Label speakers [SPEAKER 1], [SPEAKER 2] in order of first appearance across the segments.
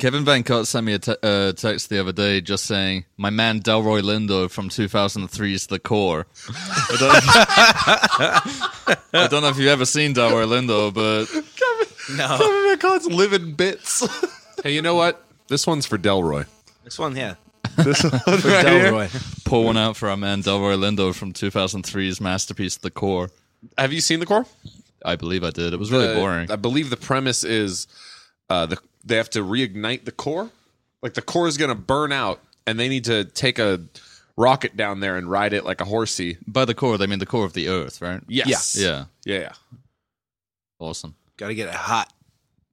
[SPEAKER 1] Kevin Van Cott sent me a te- uh, text the other day just saying, "My man Delroy Lindo from 2003's The Core." I don't, I don't know if you've ever seen Delroy Lindo, but
[SPEAKER 2] No,
[SPEAKER 3] my God's living bits.
[SPEAKER 4] Hey, you know what? This one's for Delroy.
[SPEAKER 2] this one here.
[SPEAKER 3] this one right here.
[SPEAKER 2] Delroy.
[SPEAKER 1] pour one out for our man Delroy Lindo from 2003's masterpiece The Core.
[SPEAKER 4] Have you seen the core?
[SPEAKER 1] I believe I did. It was really
[SPEAKER 4] Uh,
[SPEAKER 1] boring.
[SPEAKER 4] I believe the premise is uh, the, they have to reignite the core. Like the core is going to burn out, and they need to take a rocket down there and ride it like a horsey.
[SPEAKER 1] By the core, they mean the core of the Earth, right?
[SPEAKER 4] Yes.
[SPEAKER 1] Yeah.
[SPEAKER 4] Yeah. yeah.
[SPEAKER 1] Awesome.
[SPEAKER 2] Got to get it hot.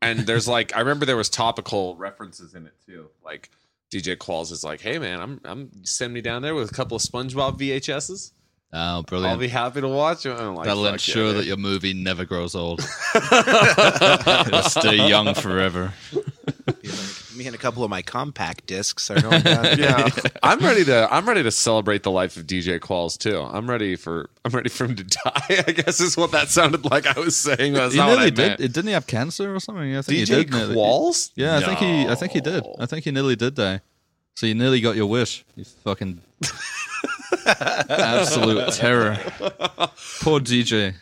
[SPEAKER 4] And there's like, I remember there was topical references in it too. Like DJ Qualls is like, "Hey man, I'm I'm send me down there with a couple of SpongeBob VHSs.
[SPEAKER 1] Oh,
[SPEAKER 4] I'll
[SPEAKER 1] brilliant.
[SPEAKER 4] be happy to watch them." And I'm like,
[SPEAKER 1] That'll
[SPEAKER 4] "Fuck
[SPEAKER 1] ensure
[SPEAKER 4] yeah,
[SPEAKER 1] that
[SPEAKER 4] dude."
[SPEAKER 1] your movie never grows old. It'll stay young forever.
[SPEAKER 2] Be like, me and a couple of my compact discs are going down.
[SPEAKER 4] yeah, I'm ready to I'm ready to celebrate the life of DJ Qualls too. I'm ready for I'm ready for him to die. I guess is what that sounded like. I was saying that's
[SPEAKER 1] He
[SPEAKER 4] not what I
[SPEAKER 1] nearly did.
[SPEAKER 4] meant.
[SPEAKER 1] Didn't he have cancer or something? I think he
[SPEAKER 4] DJ
[SPEAKER 1] did nearly-
[SPEAKER 4] Qualls?
[SPEAKER 1] Yeah, I think he. I think he did.
[SPEAKER 4] No.
[SPEAKER 1] I think he nearly did die. So you nearly got your wish. You fucking absolute terror. Poor DJ.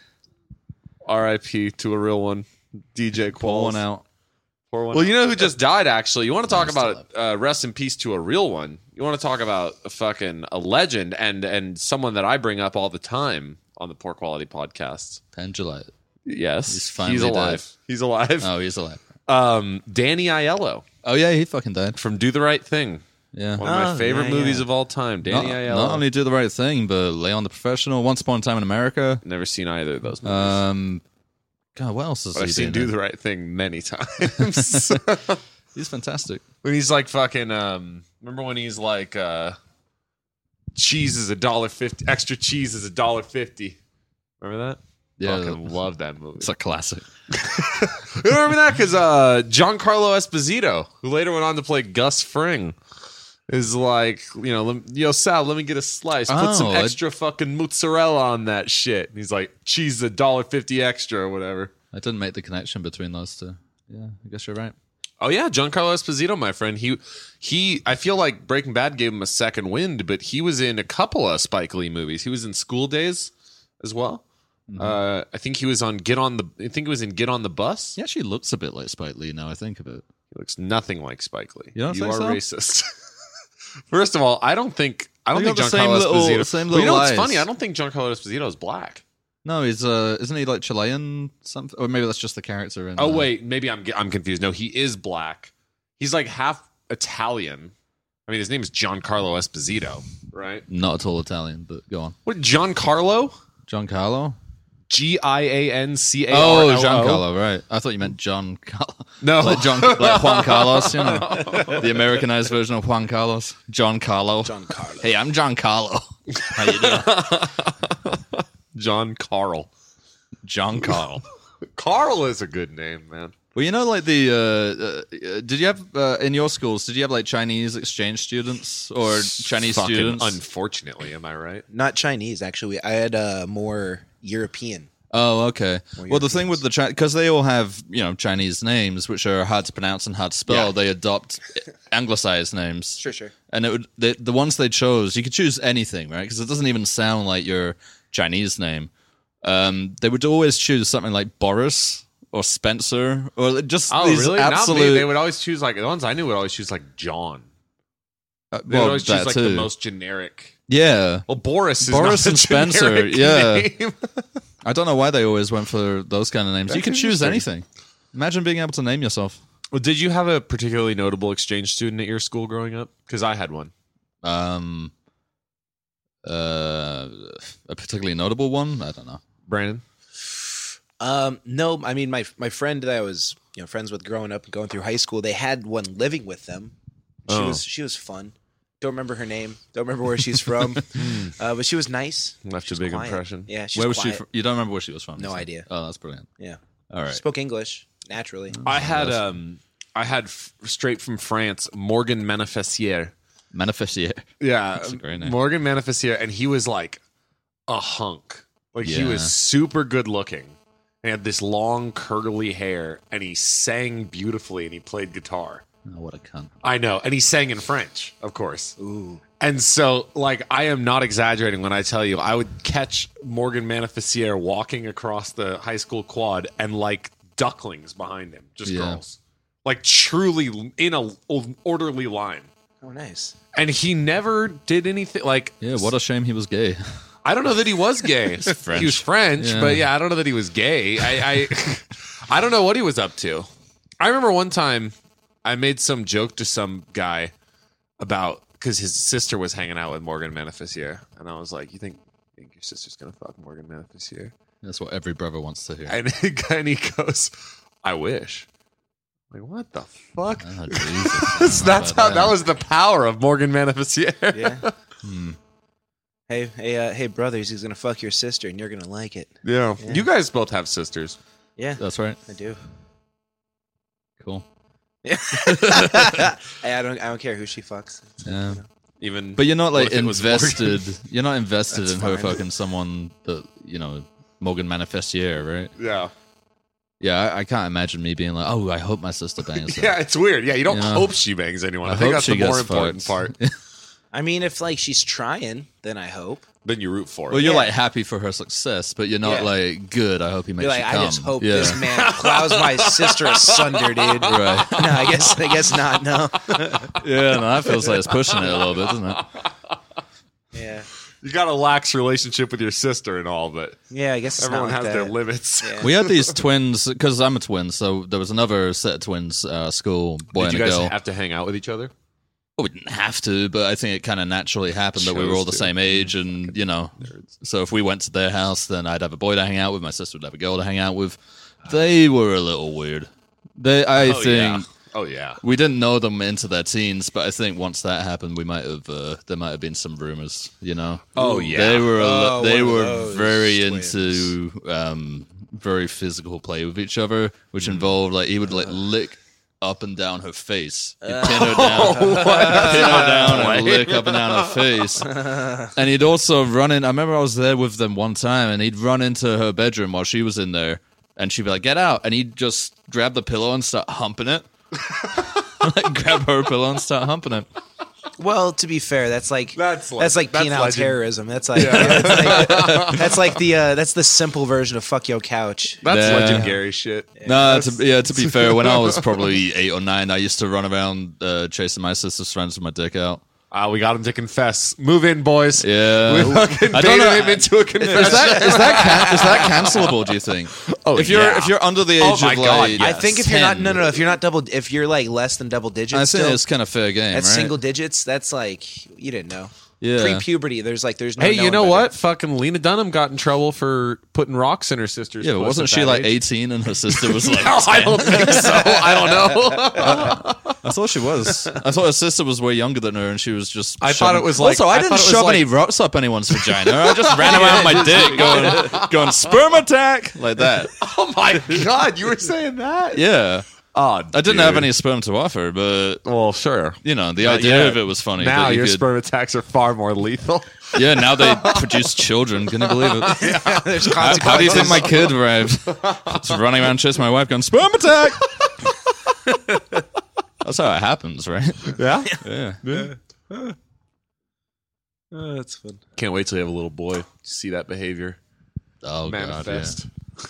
[SPEAKER 4] R.I.P. to a real one. DJ Qualls.
[SPEAKER 1] Pour one out.
[SPEAKER 4] Pour one well, you know who just died? Actually, you want to talk about uh, rest in peace to a real one. You want to talk about a fucking a legend and and someone that I bring up all the time on the Poor Quality Podcasts.
[SPEAKER 1] Pendulite.
[SPEAKER 4] Yes,
[SPEAKER 1] He's
[SPEAKER 4] he's,
[SPEAKER 1] finally
[SPEAKER 4] alive.
[SPEAKER 1] dead.
[SPEAKER 4] He's alive.
[SPEAKER 1] Oh, he's alive.
[SPEAKER 4] Um, Danny Aiello
[SPEAKER 1] Oh yeah, he fucking died.
[SPEAKER 4] from Do the Right Thing.
[SPEAKER 1] Yeah.
[SPEAKER 4] One of
[SPEAKER 2] Oh,
[SPEAKER 4] my favorite
[SPEAKER 2] yeah,
[SPEAKER 4] movies
[SPEAKER 2] yeah.
[SPEAKER 4] of all time.
[SPEAKER 1] Not,
[SPEAKER 4] Danny Aiello.
[SPEAKER 1] not only do the right thing, but lay on the professional. Once upon a time in America.
[SPEAKER 4] Never seen either of those movies.
[SPEAKER 1] Um, God, what else is
[SPEAKER 4] but I've
[SPEAKER 1] he
[SPEAKER 4] seen Do
[SPEAKER 1] doing?
[SPEAKER 4] the Right Thing many times.
[SPEAKER 1] He's fantastic.
[SPEAKER 4] when he's like fucking, um, remember when he's like, uh, cheese is a dollar fifty, extra cheese is a dollar fifty. Remember that?
[SPEAKER 1] Yeah.
[SPEAKER 4] Fucking love that movie.
[SPEAKER 1] It's a classic.
[SPEAKER 4] You remember that? Because uh, Giancarlo Esposito, who later went on to play Gus Fring, is like, you know, lem- yo, Sal, let me get a slice. Put
[SPEAKER 1] Oh,
[SPEAKER 4] some
[SPEAKER 1] I-
[SPEAKER 4] extra fucking mozzarella on that shit. And he's like, cheese is a dollar fifty extra or whatever.
[SPEAKER 1] I didn't make the connection between those two. Yeah, I guess you're right.
[SPEAKER 4] Oh yeah, Giancarlo Esposito, my friend. He he. I feel like Breaking Bad gave him a second wind, but he was in a couple of Spike Lee movies. He was in School Days as well. Uh, I think he was on Get on the. I think he was in Get on the Bus.
[SPEAKER 1] He actually looks a bit like Spike Lee now I think of it.
[SPEAKER 4] He looks nothing like Spike Lee.
[SPEAKER 1] You don't think
[SPEAKER 4] are
[SPEAKER 1] so?
[SPEAKER 4] racist. First of all, I don't think I don't
[SPEAKER 1] They got
[SPEAKER 4] think
[SPEAKER 1] the
[SPEAKER 4] John
[SPEAKER 1] same
[SPEAKER 4] Carlos
[SPEAKER 1] little-
[SPEAKER 4] Esposito.
[SPEAKER 1] same
[SPEAKER 4] Well, you know
[SPEAKER 1] little
[SPEAKER 4] what's
[SPEAKER 1] eyes.
[SPEAKER 4] funny? I don't think John Carlos Esposito is black.
[SPEAKER 1] No, he's uh isn't he like Chilean something or maybe that's just the character in
[SPEAKER 4] Oh
[SPEAKER 1] uh,
[SPEAKER 4] wait, maybe I'm I'm confused. No, he is black. He's like half Italian. I mean, his name is Giancarlo Esposito, right?
[SPEAKER 1] not at all Italian, but go on.
[SPEAKER 4] What Giancarlo?
[SPEAKER 1] Giancarlo?
[SPEAKER 4] G I A N C A R
[SPEAKER 1] Oh,
[SPEAKER 4] L O.
[SPEAKER 1] Giancarlo, right. I thought you meant John Carlo.
[SPEAKER 4] No.
[SPEAKER 1] Like John like Juan Carlos, you know. The Americanized version of Juan Carlos. John Carlo.
[SPEAKER 2] John Carlo.
[SPEAKER 1] Hey, I'm John Carlo. How you doing?
[SPEAKER 4] John Carl.
[SPEAKER 1] John Carl.
[SPEAKER 4] Carl is a good name, man.
[SPEAKER 1] Well, you know, like the uh, uh, uh, did you have uh, in your schools? Did you have like Chinese exchange students or Chinese
[SPEAKER 4] Fucking
[SPEAKER 1] students?
[SPEAKER 4] Unfortunately, am I right?
[SPEAKER 2] Not Chinese, actually. I had uh, more European.
[SPEAKER 1] oh, okay. Well, the
[SPEAKER 2] Europeans.
[SPEAKER 1] thing with the because they all have you know Chinese names which are hard to pronounce and hard to spell.
[SPEAKER 4] Yeah.
[SPEAKER 1] They adopt anglicized names.
[SPEAKER 2] sure.
[SPEAKER 1] And it would the the ones they chose, you could choose anything, right? Because it doesn't even sound like your Chinese name. Um, they would always choose something like Boris or Spencer or just
[SPEAKER 4] Oh,
[SPEAKER 1] these
[SPEAKER 4] really? Not me.
[SPEAKER 1] absolute.
[SPEAKER 4] They would always choose like the ones I knew would always choose like John.
[SPEAKER 1] uh,
[SPEAKER 4] They
[SPEAKER 1] well,
[SPEAKER 4] would always choose
[SPEAKER 1] that
[SPEAKER 4] like the
[SPEAKER 1] too.
[SPEAKER 4] most generic.
[SPEAKER 1] Yeah,
[SPEAKER 4] Well, Boris is
[SPEAKER 1] Boris
[SPEAKER 4] not
[SPEAKER 1] and
[SPEAKER 4] a
[SPEAKER 1] Spencer,
[SPEAKER 4] generic
[SPEAKER 1] yeah.
[SPEAKER 4] name.
[SPEAKER 1] I don't know why they always went for those kind of names. you can choose anything. Imagine being able to name yourself.
[SPEAKER 4] well, did you have a particularly notable exchange student at your school growing up? Because I had one.
[SPEAKER 1] Um, uh, a particularly notable one. I don't know.
[SPEAKER 4] Brandon.
[SPEAKER 2] Um, no, I mean my my friend that I was you know friends with growing up and going through high school, they had one living with them. She
[SPEAKER 4] Oh.
[SPEAKER 2] was she was fun. Don't remember her name. Don't remember where she's from. uh, but she was nice.
[SPEAKER 4] Left
[SPEAKER 2] She
[SPEAKER 4] a
[SPEAKER 2] was
[SPEAKER 4] big
[SPEAKER 2] quiet.
[SPEAKER 4] impression.
[SPEAKER 2] Yeah, she's
[SPEAKER 1] where was
[SPEAKER 2] quiet.
[SPEAKER 1] she? From? You don't remember where she was from?
[SPEAKER 2] No
[SPEAKER 1] you said.
[SPEAKER 2] idea.
[SPEAKER 1] Oh, that's brilliant.
[SPEAKER 2] Yeah,
[SPEAKER 1] All right.
[SPEAKER 2] spoke English naturally.
[SPEAKER 4] I had um, I had f- straight from France Morgan Manifestier.
[SPEAKER 1] Manifestier.
[SPEAKER 4] Yeah,
[SPEAKER 1] That's a great name.
[SPEAKER 4] Morgan Manifestier, and he was like a hunk. Like he was
[SPEAKER 1] Yeah.
[SPEAKER 4] super good looking. And he had this long curly hair, and he sang beautifully, and he played guitar.
[SPEAKER 1] Oh, what a cunt.
[SPEAKER 4] I know. And he sang in French, of course.
[SPEAKER 2] Ooh.
[SPEAKER 4] And so, like, I am not exaggerating when I tell you I would catch Morgan Manificier walking across the high school quad and, like, ducklings behind him, just
[SPEAKER 1] Yeah.
[SPEAKER 4] girls. Like, truly in a orderly line.
[SPEAKER 2] Oh, nice.
[SPEAKER 4] And he never did anything, like,
[SPEAKER 1] Yeah, what a shame he was gay.
[SPEAKER 4] I don't know that he was gay.
[SPEAKER 1] French.
[SPEAKER 4] He was French,
[SPEAKER 1] Yeah.
[SPEAKER 4] but yeah, I don't know that he was gay. I, I I don't know what he was up to. I remember one time I made some joke to some guy about because his sister was hanging out with Morgan Manificier, and I was like, "You think, you think your sister's gonna fuck Morgan Manificier?"
[SPEAKER 1] That's what every brother wants to hear.
[SPEAKER 4] And, and he goes, "I wish." I'm like what the fuck?
[SPEAKER 1] Oh, Jesus.
[SPEAKER 4] That's,
[SPEAKER 1] I don't know
[SPEAKER 4] that's how
[SPEAKER 1] about
[SPEAKER 4] that was the power of Morgan Manificier.
[SPEAKER 2] Yeah.
[SPEAKER 1] Hmm.
[SPEAKER 2] hey, hey, uh, hey, brothers, he's gonna fuck your sister, and you're gonna like it.
[SPEAKER 4] yeah.
[SPEAKER 2] Yeah.
[SPEAKER 4] You guys both have sisters.
[SPEAKER 2] Yeah,
[SPEAKER 1] That's right.
[SPEAKER 2] I do.
[SPEAKER 1] Cool.
[SPEAKER 2] Yeah. hey, I don't, I don't care who she fucks.
[SPEAKER 1] Yeah.
[SPEAKER 4] Even
[SPEAKER 1] But you're not
[SPEAKER 4] What
[SPEAKER 1] like
[SPEAKER 4] if it was
[SPEAKER 1] invested. You're not invested
[SPEAKER 2] That's
[SPEAKER 1] in her
[SPEAKER 2] fine.
[SPEAKER 1] fucking someone that you know, Morgan Manifestier, right?
[SPEAKER 4] yeah.
[SPEAKER 1] Yeah, I, I can't imagine me being like, oh, I hope my sister bangs. her."
[SPEAKER 4] Yeah, it's weird. Yeah, you don't
[SPEAKER 1] Yeah.
[SPEAKER 4] hope she bangs anyone. I,
[SPEAKER 1] I
[SPEAKER 4] think
[SPEAKER 1] hope
[SPEAKER 4] that's the
[SPEAKER 1] she gets
[SPEAKER 4] more important part.
[SPEAKER 1] fucked.
[SPEAKER 2] I mean, if like she's trying, then I hope.
[SPEAKER 4] then you root for
[SPEAKER 1] Well,
[SPEAKER 4] it.
[SPEAKER 1] you're
[SPEAKER 2] Yeah.
[SPEAKER 1] like happy for her success, but you're not
[SPEAKER 2] Yeah.
[SPEAKER 1] like good. I hope he makes
[SPEAKER 2] Be like,
[SPEAKER 1] you
[SPEAKER 2] I
[SPEAKER 1] come.
[SPEAKER 2] just hope
[SPEAKER 1] yeah.
[SPEAKER 2] this man plows my sister asunder, dude.
[SPEAKER 1] Right.
[SPEAKER 2] No, I guess, I guess not. No.
[SPEAKER 1] Yeah, no, that feels like it's pushing it a little bit, doesn't it?
[SPEAKER 2] Yeah.
[SPEAKER 4] You got a lax relationship with your sister and all, but
[SPEAKER 2] Yeah, I guess it's
[SPEAKER 4] everyone
[SPEAKER 2] not
[SPEAKER 4] has
[SPEAKER 2] like
[SPEAKER 4] their
[SPEAKER 2] that.
[SPEAKER 4] limits.
[SPEAKER 2] Yeah.
[SPEAKER 1] We had these twins because I'm a twin, so there was another set of twins, uh, school boy
[SPEAKER 4] Did
[SPEAKER 1] and
[SPEAKER 4] you
[SPEAKER 1] a
[SPEAKER 4] guys
[SPEAKER 1] girl.
[SPEAKER 4] have to hang out with each other?
[SPEAKER 1] Well, we didn't have to, but I think it kind of naturally happened that we were
[SPEAKER 4] Chose
[SPEAKER 1] all the
[SPEAKER 4] to.
[SPEAKER 1] same age, and you know, so if we went to their house, then I'd have a boy to hang out with, my sister would have a girl to hang out with. They were a little weird. They, I think,
[SPEAKER 4] yeah. Oh yeah.
[SPEAKER 1] we didn't know them into their teens, but I think once that happened, we might have uh, there might have been some rumors, you know.
[SPEAKER 4] Oh, yeah.
[SPEAKER 1] they were a li-
[SPEAKER 2] Oh,
[SPEAKER 1] they
[SPEAKER 2] one of
[SPEAKER 1] were
[SPEAKER 2] those
[SPEAKER 1] very
[SPEAKER 2] twins.
[SPEAKER 1] into um, very physical play with each other, which
[SPEAKER 2] Hmm.
[SPEAKER 1] involved like he would
[SPEAKER 2] Uh.
[SPEAKER 1] like lick up and down her face, He'd pin her
[SPEAKER 2] Oh,
[SPEAKER 1] down, pin her down, and lick up and down her face. And he'd also run in. I remember I was there with them one time, and he'd run into her bedroom while she was in there, and she'd be like, "Get out!" And he'd just grab the pillow and start humping it. like grab her pillow and start humping it.
[SPEAKER 2] Well, to be fair, that's like
[SPEAKER 4] That's
[SPEAKER 2] that's
[SPEAKER 4] like-
[SPEAKER 2] like,
[SPEAKER 4] that's
[SPEAKER 2] penile
[SPEAKER 4] legend.
[SPEAKER 2] terrorism. That's like, that's like that's like the uh, that's the simple version of fuck your couch.
[SPEAKER 4] That's
[SPEAKER 1] Yeah.
[SPEAKER 4] legendary shit.
[SPEAKER 1] No, to, yeah. To be fair, when I was probably eight or nine, I used to run around uh, chasing my sister's friends with my dick out.
[SPEAKER 4] Ah, we got him to confess. Move in, boys.
[SPEAKER 1] Yeah,
[SPEAKER 4] We fucking
[SPEAKER 1] I don't
[SPEAKER 4] baited
[SPEAKER 1] know.
[SPEAKER 4] him into a confession.
[SPEAKER 1] Is that is that can, is that cancelable? Do you think?
[SPEAKER 4] Oh,
[SPEAKER 1] if you're
[SPEAKER 4] yeah.
[SPEAKER 1] if you're under the age
[SPEAKER 4] Oh
[SPEAKER 1] of
[SPEAKER 4] my
[SPEAKER 1] like,
[SPEAKER 4] God,
[SPEAKER 2] I think if you're not
[SPEAKER 1] 10,
[SPEAKER 2] no no no, if you're not double if you're like less than double digits,
[SPEAKER 1] I think
[SPEAKER 2] still,
[SPEAKER 1] it's kind of fair game,
[SPEAKER 2] that's
[SPEAKER 1] right?
[SPEAKER 2] single digits. That's like you didn't know.
[SPEAKER 1] Yeah.
[SPEAKER 2] Pre puberty, there's like there's no.
[SPEAKER 4] Hey, you
[SPEAKER 2] knowing
[SPEAKER 4] know
[SPEAKER 2] better.
[SPEAKER 4] what? Fucking Lena Dunham got in trouble for putting rocks in her sister's.
[SPEAKER 1] yeah, but
[SPEAKER 4] puss
[SPEAKER 1] wasn't
[SPEAKER 4] at
[SPEAKER 1] she
[SPEAKER 4] that
[SPEAKER 1] like
[SPEAKER 4] age.
[SPEAKER 1] 18 and her sister was like?
[SPEAKER 4] No, I don't think so. I don't know.
[SPEAKER 1] I thought she was. I thought her sister was way younger than her, and she was just.
[SPEAKER 4] I thought it was like-
[SPEAKER 1] Also, I,
[SPEAKER 4] I
[SPEAKER 1] didn't
[SPEAKER 4] thought it was
[SPEAKER 1] shove
[SPEAKER 4] like-
[SPEAKER 1] any rocks up anyone's vagina. I just ran around my dick, going, going sperm attack like that.
[SPEAKER 4] Oh my god, you were saying that?
[SPEAKER 1] Yeah,
[SPEAKER 4] Oh,
[SPEAKER 1] I didn't have any sperm to offer, but
[SPEAKER 4] Well, sure.
[SPEAKER 1] you know, the
[SPEAKER 4] Not
[SPEAKER 1] idea
[SPEAKER 4] yet.
[SPEAKER 1] of it was funny.
[SPEAKER 4] Now
[SPEAKER 1] that you
[SPEAKER 4] your
[SPEAKER 1] could-
[SPEAKER 4] sperm attacks are far more lethal.
[SPEAKER 1] Yeah, now they produce children. Can you believe it?
[SPEAKER 2] There's
[SPEAKER 1] How,
[SPEAKER 2] consequences.
[SPEAKER 1] how do you think my kid arrived? Just running around chasing my wife, going sperm attack. That's how it happens, right?
[SPEAKER 4] Yeah.
[SPEAKER 1] Yeah.
[SPEAKER 2] Oh, that's fun.
[SPEAKER 4] Can't wait till you have a little boy. See that behavior
[SPEAKER 1] Oh
[SPEAKER 4] manifest.
[SPEAKER 1] god.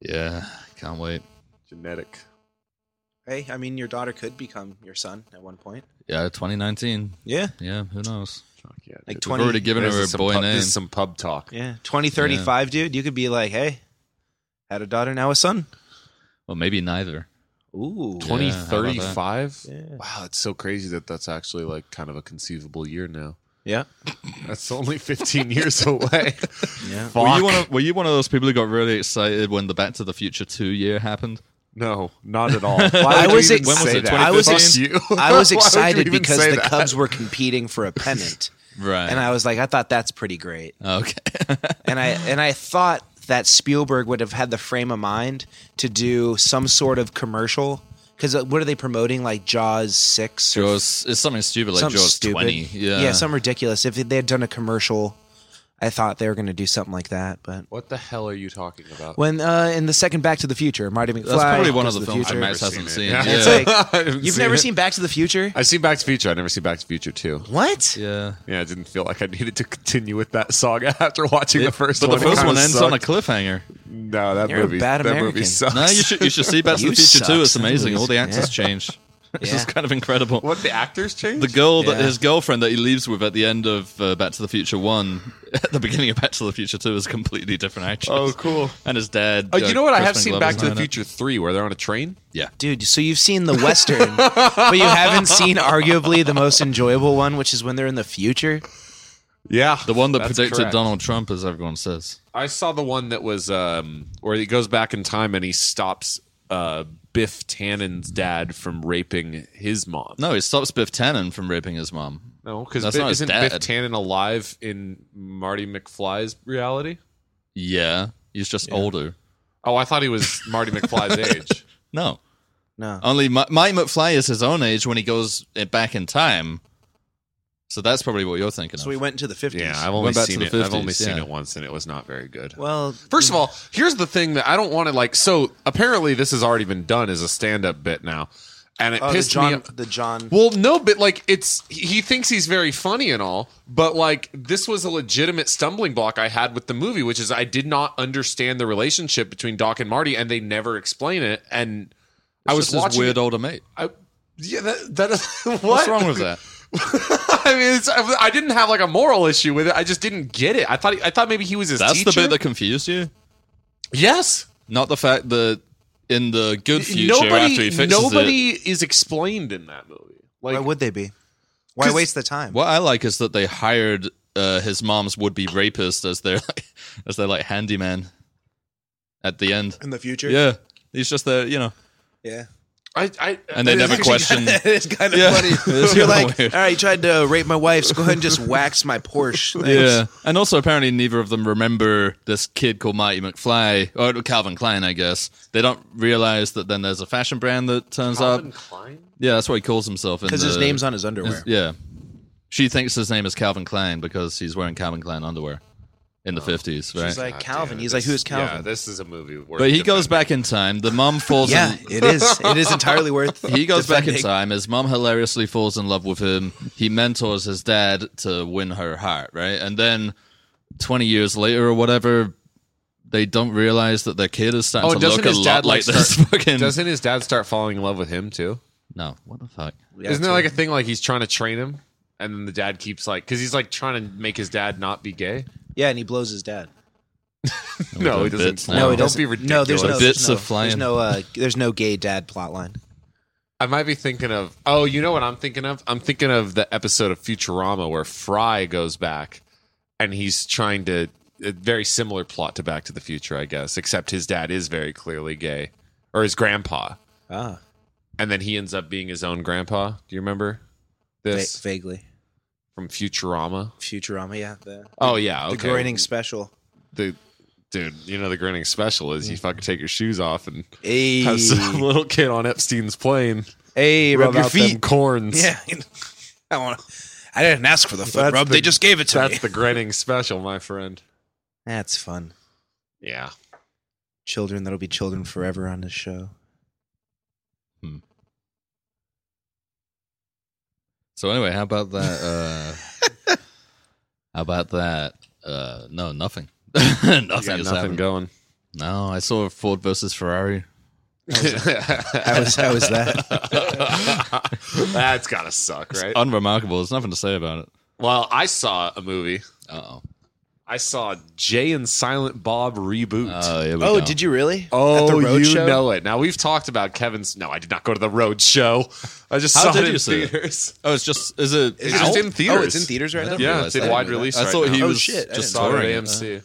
[SPEAKER 1] Yeah. yeah. Can't wait.
[SPEAKER 4] Genetic.
[SPEAKER 2] Hey, I mean, your daughter could become your son at one point.
[SPEAKER 1] Yeah, 2019.
[SPEAKER 2] Yeah,
[SPEAKER 1] Yeah, who knows?
[SPEAKER 4] Fuck yeah.
[SPEAKER 2] like
[SPEAKER 1] We've
[SPEAKER 2] twenty.
[SPEAKER 1] already given
[SPEAKER 4] This
[SPEAKER 1] her
[SPEAKER 4] is
[SPEAKER 1] a
[SPEAKER 4] some
[SPEAKER 1] boy
[SPEAKER 4] pub-
[SPEAKER 1] name.
[SPEAKER 4] This is some pub talk.
[SPEAKER 2] Yeah, twenty thirty five, dude. You could be like, hey, had a daughter, now a son.
[SPEAKER 1] Well, maybe neither.
[SPEAKER 2] Ooh,
[SPEAKER 1] Yeah.
[SPEAKER 4] Twenty
[SPEAKER 1] how about
[SPEAKER 4] thirty five.
[SPEAKER 2] that? Yeah.
[SPEAKER 4] Wow, it's so crazy that that's actually like kind of a conceivable year now.
[SPEAKER 2] yeah,
[SPEAKER 4] That's only fifteen years away.
[SPEAKER 2] yeah.
[SPEAKER 1] Were
[SPEAKER 4] Fuck.
[SPEAKER 1] you, one of, were you one of those people who got really excited when the Back to the Future 2 year happened?
[SPEAKER 4] No, not at all. Why
[SPEAKER 2] I
[SPEAKER 4] would you
[SPEAKER 2] was
[SPEAKER 4] even
[SPEAKER 2] ex- When was
[SPEAKER 4] say
[SPEAKER 1] it,
[SPEAKER 4] that?
[SPEAKER 1] 2015?
[SPEAKER 2] I was
[SPEAKER 4] Fuck
[SPEAKER 2] ex-
[SPEAKER 4] you.
[SPEAKER 2] I
[SPEAKER 4] Why would
[SPEAKER 2] was
[SPEAKER 4] you
[SPEAKER 2] excited
[SPEAKER 4] even
[SPEAKER 2] because
[SPEAKER 4] say
[SPEAKER 2] the
[SPEAKER 4] that?
[SPEAKER 2] Cubs were competing for a pennant,
[SPEAKER 1] Right.
[SPEAKER 2] and I was like, I thought that's pretty great,
[SPEAKER 1] okay.
[SPEAKER 2] and I and I thought that Spielberg would have had the frame of mind to do some sort of commercial because what are they promoting? Like Jaws six, or
[SPEAKER 1] Jaws, it's something stupid like
[SPEAKER 2] something
[SPEAKER 1] Jaws
[SPEAKER 2] stupid,
[SPEAKER 1] 20. Yeah.
[SPEAKER 2] yeah, some ridiculous. If they had done a commercial I thought they were going to do something like that, but
[SPEAKER 4] What the hell are you talking about?
[SPEAKER 2] when uh, in the second Back to the Future, Marty McFly.
[SPEAKER 1] That's probably one of the,
[SPEAKER 2] Goes to
[SPEAKER 1] films that
[SPEAKER 2] Future.
[SPEAKER 1] Max
[SPEAKER 4] I've never
[SPEAKER 1] hasn't seen.
[SPEAKER 4] seen it.
[SPEAKER 1] Yeah.
[SPEAKER 4] Yeah.
[SPEAKER 2] It's
[SPEAKER 1] Yeah.
[SPEAKER 2] like you've never seen Back to the Future?
[SPEAKER 4] I've seen Back to the Future. I've never seen Back to the Future 2.
[SPEAKER 2] What?
[SPEAKER 4] Yeah, I didn't feel like I needed to continue with that saga after watching the first
[SPEAKER 1] but
[SPEAKER 4] one.
[SPEAKER 1] the
[SPEAKER 4] It
[SPEAKER 1] first
[SPEAKER 4] kinda
[SPEAKER 1] one ends
[SPEAKER 4] sucked.
[SPEAKER 1] on a cliffhanger.
[SPEAKER 4] No, that
[SPEAKER 2] You're a
[SPEAKER 4] movie.
[SPEAKER 2] bad
[SPEAKER 4] that
[SPEAKER 2] American.
[SPEAKER 4] movie sucks.
[SPEAKER 1] No, you should you should see Back to
[SPEAKER 2] You
[SPEAKER 1] the Future
[SPEAKER 2] suck.
[SPEAKER 1] too. It's
[SPEAKER 2] That
[SPEAKER 1] amazing.
[SPEAKER 2] movie's-
[SPEAKER 1] All the actors
[SPEAKER 2] yeah.
[SPEAKER 1] changed. It's
[SPEAKER 2] Yeah.
[SPEAKER 1] just kind of incredible.
[SPEAKER 4] What the actors changed?
[SPEAKER 1] The girl that
[SPEAKER 2] Yeah.
[SPEAKER 1] his girlfriend that he leaves with at the end of uh, Back to the Future One, at the beginning of Back to the Future Two, is a completely different actress.
[SPEAKER 4] Oh, cool.
[SPEAKER 1] And his dad. uh,
[SPEAKER 4] Oh, you know what? I have seen Back to the
[SPEAKER 1] Future.
[SPEAKER 4] Future 3 where they're on a train.
[SPEAKER 1] Yeah.
[SPEAKER 2] Dude, so you've seen the Western, but you haven't seen arguably the most enjoyable one, which is when they're in the future.
[SPEAKER 4] Yeah.
[SPEAKER 1] The one that
[SPEAKER 4] That's
[SPEAKER 1] predicted
[SPEAKER 4] correct.
[SPEAKER 1] Donald Trump, as everyone says.
[SPEAKER 4] I saw the one that was um, where he goes back in time and he stops uh, Biff Tannen's dad from raping his mom.
[SPEAKER 1] No, it stops Biff Tannen from raping his mom.
[SPEAKER 4] No, because
[SPEAKER 1] That's not his
[SPEAKER 4] isn't
[SPEAKER 1] dad.
[SPEAKER 4] Biff Tannen alive in Marty McFly's reality?
[SPEAKER 1] Yeah. He's just older.
[SPEAKER 4] Oh, I thought he was Marty McFly's age.
[SPEAKER 1] No.
[SPEAKER 2] No.
[SPEAKER 1] Only Mi- Mike McFly is his own age when he goes uh, back in time. So that's probably what you're thinking
[SPEAKER 2] So
[SPEAKER 1] of.
[SPEAKER 2] we went into the 50s.
[SPEAKER 4] Yeah, I've only
[SPEAKER 1] Went back to
[SPEAKER 4] seen
[SPEAKER 1] the
[SPEAKER 4] it. I've only
[SPEAKER 1] 50s,
[SPEAKER 4] seen
[SPEAKER 1] yeah. hmm.
[SPEAKER 4] it once, and it was not very good.
[SPEAKER 2] well,
[SPEAKER 4] First of all, here's the thing that I don't want to like. So apparently, this has already been done as a stand-up bit now, and it
[SPEAKER 2] oh, the
[SPEAKER 4] pissed me.
[SPEAKER 2] John,
[SPEAKER 4] off.
[SPEAKER 2] the John.
[SPEAKER 4] Well, no, but like it's he thinks he's very funny and all, but like this was a legitimate stumbling block I had with the movie, which is I did not understand the relationship between Doc and Marty, and they never explain it. And I was
[SPEAKER 1] just his
[SPEAKER 4] watching
[SPEAKER 1] weird
[SPEAKER 4] It,
[SPEAKER 1] older mate.
[SPEAKER 4] I, yeah, that, that is what?
[SPEAKER 1] What's wrong with that?
[SPEAKER 4] I mean, it's, I, I didn't have like a moral issue with it. I just didn't get it. I thought I thought maybe he was his
[SPEAKER 1] That's the
[SPEAKER 4] teacher.
[SPEAKER 1] bit that confused you?
[SPEAKER 4] yes.
[SPEAKER 1] Not the fact that in the good future after he fixes it.
[SPEAKER 4] nobody is explained in that movie. Like
[SPEAKER 2] why would they be? Why
[SPEAKER 4] 'Cause-
[SPEAKER 2] waste the time?
[SPEAKER 1] What I like is that they hired uh, his mom's would-be rapist as their like, as their like handyman at the end.
[SPEAKER 2] In the future?
[SPEAKER 1] Yeah, he's just there, you know,
[SPEAKER 2] Yeah.
[SPEAKER 4] I, I,
[SPEAKER 1] and they never question.
[SPEAKER 2] it's kind of
[SPEAKER 1] Yeah.
[SPEAKER 2] funny.
[SPEAKER 1] It's kinda
[SPEAKER 2] You're like,
[SPEAKER 1] weird.
[SPEAKER 2] all right, you tried to rape my wife, so go ahead and just wax my Porsche. Thanks.
[SPEAKER 1] Yeah, and also apparently neither of them remember this kid called Marty McFly or Calvin Klein. I guess they don't realize that then there's a fashion brand that turns
[SPEAKER 4] Calvin
[SPEAKER 1] up.
[SPEAKER 4] Klein?
[SPEAKER 1] Yeah, that's what he calls himself.
[SPEAKER 2] Because
[SPEAKER 4] Uh,
[SPEAKER 2] his name's on his underwear.
[SPEAKER 1] Yeah, she thinks his name is Calvin Klein because he's wearing Calvin Klein underwear in the fifties, right?
[SPEAKER 2] Oh. She's like,
[SPEAKER 4] God
[SPEAKER 2] Calvin.
[SPEAKER 4] damn it.
[SPEAKER 2] He's like,
[SPEAKER 4] This-
[SPEAKER 2] who's
[SPEAKER 4] Yeah,
[SPEAKER 2] Calvin?
[SPEAKER 4] this is a movie. Worth
[SPEAKER 1] but he goes
[SPEAKER 4] defending.
[SPEAKER 1] back in time. The mum falls.
[SPEAKER 2] Yeah,
[SPEAKER 1] in,
[SPEAKER 2] it is. It is entirely worth
[SPEAKER 1] he goes back in
[SPEAKER 2] defending.
[SPEAKER 1] time. His mom hilariously falls in love with him. He mentors his dad to win her heart, right? And then 20 years later or whatever, they don't realize that their kid is starting
[SPEAKER 4] Oh,
[SPEAKER 1] to look
[SPEAKER 4] doesn't
[SPEAKER 1] a
[SPEAKER 4] his
[SPEAKER 1] lot
[SPEAKER 4] dad
[SPEAKER 1] like
[SPEAKER 4] like
[SPEAKER 1] this
[SPEAKER 4] start-
[SPEAKER 1] fucking.
[SPEAKER 4] Doesn't his dad start falling in love with him too?
[SPEAKER 1] No, what the fuck?
[SPEAKER 2] Yeah,
[SPEAKER 4] Isn't
[SPEAKER 2] it's
[SPEAKER 4] there like a thing like he's trying to train him, and then the dad keeps like because he's like trying to make his dad not be gay.
[SPEAKER 2] Yeah, and he blows his dad.
[SPEAKER 4] No,
[SPEAKER 1] doing
[SPEAKER 4] he doesn't.
[SPEAKER 1] bits now.
[SPEAKER 2] No,
[SPEAKER 1] No,
[SPEAKER 2] he
[SPEAKER 1] he
[SPEAKER 4] don't
[SPEAKER 2] doesn't.
[SPEAKER 4] be ridiculous.
[SPEAKER 2] No, there's no
[SPEAKER 1] Bits
[SPEAKER 2] there's no,
[SPEAKER 1] of flying.
[SPEAKER 2] There's no, uh, there's no gay dad plotline.
[SPEAKER 4] I might be thinking of. Oh, you know what I'm thinking of? I'm thinking of the episode of Futurama where Fry goes back, and he's trying to a very similar plot to Back to the Future, I guess, except his dad is very clearly gay, or his grandpa,
[SPEAKER 2] Ah,
[SPEAKER 4] and then he ends up being his own grandpa. Do you remember this
[SPEAKER 2] vaguely.
[SPEAKER 4] from Futurama?
[SPEAKER 2] Futurama, yeah. The,
[SPEAKER 4] Oh yeah, okay.
[SPEAKER 2] the grinning special.
[SPEAKER 4] the dude, you know the grinning special is
[SPEAKER 2] Mm.
[SPEAKER 4] you fucking take your shoes off and
[SPEAKER 2] Hey,
[SPEAKER 4] have some little kid on Epstein's plane
[SPEAKER 2] hey,
[SPEAKER 4] rub
[SPEAKER 2] rub
[SPEAKER 4] your
[SPEAKER 2] out them
[SPEAKER 4] feet corns.
[SPEAKER 2] Yeah, I want. I didn't ask for the foot
[SPEAKER 4] That's
[SPEAKER 2] rub.
[SPEAKER 4] the-
[SPEAKER 2] they just gave it to me.
[SPEAKER 4] That's the grinning special, my friend.
[SPEAKER 2] That's fun.
[SPEAKER 4] Yeah.
[SPEAKER 2] Children that'll be children forever on this show.
[SPEAKER 1] So, anyway, how about that? Uh, how about that? Uh, no, nothing. nothing
[SPEAKER 4] You got
[SPEAKER 1] has
[SPEAKER 4] nothing
[SPEAKER 1] happened.
[SPEAKER 4] going.
[SPEAKER 1] No, I saw Ford versus Ferrari.
[SPEAKER 2] How is how is that?
[SPEAKER 4] That's gotta suck, right?
[SPEAKER 1] Unremarkable. There's nothing to say about it.
[SPEAKER 4] Well, I saw a movie.
[SPEAKER 1] Uh-oh.
[SPEAKER 4] I saw Jay and Silent Bob reboot.
[SPEAKER 1] Oh, here we
[SPEAKER 2] Oh,
[SPEAKER 1] go.
[SPEAKER 2] did you really?
[SPEAKER 4] Oh,
[SPEAKER 2] At the road
[SPEAKER 4] you
[SPEAKER 2] show?
[SPEAKER 4] know it. Now we've talked about Kevin's. No, I did not go to the road show. I just
[SPEAKER 1] How
[SPEAKER 4] saw
[SPEAKER 1] did
[SPEAKER 4] it in
[SPEAKER 1] you see it?
[SPEAKER 4] theaters.
[SPEAKER 1] Oh, it's just. Is it.
[SPEAKER 4] It's
[SPEAKER 1] out?
[SPEAKER 4] just in theaters.
[SPEAKER 2] Oh, it's in theaters right now.
[SPEAKER 1] Yeah,
[SPEAKER 4] Yeah,
[SPEAKER 1] realize
[SPEAKER 4] it's in
[SPEAKER 1] that.
[SPEAKER 4] wide release.
[SPEAKER 1] I
[SPEAKER 4] right
[SPEAKER 1] thought
[SPEAKER 4] now.
[SPEAKER 1] he
[SPEAKER 2] Oh,
[SPEAKER 1] was
[SPEAKER 2] shit, I
[SPEAKER 1] just
[SPEAKER 2] didn't know
[SPEAKER 4] Sorry,
[SPEAKER 1] touring it.
[SPEAKER 4] AMC.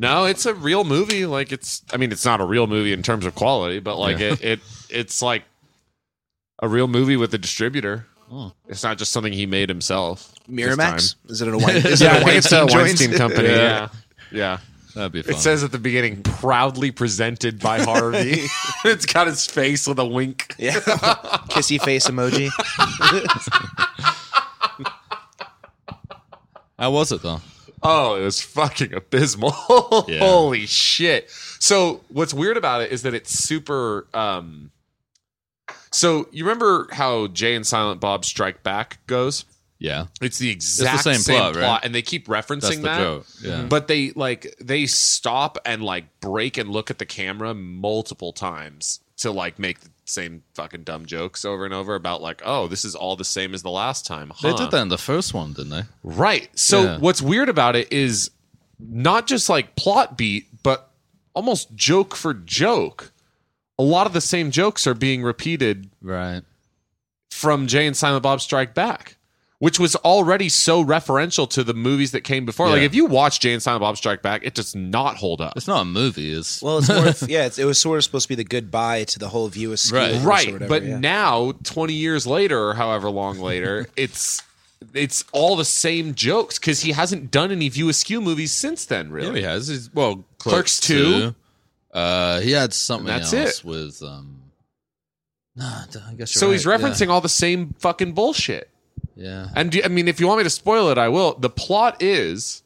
[SPEAKER 4] No, it's a real movie. Like it's, I mean, it's not a real movie in terms of quality, but like
[SPEAKER 1] Yeah.
[SPEAKER 4] it, it, it's like a real movie with a distributor.
[SPEAKER 1] Oh.
[SPEAKER 4] It's not just something he made himself.
[SPEAKER 2] Miramax? Is it a wine? Is
[SPEAKER 4] Yeah,
[SPEAKER 2] it a wine
[SPEAKER 4] it's a Weinstein
[SPEAKER 2] joint?
[SPEAKER 4] company.
[SPEAKER 1] Yeah.
[SPEAKER 4] Yeah, yeah.
[SPEAKER 1] That'd be fun.
[SPEAKER 4] It says at the beginning, proudly presented by Harvey. it's got his face with a wink.
[SPEAKER 2] Yeah, kissy face emoji.
[SPEAKER 1] How was it though?
[SPEAKER 4] Oh, it was fucking abysmal.
[SPEAKER 1] Yeah.
[SPEAKER 4] Holy shit. So what's weird about it is that it's super um so you remember how Jay and Silent Bob Strike Back goes?
[SPEAKER 1] Yeah,
[SPEAKER 4] It's the exact
[SPEAKER 1] same
[SPEAKER 4] same,
[SPEAKER 1] plot,
[SPEAKER 4] plot,
[SPEAKER 1] right?
[SPEAKER 4] and they keep referencing
[SPEAKER 1] that's the
[SPEAKER 4] that.
[SPEAKER 1] joke. Yeah,
[SPEAKER 4] But they like they stop and like break and look at the camera multiple times to like make the same fucking dumb jokes over and over about like, oh, this is all the same as the last time.
[SPEAKER 1] they
[SPEAKER 4] huh?
[SPEAKER 1] did that in the first one, didn't they?
[SPEAKER 4] Right. So
[SPEAKER 1] Yeah.
[SPEAKER 4] what's weird about it is not just like plot beat, but almost joke for joke. A lot of the same jokes are being repeated
[SPEAKER 1] Right.
[SPEAKER 4] from Jay and Silent Bob Strike Back, which was already so referential to the movies that came before. Like
[SPEAKER 1] Yeah.
[SPEAKER 4] if you watch Jay and Silent Bob Strike Back, it does not hold up.
[SPEAKER 1] It's not a movie. It's
[SPEAKER 2] Well, it's more of, yeah, it's, it was sort of supposed to be the goodbye to the whole view askew,
[SPEAKER 1] Right.
[SPEAKER 2] or
[SPEAKER 4] right
[SPEAKER 2] whatever,
[SPEAKER 4] but
[SPEAKER 2] yeah.
[SPEAKER 4] now 20 years later or however long later it's it's all the same jokes because he hasn't done any view askew movies since then
[SPEAKER 1] yeah,
[SPEAKER 4] really
[SPEAKER 1] he has. He's, well,
[SPEAKER 4] Clerks 2.
[SPEAKER 1] Uh, he had something
[SPEAKER 4] And that's
[SPEAKER 1] else
[SPEAKER 4] it.
[SPEAKER 1] with um. No, I guess you're
[SPEAKER 4] so he's
[SPEAKER 1] right, yeah.
[SPEAKER 4] referencing all the same fucking bullshit
[SPEAKER 1] Yeah.
[SPEAKER 4] And do, I mean, if you want me to spoil it, I will. The plot is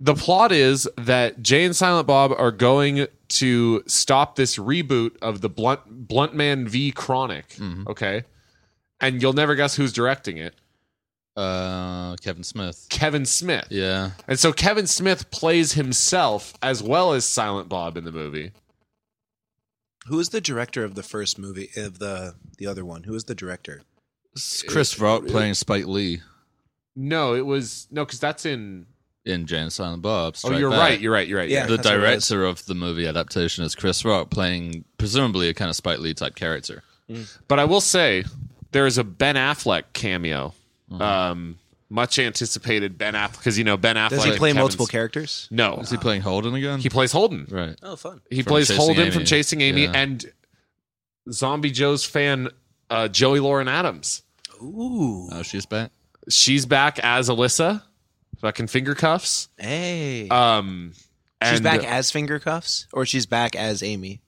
[SPEAKER 4] the plot is that Jay and Silent Bob are going to stop this reboot of the Blunt Bluntman v Chronic.
[SPEAKER 1] Mm-hmm.
[SPEAKER 4] Okay, and you'll never guess who's directing it.
[SPEAKER 1] Uh, Kevin Smith.
[SPEAKER 4] Kevin Smith.
[SPEAKER 1] Yeah.
[SPEAKER 4] And so Kevin Smith plays himself as well as Silent Bob in the movie.
[SPEAKER 2] who was the director of the first movie of the the other one? Who was the director?
[SPEAKER 1] It's Chris Rock playing Spike Lee
[SPEAKER 4] No, it was no, because that's in.
[SPEAKER 1] in Jane and Silent Bob.
[SPEAKER 4] Oh,
[SPEAKER 1] Strike
[SPEAKER 4] you're
[SPEAKER 1] Back.
[SPEAKER 4] right. You're right. You're right.
[SPEAKER 2] Yeah.
[SPEAKER 1] the
[SPEAKER 2] That's what it was.
[SPEAKER 1] director of the movie adaptation is Chris Rock, playing presumably a kind of Spike Lee type character.
[SPEAKER 4] But I will say there is a Ben Affleck cameo.
[SPEAKER 1] Mm-hmm.
[SPEAKER 4] Um, much anticipated Ben Affleck because you know Ben Affleck.
[SPEAKER 2] Does he play
[SPEAKER 4] Kevin's-
[SPEAKER 2] multiple characters?
[SPEAKER 4] No,
[SPEAKER 1] Is Ah. he playing Holden again?
[SPEAKER 4] he plays Holden.
[SPEAKER 1] right.
[SPEAKER 2] Oh, fun.
[SPEAKER 4] He
[SPEAKER 1] From
[SPEAKER 4] plays
[SPEAKER 1] Chasing
[SPEAKER 4] Holden
[SPEAKER 1] Amy.
[SPEAKER 4] from Chasing Amy
[SPEAKER 1] Yeah.
[SPEAKER 4] and uh, Zombie Joe's fan uh, Joey Lauren Adams.
[SPEAKER 2] Ooh,
[SPEAKER 1] Oh, she's back.
[SPEAKER 4] She's back as Alyssa, fucking finger cuffs.
[SPEAKER 2] hey.
[SPEAKER 4] Um,
[SPEAKER 2] she's
[SPEAKER 4] and-
[SPEAKER 2] back as finger cuffs, or she's back as Amy.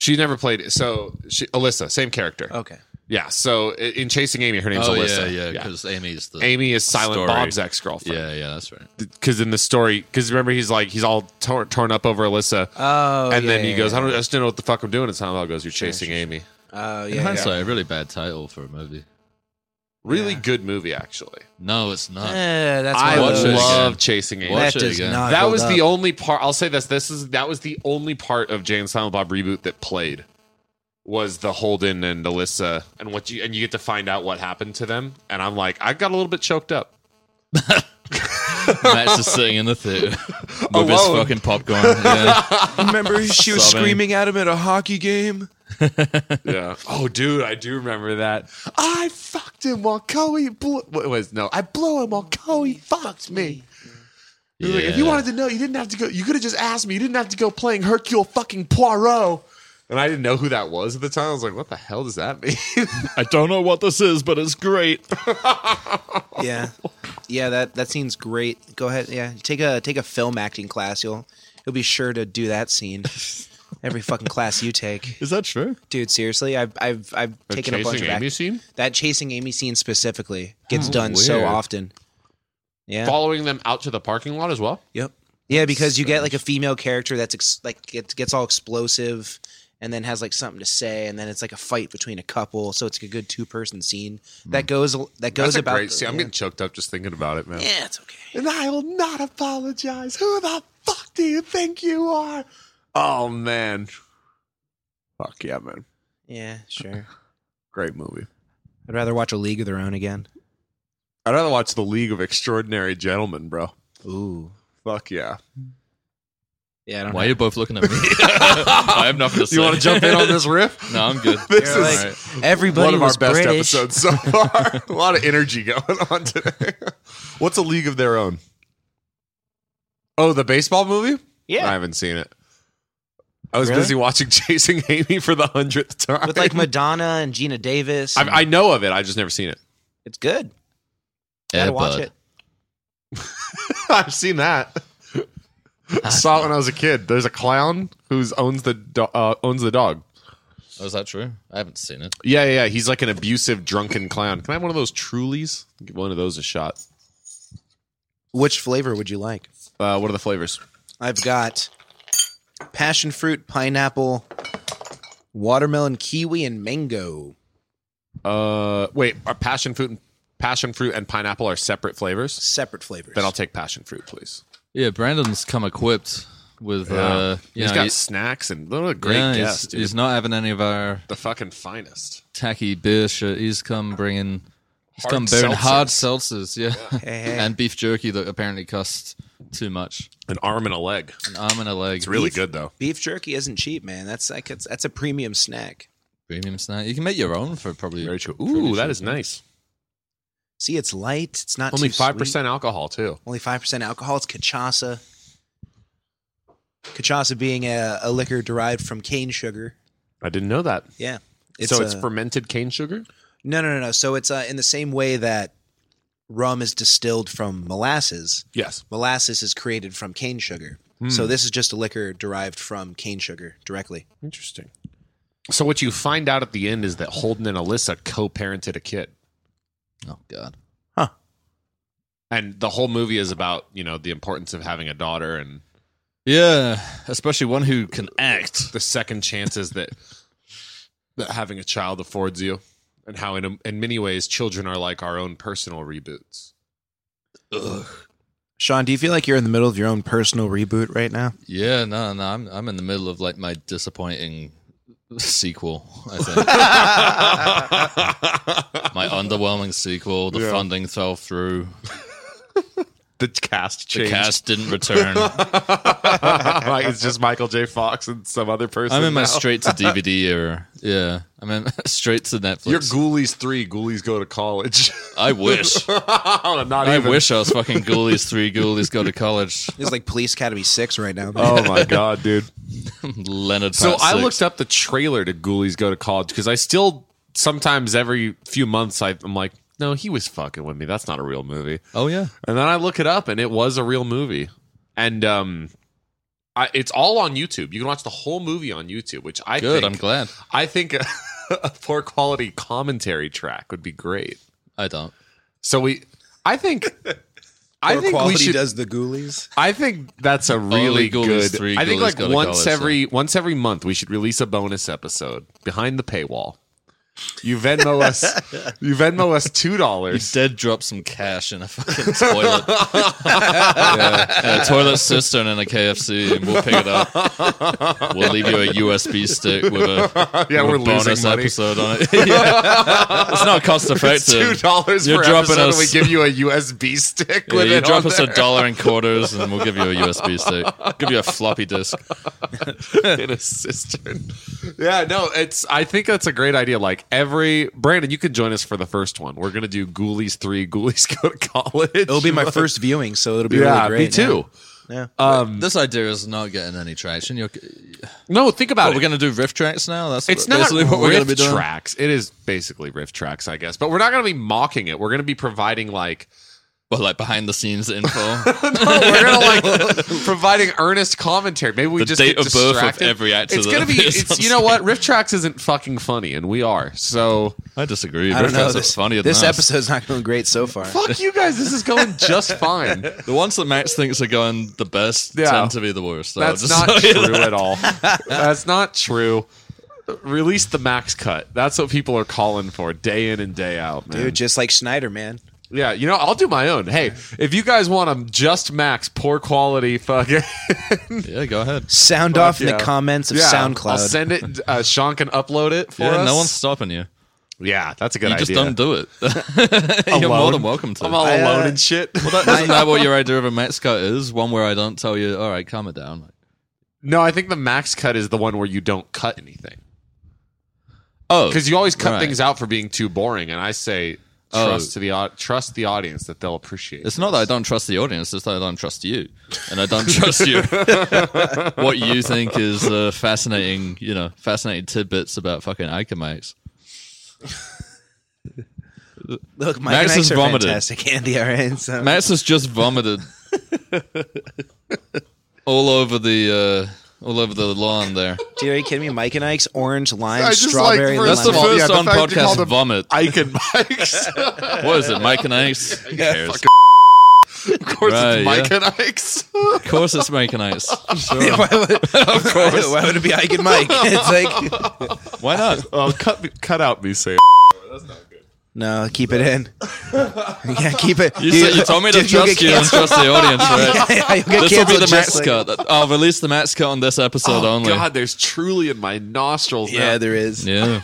[SPEAKER 4] She never played it. So she, Alyssa, same character.
[SPEAKER 2] Okay.
[SPEAKER 4] Yeah. So i- in Chasing Amy, her name's
[SPEAKER 1] Oh yeah,
[SPEAKER 4] Alyssa.
[SPEAKER 1] yeah. Because Amy's the
[SPEAKER 4] Amy is Silent
[SPEAKER 1] Story.
[SPEAKER 4] Bob's ex girlfriend.
[SPEAKER 1] Yeah, yeah. That's right.
[SPEAKER 4] because in the story, because remember he's like he's all tor- torn up over Alyssa,
[SPEAKER 2] Oh,
[SPEAKER 4] and
[SPEAKER 2] yeah,
[SPEAKER 4] then he
[SPEAKER 2] yeah,
[SPEAKER 4] goes,
[SPEAKER 2] yeah.
[SPEAKER 4] I don't, I just don't know what the fuck I'm doing. And Silent Bob goes, You're chasing Amy.
[SPEAKER 2] Oh,
[SPEAKER 1] In
[SPEAKER 2] yeah. yeah.
[SPEAKER 1] hindsight, a really bad title for a movie.
[SPEAKER 4] Really good movie, actually.
[SPEAKER 1] No, it's not.
[SPEAKER 2] Eh, that's
[SPEAKER 4] I
[SPEAKER 2] one of
[SPEAKER 1] Watch it
[SPEAKER 2] those-
[SPEAKER 1] again.
[SPEAKER 4] love chasing Amy.
[SPEAKER 1] Watch
[SPEAKER 2] That
[SPEAKER 1] it
[SPEAKER 2] does
[SPEAKER 1] again.
[SPEAKER 2] not.
[SPEAKER 4] that
[SPEAKER 2] hold
[SPEAKER 4] was the
[SPEAKER 2] up.
[SPEAKER 4] only part. I'll say this: this is that was the only part of Jay and Silent Bob reboot that played was the Holden and Alyssa, and what you and you get to find out what happened to them. And I'm like, I got a little bit choked up.
[SPEAKER 1] Matt's just sitting in the theater with his
[SPEAKER 4] Alone.
[SPEAKER 1] fucking popcorn. Yeah.
[SPEAKER 2] Remember, she was
[SPEAKER 1] Sobbing.
[SPEAKER 2] screaming at him at a hockey game.
[SPEAKER 4] Yeah. Oh, dude, I do remember that. I fucked him while Coey blew. What was no? I blew him while Coey fucked me. He was like, if you
[SPEAKER 1] Yeah.
[SPEAKER 4] wanted to know, you didn't have to go. You could have just asked me. You didn't have to go playing Hercule fucking Poirot. And I didn't know who that was at the time. I was like, what the hell does that mean?
[SPEAKER 1] I don't know what this is, but it's great.
[SPEAKER 2] Yeah, yeah. That that scene's great. Go ahead. Yeah, take a take a film acting class. You'll you'll be sure to do that scene. Every fucking class you take,
[SPEAKER 1] Is that true?
[SPEAKER 2] dude. Seriously, I've I've I've taken a bunch of act-
[SPEAKER 4] scene?
[SPEAKER 2] that chasing Amy scene specifically gets done so
[SPEAKER 1] weird.
[SPEAKER 2] often. Yeah.
[SPEAKER 4] Following them out to the parking lot as well?
[SPEAKER 2] Yep. Yeah, because you get like a female character that's ex- like gets, gets all explosive, and then has like something to say, and then it's like a fight between a couple. So it's a good two person scene that goes that goes
[SPEAKER 4] That's a
[SPEAKER 2] about.
[SPEAKER 4] great scene. I'm
[SPEAKER 2] yeah.
[SPEAKER 4] getting choked up just thinking about it, man.
[SPEAKER 2] yeah, it's okay.
[SPEAKER 4] And I will not apologize. Who the fuck do you think you are? Oh, man. Fuck yeah, man.
[SPEAKER 2] Yeah, sure.
[SPEAKER 4] Great movie.
[SPEAKER 2] I'd rather watch a League of Their Own again.
[SPEAKER 4] I'd rather watch The League of Extraordinary Gentlemen, bro.
[SPEAKER 2] Ooh.
[SPEAKER 4] Fuck yeah.
[SPEAKER 2] Yeah, I don't.
[SPEAKER 1] Why are you both looking at me? I have nothing to say.
[SPEAKER 4] You want to jump in on this riff?
[SPEAKER 1] No, I'm good.
[SPEAKER 4] This
[SPEAKER 2] You're
[SPEAKER 4] is
[SPEAKER 2] like, Everybody
[SPEAKER 4] one of
[SPEAKER 2] was
[SPEAKER 4] our best
[SPEAKER 2] British.
[SPEAKER 4] episodes so far. a lot of energy going on today. What's a league of their own? Oh, the baseball movie?
[SPEAKER 2] Yeah.
[SPEAKER 4] I haven't seen it. I was
[SPEAKER 2] Really?
[SPEAKER 4] busy watching Chasing Amy for the hundredth time.
[SPEAKER 2] with like Madonna and Gina Davis. and-
[SPEAKER 4] I, I know of it. I just never seen it.
[SPEAKER 2] it's good.
[SPEAKER 1] Yeah,
[SPEAKER 2] Gotta watch
[SPEAKER 1] bud.
[SPEAKER 2] it.
[SPEAKER 4] I've seen that. Saw it when I was a kid. There's a clown who owns the do- uh, owns the dog.
[SPEAKER 1] Oh, is that true? I haven't seen it.
[SPEAKER 4] Yeah, yeah, yeah. He's like an abusive, drunken clown. Can I have one of those Trulies? Give one of those a shot.
[SPEAKER 2] Which flavor would you like?
[SPEAKER 4] Uh, what are the flavors?
[SPEAKER 2] I've got passion fruit, pineapple, watermelon, kiwi, and mango.
[SPEAKER 4] Uh, wait, are passion fruit, passion fruit, and pineapple are separate flavors?
[SPEAKER 2] Separate flavors.
[SPEAKER 4] Then I'll take passion fruit, please. Um,
[SPEAKER 1] Yeah, Brandon's come equipped with. Uh, you
[SPEAKER 4] He's
[SPEAKER 1] know,
[SPEAKER 4] got
[SPEAKER 1] he-
[SPEAKER 4] snacks and what a great
[SPEAKER 1] yeah,
[SPEAKER 4] guest,
[SPEAKER 1] he's,
[SPEAKER 4] dude.
[SPEAKER 1] he's not having any of our
[SPEAKER 4] the fucking finest.
[SPEAKER 1] tacky beer shit. He's come bringing. He's
[SPEAKER 4] Hard
[SPEAKER 1] come bearing hard
[SPEAKER 4] seltzers.
[SPEAKER 1] seltzers, yeah,
[SPEAKER 2] Hey, hey.
[SPEAKER 1] and beef jerky that apparently costs too much.
[SPEAKER 4] An arm and a leg.
[SPEAKER 1] An arm and a leg.
[SPEAKER 4] It's really good though.
[SPEAKER 2] Beef jerky isn't cheap, man. That's like it's, that's a premium snack.
[SPEAKER 1] premium snack. You can make your own for probably.
[SPEAKER 4] Very true. Ooh, that is nice.
[SPEAKER 2] See, it's light. It's not
[SPEAKER 4] Only
[SPEAKER 2] too
[SPEAKER 4] five
[SPEAKER 2] sweet.
[SPEAKER 4] percent alcohol too.
[SPEAKER 2] Only five percent alcohol. It's cachaça. Cachaça being a, a liquor derived from cane sugar.
[SPEAKER 4] I didn't know that.
[SPEAKER 2] Yeah.
[SPEAKER 4] so it's
[SPEAKER 2] uh,
[SPEAKER 4] fermented cane sugar.
[SPEAKER 2] No, no, no, no. So it's uh, in the same way that rum is distilled from molasses.
[SPEAKER 4] Yes.
[SPEAKER 2] Molasses is created from cane sugar. So this is just a liquor derived from cane sugar directly.
[SPEAKER 4] Interesting. So what you find out at the end is that Holden and Alyssa co-parented a kid,
[SPEAKER 1] Oh god.
[SPEAKER 4] and the whole movie is about you know the importance of having a daughter and
[SPEAKER 1] Yeah, especially one who can act.
[SPEAKER 4] the second chances that that having a child affords you, and how in in many ways children are like our own personal reboots.
[SPEAKER 2] Sean, do you feel like you're in the middle of your own personal reboot right now?
[SPEAKER 1] Yeah, no, no, I'm I'm in the middle of like my disappointing sequel. I think my underwhelming sequel. The funding fell through.
[SPEAKER 4] The cast
[SPEAKER 1] The cast didn't return.
[SPEAKER 4] Like, it's just Michael J. Fox and some other person.
[SPEAKER 1] I'm in my
[SPEAKER 4] now.
[SPEAKER 1] straight to DVD era. Yeah, I'm in straight to Netflix.
[SPEAKER 4] You're Ghoulies three. Ghoulies go to college.
[SPEAKER 1] I wish.
[SPEAKER 4] Not
[SPEAKER 1] I
[SPEAKER 4] even.
[SPEAKER 1] wish I was fucking Ghoulies three. Ghoulies go to college.
[SPEAKER 2] It's like Police Academy 6 right now.
[SPEAKER 4] Oh my god, dude.
[SPEAKER 1] Leonard.
[SPEAKER 4] So
[SPEAKER 1] Part
[SPEAKER 4] I
[SPEAKER 1] Six.
[SPEAKER 4] looked up the trailer to Ghoulies Go to College because I still sometimes every few months I, I'm like, no, he was fucking with me. That's not a real movie.
[SPEAKER 1] Oh yeah.
[SPEAKER 4] And then I look it up and it was a real movie. And um, I, it's all on YouTube. You can watch the whole movie on YouTube, which I
[SPEAKER 1] Good.
[SPEAKER 4] think,
[SPEAKER 1] I'm glad.
[SPEAKER 4] I think a, a poor quality commentary track would be great.
[SPEAKER 1] I don't.
[SPEAKER 4] So we, I think. I think we should
[SPEAKER 2] does the Ghoulies.
[SPEAKER 4] I think that's a really
[SPEAKER 1] Ghoulies
[SPEAKER 4] good.
[SPEAKER 1] three,
[SPEAKER 4] I think
[SPEAKER 1] Ghoulies
[SPEAKER 4] like
[SPEAKER 1] go to
[SPEAKER 4] once
[SPEAKER 1] college,
[SPEAKER 4] every once every month we should release a bonus episode behind the paywall. You Venmo us. You Venmo us two
[SPEAKER 1] You
[SPEAKER 4] dollars.
[SPEAKER 1] dead drop some cash in a fucking toilet. yeah. A toilet cistern and a KFC, and we'll pick it up. We'll leave you a USB stick with a,
[SPEAKER 4] Yeah,
[SPEAKER 1] with
[SPEAKER 4] we're
[SPEAKER 1] a bonus
[SPEAKER 4] losing money.
[SPEAKER 1] episode on it. Yeah. It's not cost
[SPEAKER 4] Two
[SPEAKER 1] effective.
[SPEAKER 4] dollars
[SPEAKER 1] You're
[SPEAKER 4] per
[SPEAKER 1] dropping
[SPEAKER 4] episode. and
[SPEAKER 1] us-
[SPEAKER 4] we give you a USB stick
[SPEAKER 1] Yeah,
[SPEAKER 4] with
[SPEAKER 1] you
[SPEAKER 4] it
[SPEAKER 1] drop
[SPEAKER 4] on
[SPEAKER 1] us a
[SPEAKER 4] there
[SPEAKER 1] dollar in quarters, and we'll give you a USB stick. Give you a floppy disk.
[SPEAKER 4] in a cistern. Yeah, no, it's. I think that's a great idea. Like every Brandon, you can join us for the first one. We're gonna do Ghoulies three. Ghoulies go to college.
[SPEAKER 2] It'll be my first viewing, so it'll be
[SPEAKER 4] Yeah,
[SPEAKER 2] really great.
[SPEAKER 4] me too.
[SPEAKER 2] Yeah.
[SPEAKER 4] Um,
[SPEAKER 1] This idea is not getting any traction. You're,
[SPEAKER 4] no, think about
[SPEAKER 1] what,
[SPEAKER 4] it.
[SPEAKER 1] we're going to do riff tracks now. That's
[SPEAKER 4] It's not
[SPEAKER 1] basically what we're going
[SPEAKER 4] riff
[SPEAKER 1] to be doing.
[SPEAKER 4] tracks. It is basically riff tracks, I guess. But we're not going to be mocking it. We're going to be providing like
[SPEAKER 1] Well, like behind the scenes info.
[SPEAKER 4] we're going to like providing earnest commentary. Maybe we
[SPEAKER 1] The
[SPEAKER 4] just
[SPEAKER 1] date
[SPEAKER 4] get
[SPEAKER 1] of birth of
[SPEAKER 4] distracted.
[SPEAKER 1] every actor
[SPEAKER 4] It's
[SPEAKER 1] that
[SPEAKER 4] going to be.
[SPEAKER 1] appears
[SPEAKER 4] It's,
[SPEAKER 1] on
[SPEAKER 4] you know what? Riff tracks isn't fucking funny, and we are. So
[SPEAKER 1] I disagree.
[SPEAKER 2] I
[SPEAKER 1] riff
[SPEAKER 2] don't know.
[SPEAKER 1] tracks
[SPEAKER 2] This,
[SPEAKER 1] are funnier than
[SPEAKER 2] this
[SPEAKER 1] us.
[SPEAKER 2] episode's not going great so far.
[SPEAKER 4] fuck you guys. This is going just fine.
[SPEAKER 1] The ones that Max thinks are going the best
[SPEAKER 4] Yeah.
[SPEAKER 1] tend to be the worst. though.
[SPEAKER 4] That's
[SPEAKER 1] Just
[SPEAKER 4] not
[SPEAKER 1] so you
[SPEAKER 4] true
[SPEAKER 1] know.
[SPEAKER 4] at all. That's not true. Release the max cut. That's what people are calling for day in and day out, man.
[SPEAKER 2] Dude, just like Schneider, man.
[SPEAKER 4] Yeah, you know, I'll do my own. Hey, if you guys want them just max, poor quality, fucking
[SPEAKER 1] Yeah, go ahead.
[SPEAKER 2] Sound off in
[SPEAKER 4] yeah.
[SPEAKER 2] the comments of
[SPEAKER 4] yeah,
[SPEAKER 2] SoundCloud.
[SPEAKER 4] I'll send it. Uh, Sean can upload it for
[SPEAKER 1] yeah,
[SPEAKER 4] us.
[SPEAKER 1] no one's stopping you.
[SPEAKER 4] Yeah, that's a good
[SPEAKER 1] You
[SPEAKER 4] idea.
[SPEAKER 1] just don't do it. You're more
[SPEAKER 4] Alone.
[SPEAKER 1] than welcome to.
[SPEAKER 4] I'm all
[SPEAKER 2] I, uh,
[SPEAKER 4] alone and shit.
[SPEAKER 1] Isn't that what your idea of a max cut is? One where I don't tell you, all right, calm it down.
[SPEAKER 4] no, I think the max cut is the one where you don't cut anything
[SPEAKER 1] Oh,
[SPEAKER 4] because you always cut
[SPEAKER 1] Right.
[SPEAKER 4] things out for being too boring. And I say
[SPEAKER 1] Oh.
[SPEAKER 4] trust to the au- trust the audience that they'll appreciate.
[SPEAKER 1] it's not that I don't trust the audience; it's that I don't trust you, and I don't trust you. what you think is uh, fascinating, you know, fascinating tidbits about fucking Icamax.
[SPEAKER 2] Look, my
[SPEAKER 1] Max
[SPEAKER 2] Max
[SPEAKER 1] has
[SPEAKER 2] are
[SPEAKER 1] vomited.
[SPEAKER 2] fantastic, Andy. All right, so
[SPEAKER 1] Max has just vomited all over the uh, all over the lawn there.
[SPEAKER 2] dude, are you kidding me? Mike and Ike's orange lime
[SPEAKER 4] I just
[SPEAKER 2] strawberry
[SPEAKER 4] like
[SPEAKER 1] That's
[SPEAKER 4] first
[SPEAKER 1] the
[SPEAKER 4] of all-
[SPEAKER 2] lemon.
[SPEAKER 1] first
[SPEAKER 4] yeah, the
[SPEAKER 1] on
[SPEAKER 4] fact you called
[SPEAKER 1] podcast
[SPEAKER 4] him-
[SPEAKER 1] vomit.
[SPEAKER 4] Ike and Mike's.
[SPEAKER 1] What is it, Mike and Ace? Who cares?
[SPEAKER 4] Of course,
[SPEAKER 1] Right,
[SPEAKER 4] it's Mike
[SPEAKER 1] yeah.
[SPEAKER 4] and Ike's.
[SPEAKER 1] Of course, it's Mike and Ike's. Sure.
[SPEAKER 2] why, would, of course. why would it be Ike and Mike? It's like,
[SPEAKER 1] Why not?
[SPEAKER 4] oh, cut me, cut out me saying.
[SPEAKER 2] no, keep it in. Yeah, keep it.
[SPEAKER 1] You, said, you told me to
[SPEAKER 2] dude, you'll
[SPEAKER 1] trust
[SPEAKER 2] get
[SPEAKER 1] you and trust the audience, right?
[SPEAKER 2] Yeah, you'll get
[SPEAKER 1] This will be
[SPEAKER 2] canceled
[SPEAKER 1] the
[SPEAKER 2] just
[SPEAKER 1] max
[SPEAKER 2] like-
[SPEAKER 1] cut. I'll release the max cut on this episode
[SPEAKER 4] Oh
[SPEAKER 1] only.
[SPEAKER 4] God, there's truly in my nostrils.
[SPEAKER 2] Yeah,
[SPEAKER 4] now.
[SPEAKER 2] there is.
[SPEAKER 1] Yeah.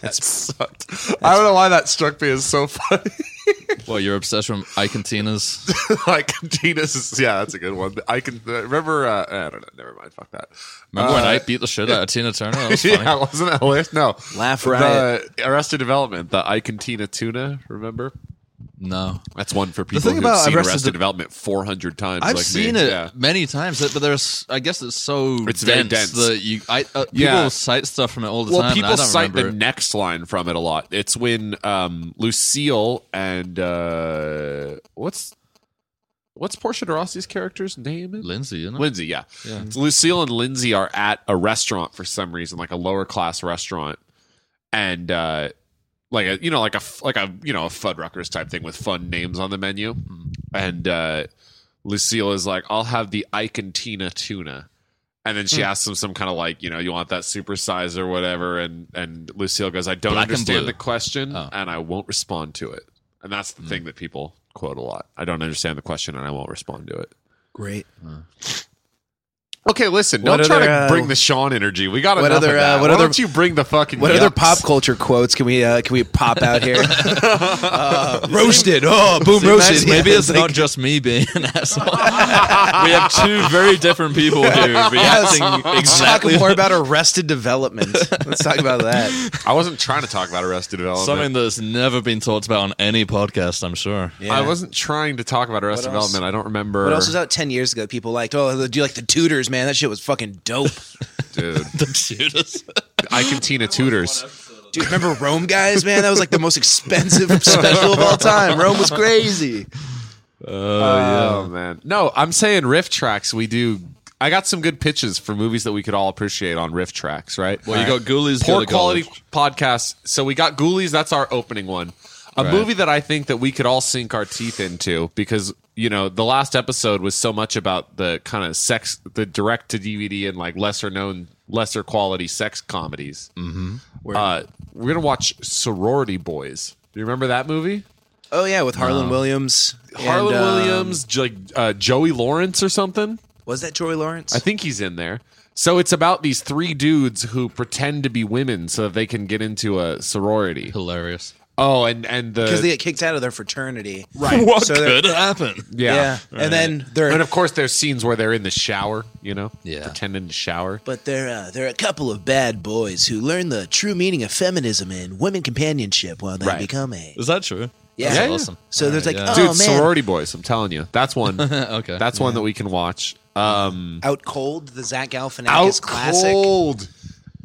[SPEAKER 4] that sucked. I don't know why that struck me as so funny.
[SPEAKER 1] Well, you're obsessed with Ike and Tina's.
[SPEAKER 4] like Gina's, is, yeah, that's a good one. I can uh, remember. Uh, I don't know. Never mind. Fuck that.
[SPEAKER 1] Remember when
[SPEAKER 4] Uh,
[SPEAKER 1] I beat the shit out of Tina Turner? That was funny.
[SPEAKER 4] Yeah, wasn't that hilarious? No,
[SPEAKER 2] Laugh riot.
[SPEAKER 4] The Arrested Development, the Icantina tuna. Remember?
[SPEAKER 1] No.
[SPEAKER 4] That's one for
[SPEAKER 1] thing
[SPEAKER 4] people who've
[SPEAKER 1] about
[SPEAKER 4] seen
[SPEAKER 1] Arrested
[SPEAKER 4] Arrested,
[SPEAKER 1] De-
[SPEAKER 4] Development 400 times.
[SPEAKER 1] I've
[SPEAKER 4] like
[SPEAKER 1] seen
[SPEAKER 4] me.
[SPEAKER 1] it
[SPEAKER 4] Yeah.
[SPEAKER 1] many times, but there's. I guess it's so
[SPEAKER 4] It's very
[SPEAKER 1] dense,
[SPEAKER 4] dense.
[SPEAKER 1] that you. I, uh,
[SPEAKER 4] Yeah.
[SPEAKER 1] People cite stuff from it all the
[SPEAKER 4] Well,
[SPEAKER 1] time. and I
[SPEAKER 4] people
[SPEAKER 1] don't
[SPEAKER 4] cite the
[SPEAKER 1] remember it.
[SPEAKER 4] next line from it a lot. It's when um, Lucille and uh, what's what's Portia de Rossi's character's name? is?
[SPEAKER 1] Lindsay, isn't it?
[SPEAKER 4] Lindsay, yeah.
[SPEAKER 1] Yeah.
[SPEAKER 4] So Lucille and Lindsay are at a restaurant for some reason, like a lower class restaurant, and uh, like a you know like a f- like a you know a Fuddruckers type thing with fun names on the menu,
[SPEAKER 1] Hmm.
[SPEAKER 4] and uh, Lucille is like, "I'll have the Ike and Tina tuna." And then she
[SPEAKER 1] Hmm.
[SPEAKER 4] asks him some kind of like, you know, you want that super size or whatever, and and Lucille goes, I don't
[SPEAKER 1] Black and blue.
[SPEAKER 4] understand the question,
[SPEAKER 1] Oh. Hmm.
[SPEAKER 4] and I won't respond to it. And that's the thing that people quote a lot. I don't understand the question, and I won't respond to it.
[SPEAKER 2] Great.
[SPEAKER 4] Okay, listen.
[SPEAKER 2] What
[SPEAKER 4] don't try
[SPEAKER 2] other,
[SPEAKER 4] to
[SPEAKER 2] uh,
[SPEAKER 4] bring the Sean energy. We got
[SPEAKER 2] what
[SPEAKER 4] enough
[SPEAKER 2] other,
[SPEAKER 4] of that.
[SPEAKER 2] uh, what
[SPEAKER 4] Why
[SPEAKER 2] other-
[SPEAKER 4] don't you bring the fucking?
[SPEAKER 2] What other
[SPEAKER 4] yucks?
[SPEAKER 2] pop culture quotes can we uh, can we pop out here? Uh, roasted. Oh, boom,
[SPEAKER 1] See, Max,
[SPEAKER 2] roasted.
[SPEAKER 1] maybe
[SPEAKER 2] Yeah,
[SPEAKER 1] it's not just me being an asshole. we have two very different people here
[SPEAKER 2] Yes.
[SPEAKER 1] reacting
[SPEAKER 2] Let's
[SPEAKER 1] exactly
[SPEAKER 2] talk more about Arrested Development. Let's talk about that.
[SPEAKER 4] I wasn't trying to talk about Arrested Development.
[SPEAKER 1] something that's never been talked about on any podcast. I'm sure.
[SPEAKER 2] Yeah.
[SPEAKER 4] I wasn't trying to talk about Arrested
[SPEAKER 2] What else?
[SPEAKER 4] Development. I don't remember.
[SPEAKER 2] What else was out ten years ago? that People liked. Oh, do you like the Tudors, man? That shit was fucking dope.
[SPEAKER 4] dude?
[SPEAKER 1] The Judas.
[SPEAKER 4] I can Tina Tutors.
[SPEAKER 2] Dude, remember Rome, guys? Man, that was like the most expensive special of all time. Rome was crazy.
[SPEAKER 4] Oh man, no. I'm saying riff tracks. We do. I got some good pitches for movies that we could all appreciate on riff tracks. Right.
[SPEAKER 1] Well, you got Ghoulies.
[SPEAKER 4] poor
[SPEAKER 1] Gilligan.
[SPEAKER 4] quality podcast. So we got Ghoulies. That's our opening one. A movie that I think that we could all sink our teeth into because you know the last episode was so much about the kind of sex, the direct to DVD and like lesser known, lesser quality sex comedies. Mm-hmm. Uh, we're gonna watch Sorority Boys. Do you remember that movie?
[SPEAKER 2] Oh yeah, with Harlan Williams.
[SPEAKER 4] Harlan
[SPEAKER 2] and, um,
[SPEAKER 4] Williams, J- like uh, Joey Lawrence or something.
[SPEAKER 2] was that Joey Lawrence?
[SPEAKER 4] I think he's in there. So it's about these three dudes who pretend to be women so that they can get into a sorority.
[SPEAKER 1] hilarious.
[SPEAKER 4] Oh, and and the
[SPEAKER 2] because they get kicked out of their fraternity.
[SPEAKER 4] right,
[SPEAKER 1] What
[SPEAKER 2] So they're-
[SPEAKER 1] could happen?
[SPEAKER 4] yeah,
[SPEAKER 2] Yeah, and then they're
[SPEAKER 4] and of course there's scenes where they're in the shower, you know,
[SPEAKER 1] Yeah.
[SPEAKER 4] pretending to shower.
[SPEAKER 2] But they're uh, they're a couple of bad boys who learn the true meaning of feminism and women companionship while they
[SPEAKER 4] Right.
[SPEAKER 2] become a.
[SPEAKER 1] Is that true?
[SPEAKER 2] Yeah.
[SPEAKER 1] That's
[SPEAKER 2] Yeah, yeah.
[SPEAKER 1] awesome.
[SPEAKER 2] So there's like,
[SPEAKER 1] yeah.
[SPEAKER 2] oh
[SPEAKER 4] Dude,
[SPEAKER 2] man,
[SPEAKER 4] sorority boys, I'm telling you, that's one.
[SPEAKER 1] okay.
[SPEAKER 4] that's one that we can watch. Um,
[SPEAKER 2] out cold, the Zach Galifianakis
[SPEAKER 4] out
[SPEAKER 2] classic.
[SPEAKER 4] cold,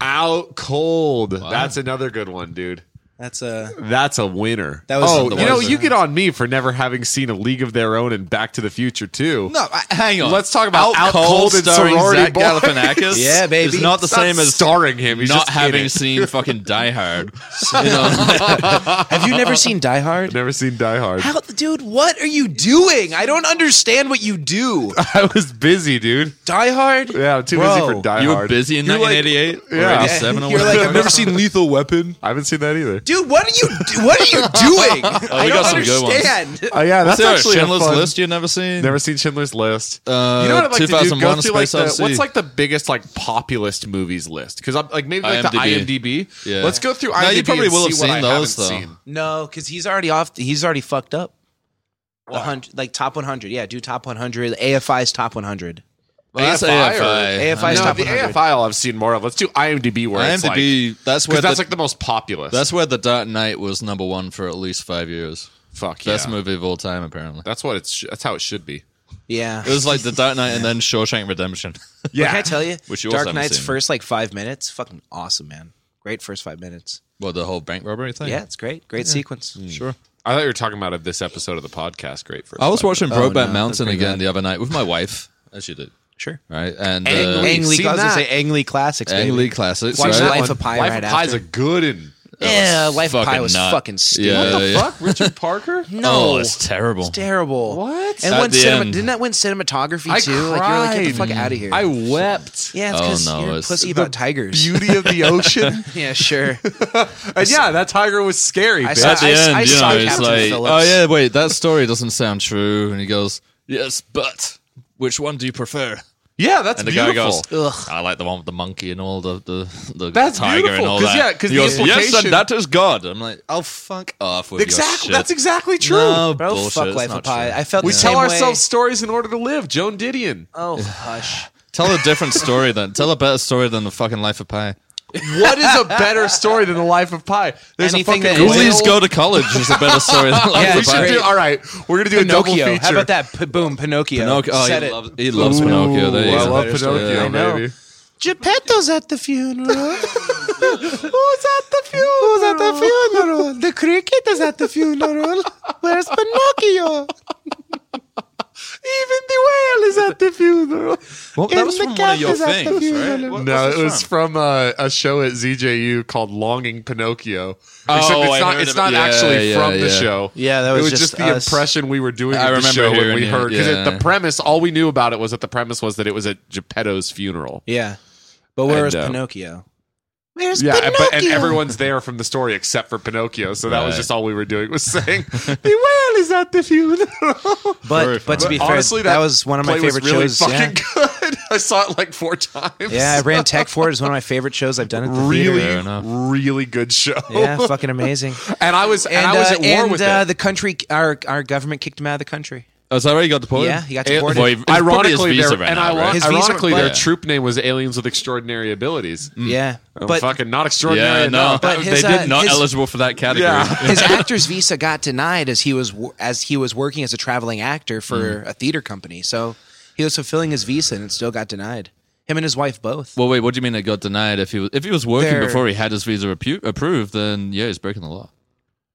[SPEAKER 4] out cold. That's another good one, dude.
[SPEAKER 2] That's uh, a
[SPEAKER 4] That's a winner.
[SPEAKER 2] That was-
[SPEAKER 4] oh,
[SPEAKER 2] that
[SPEAKER 4] you know,
[SPEAKER 2] was-
[SPEAKER 4] you get on me for never having seen a League of Their Own and Back to the Future too.
[SPEAKER 1] No, I, hang on.
[SPEAKER 4] Let's talk about Out Cold and
[SPEAKER 1] starring
[SPEAKER 4] Sorority
[SPEAKER 1] Zach
[SPEAKER 4] Boy.
[SPEAKER 1] Galifianakis.
[SPEAKER 2] Yeah, baby.
[SPEAKER 1] It's not the
[SPEAKER 4] It's not
[SPEAKER 1] same as
[SPEAKER 4] starring him. He's
[SPEAKER 1] not
[SPEAKER 4] just in
[SPEAKER 1] having
[SPEAKER 4] it.
[SPEAKER 1] seen fucking Die Hard. You know?
[SPEAKER 2] Have you never seen Die Hard?
[SPEAKER 4] Never seen Die Hard.
[SPEAKER 2] How, dude, what are you doing? I don't understand what you do.
[SPEAKER 4] I was busy, dude.
[SPEAKER 2] Die Hard?
[SPEAKER 4] Yeah, I'm too
[SPEAKER 2] Bro.
[SPEAKER 4] busy for Die
[SPEAKER 1] you were
[SPEAKER 4] Hard.
[SPEAKER 1] busy in
[SPEAKER 4] You're like-
[SPEAKER 1] 1988 or
[SPEAKER 4] Yeah.
[SPEAKER 1] 87 or
[SPEAKER 2] You're like,
[SPEAKER 1] whatever.
[SPEAKER 2] I've never seen Lethal Weapon.
[SPEAKER 4] I haven't seen that either.
[SPEAKER 2] Dude, what are you? do- What are you doing? I don't
[SPEAKER 1] got some good ones.
[SPEAKER 2] understand.
[SPEAKER 4] Oh yeah, that's
[SPEAKER 1] Sarah,
[SPEAKER 4] actually a
[SPEAKER 1] Schindler's
[SPEAKER 4] fun-
[SPEAKER 1] List you've never seen?
[SPEAKER 4] Never seen Schindler's List.
[SPEAKER 1] Uh,
[SPEAKER 4] you know what I'd like to do?
[SPEAKER 1] 2001
[SPEAKER 4] Go through like
[SPEAKER 1] Space
[SPEAKER 4] the,
[SPEAKER 1] Odyssey.
[SPEAKER 4] what's like the biggest like populist movies list? Because I'm like maybe like
[SPEAKER 1] IMDb.
[SPEAKER 4] the IMDb.
[SPEAKER 1] Yeah.
[SPEAKER 4] Let's go through IMDb.
[SPEAKER 1] No, you probably
[SPEAKER 4] and
[SPEAKER 1] will
[SPEAKER 4] see
[SPEAKER 1] have seen
[SPEAKER 4] what I
[SPEAKER 1] those,
[SPEAKER 4] haven't
[SPEAKER 1] though.
[SPEAKER 4] seen.
[SPEAKER 2] No, because he's already off. He's already fucked up. The hundred, like top 100. Yeah, do top 100. AFI's top 100.
[SPEAKER 1] Well, that's AFI.
[SPEAKER 4] AFI or-
[SPEAKER 2] AFI
[SPEAKER 1] I
[SPEAKER 2] 's
[SPEAKER 4] no,
[SPEAKER 1] mean,
[SPEAKER 2] top
[SPEAKER 4] the
[SPEAKER 2] 100.
[SPEAKER 4] AFI I've seen more of. Let's do IMDb where it's like
[SPEAKER 1] IMDb. that's where
[SPEAKER 4] because that's
[SPEAKER 1] the,
[SPEAKER 4] like the most populous.
[SPEAKER 1] that's where the Dark Knight was number one for at least five years.
[SPEAKER 4] fuck yeah.
[SPEAKER 1] Best movie of all time, apparently.
[SPEAKER 4] That's what it's. That's how it should be.
[SPEAKER 2] Yeah.
[SPEAKER 1] It was like the Dark Knight and then Shawshank Redemption.
[SPEAKER 2] But can I tell you?
[SPEAKER 1] Which you also
[SPEAKER 2] Dark
[SPEAKER 1] haven't
[SPEAKER 2] Knight's
[SPEAKER 1] seen.
[SPEAKER 2] first like five minutes, fucking awesome, man. Great first five minutes.
[SPEAKER 1] well, the whole bank robbery thing.
[SPEAKER 2] Yeah, it's great. Great sequence.
[SPEAKER 1] sure.
[SPEAKER 4] I thought you were talking about of this episode of the podcast. Great for
[SPEAKER 1] I was watching
[SPEAKER 2] Oh, no,
[SPEAKER 1] Brokeback
[SPEAKER 2] that's
[SPEAKER 1] Mountain
[SPEAKER 2] pretty
[SPEAKER 1] again
[SPEAKER 2] bad.
[SPEAKER 1] the other night with my wife, as you did,
[SPEAKER 2] Sure.
[SPEAKER 1] right? And
[SPEAKER 2] Ang
[SPEAKER 1] uh,
[SPEAKER 2] Lee,
[SPEAKER 4] seen
[SPEAKER 2] I was gonna
[SPEAKER 4] that.
[SPEAKER 2] say Ang Lee classics.
[SPEAKER 1] Ang
[SPEAKER 2] baby.
[SPEAKER 1] Lee classics.
[SPEAKER 2] Watch
[SPEAKER 1] right?
[SPEAKER 2] Life of Pi
[SPEAKER 4] Life
[SPEAKER 2] right
[SPEAKER 4] of Pi's
[SPEAKER 2] after.
[SPEAKER 4] a good one.
[SPEAKER 2] Yeah, Life of Pi
[SPEAKER 1] fucking
[SPEAKER 2] was
[SPEAKER 1] nut.
[SPEAKER 2] fucking stupid.
[SPEAKER 1] Yeah,
[SPEAKER 4] What the
[SPEAKER 1] yeah.
[SPEAKER 4] fuck, Richard Parker?
[SPEAKER 2] No,
[SPEAKER 1] Oh, it's
[SPEAKER 2] it's
[SPEAKER 1] terrible.
[SPEAKER 2] terrible.
[SPEAKER 4] What?
[SPEAKER 2] And
[SPEAKER 1] At
[SPEAKER 2] when
[SPEAKER 1] the
[SPEAKER 2] cinema,
[SPEAKER 1] end.
[SPEAKER 2] didn't that win cinematography
[SPEAKER 4] I
[SPEAKER 2] too? Like you're like, get the
[SPEAKER 4] cried.
[SPEAKER 2] fuck out of here.
[SPEAKER 4] I wept.
[SPEAKER 2] yeah, it's
[SPEAKER 1] Oh,
[SPEAKER 2] because
[SPEAKER 1] no,
[SPEAKER 2] you're a
[SPEAKER 1] it's-
[SPEAKER 2] pussy about tigers.
[SPEAKER 3] Beauty of the ocean.
[SPEAKER 2] yeah, sure.
[SPEAKER 4] And yeah, that tiger was scary.
[SPEAKER 2] I
[SPEAKER 4] bitch.
[SPEAKER 2] saw-
[SPEAKER 1] At the
[SPEAKER 2] I-
[SPEAKER 1] end,
[SPEAKER 2] I
[SPEAKER 1] you
[SPEAKER 2] saw
[SPEAKER 1] know, it's
[SPEAKER 2] Captain
[SPEAKER 1] like,
[SPEAKER 2] Phillips.
[SPEAKER 1] oh yeah, wait, that story doesn't sound true. And he goes, yes, but which one do you prefer?
[SPEAKER 4] yeah, that's
[SPEAKER 1] And the
[SPEAKER 4] beautiful.
[SPEAKER 1] guy goes,
[SPEAKER 2] Ugh.
[SPEAKER 1] I like the one with the monkey and all the the, the
[SPEAKER 4] That's
[SPEAKER 1] tiger and
[SPEAKER 4] beautiful,
[SPEAKER 1] all
[SPEAKER 4] 'cause,
[SPEAKER 1] that.
[SPEAKER 4] yeah, 'cause
[SPEAKER 1] He
[SPEAKER 4] the
[SPEAKER 1] goes, yes,
[SPEAKER 4] implication-
[SPEAKER 1] and that is God. I'm like, oh fuck off with Your
[SPEAKER 4] exactly.
[SPEAKER 1] shit.
[SPEAKER 4] That's exactly true.
[SPEAKER 1] No,
[SPEAKER 2] Bro,
[SPEAKER 1] bullshit,
[SPEAKER 2] fuck
[SPEAKER 1] it's
[SPEAKER 2] Life
[SPEAKER 1] not
[SPEAKER 2] of Pi.
[SPEAKER 1] true.
[SPEAKER 2] I felt
[SPEAKER 4] we
[SPEAKER 2] the
[SPEAKER 4] tell
[SPEAKER 2] same
[SPEAKER 4] ourselves
[SPEAKER 2] Way.
[SPEAKER 4] stories in order to live. Joan Didion.
[SPEAKER 2] Oh hush.
[SPEAKER 1] Tell a different story then. Tell a better story than the fucking Life of Pi.
[SPEAKER 4] What is a better story than the life of Pi? There's
[SPEAKER 2] Anything
[SPEAKER 4] a
[SPEAKER 2] that
[SPEAKER 4] fucking
[SPEAKER 2] is-
[SPEAKER 4] whale-
[SPEAKER 1] Ghoulies go to college is a better story than Life
[SPEAKER 2] Yeah,
[SPEAKER 4] We
[SPEAKER 1] of
[SPEAKER 2] it's
[SPEAKER 1] Pi.
[SPEAKER 4] should do,
[SPEAKER 2] great.
[SPEAKER 4] all right, we're gonna do a double
[SPEAKER 2] Pinocchio.
[SPEAKER 4] feature.
[SPEAKER 2] How about that? P- boom, Pinocchio.
[SPEAKER 1] Pinocchio. Oh,
[SPEAKER 2] Said
[SPEAKER 1] he,
[SPEAKER 2] it.
[SPEAKER 1] loves, he loves Pinocchio. There you
[SPEAKER 4] I
[SPEAKER 1] go.
[SPEAKER 4] love
[SPEAKER 1] There's-
[SPEAKER 4] Pinocchio,
[SPEAKER 1] yeah.
[SPEAKER 2] know.
[SPEAKER 4] baby.
[SPEAKER 2] Geppetto's at the funeral.
[SPEAKER 4] Who's at the funeral?
[SPEAKER 2] Who's at the funeral? The cricket is at the funeral. Where's Pinocchio?
[SPEAKER 4] Even the whale is at the funeral.
[SPEAKER 1] Well, that was
[SPEAKER 2] the
[SPEAKER 1] from one of your
[SPEAKER 2] cactus at the
[SPEAKER 1] things, right?
[SPEAKER 2] funeral.
[SPEAKER 1] What-
[SPEAKER 4] No,
[SPEAKER 1] what's
[SPEAKER 4] it
[SPEAKER 1] this
[SPEAKER 4] was
[SPEAKER 1] from?
[SPEAKER 4] from uh, a show at ZJU called Longing Pinocchio.
[SPEAKER 1] Oh,
[SPEAKER 4] Except it's
[SPEAKER 1] I
[SPEAKER 4] not,
[SPEAKER 1] heard
[SPEAKER 4] it's
[SPEAKER 1] about-
[SPEAKER 4] not
[SPEAKER 1] yeah,
[SPEAKER 4] actually
[SPEAKER 1] yeah,
[SPEAKER 4] from the
[SPEAKER 1] yeah.
[SPEAKER 4] show.
[SPEAKER 2] Yeah, that was
[SPEAKER 4] it was
[SPEAKER 2] just
[SPEAKER 4] just, the
[SPEAKER 2] us.
[SPEAKER 4] impression we were doing
[SPEAKER 1] I
[SPEAKER 4] of the
[SPEAKER 1] remember
[SPEAKER 4] show when
[SPEAKER 1] hearing
[SPEAKER 4] we
[SPEAKER 1] it,
[SPEAKER 4] heard because
[SPEAKER 1] yeah.
[SPEAKER 4] the premise, all we knew about it was that the premise was that it was at Geppetto's funeral.
[SPEAKER 2] Yeah. But where
[SPEAKER 4] And,
[SPEAKER 2] is
[SPEAKER 4] uh,
[SPEAKER 2] Pinocchio? Where's
[SPEAKER 4] Yeah, and-
[SPEAKER 2] Pinocchio?
[SPEAKER 4] but and everyone's there from the story except for Pinocchio, so that was
[SPEAKER 1] Right.
[SPEAKER 4] just all we were doing was saying the whale is at the funeral.
[SPEAKER 2] But, but to be fair,
[SPEAKER 4] Honestly,
[SPEAKER 2] that,
[SPEAKER 4] that
[SPEAKER 2] was one of my
[SPEAKER 4] play was
[SPEAKER 2] favorite
[SPEAKER 4] really
[SPEAKER 2] shows. yeah.
[SPEAKER 4] Fucking good. I saw it like four times.
[SPEAKER 2] Yeah, I ran tech for it. It's one of my favorite shows I've done at the
[SPEAKER 1] Fair
[SPEAKER 4] really,
[SPEAKER 2] theater.
[SPEAKER 1] enough.
[SPEAKER 4] really good show.
[SPEAKER 2] Yeah, fucking amazing.
[SPEAKER 4] and I was and,
[SPEAKER 2] And,
[SPEAKER 4] I was
[SPEAKER 2] uh,
[SPEAKER 4] at war
[SPEAKER 2] and
[SPEAKER 4] with
[SPEAKER 2] uh,
[SPEAKER 4] it.
[SPEAKER 2] the country, our our government kicked him out of the country.
[SPEAKER 1] Oh, so I already got deported.
[SPEAKER 2] Yeah, he got
[SPEAKER 1] Eh,
[SPEAKER 2] deported.
[SPEAKER 1] well, he- it's probably
[SPEAKER 4] ironically,
[SPEAKER 1] his visa
[SPEAKER 4] their,
[SPEAKER 1] right
[SPEAKER 4] and
[SPEAKER 1] now,
[SPEAKER 4] iro-
[SPEAKER 1] right?
[SPEAKER 2] His visa,
[SPEAKER 4] ironically, their
[SPEAKER 2] but-
[SPEAKER 4] troop name was Aliens with Extraordinary Abilities.
[SPEAKER 2] Yeah,
[SPEAKER 4] Oh,
[SPEAKER 2] but
[SPEAKER 4] fucking not extraordinary.
[SPEAKER 1] yeah, no,
[SPEAKER 4] enough.
[SPEAKER 2] But his,
[SPEAKER 1] they did
[SPEAKER 2] uh,
[SPEAKER 1] not
[SPEAKER 2] his-
[SPEAKER 1] eligible for that category.
[SPEAKER 4] Yeah.
[SPEAKER 2] his actor's visa got denied as he was wo- as he was working as a traveling actor for
[SPEAKER 4] Hmm.
[SPEAKER 2] a theater company. So he was fulfilling his visa and it still got denied. Him and his wife both.
[SPEAKER 1] Well, wait. What do you mean it got denied? If he was if he was working
[SPEAKER 2] They're-
[SPEAKER 1] before he had his visa repu- approved, then yeah, he's breaking the law.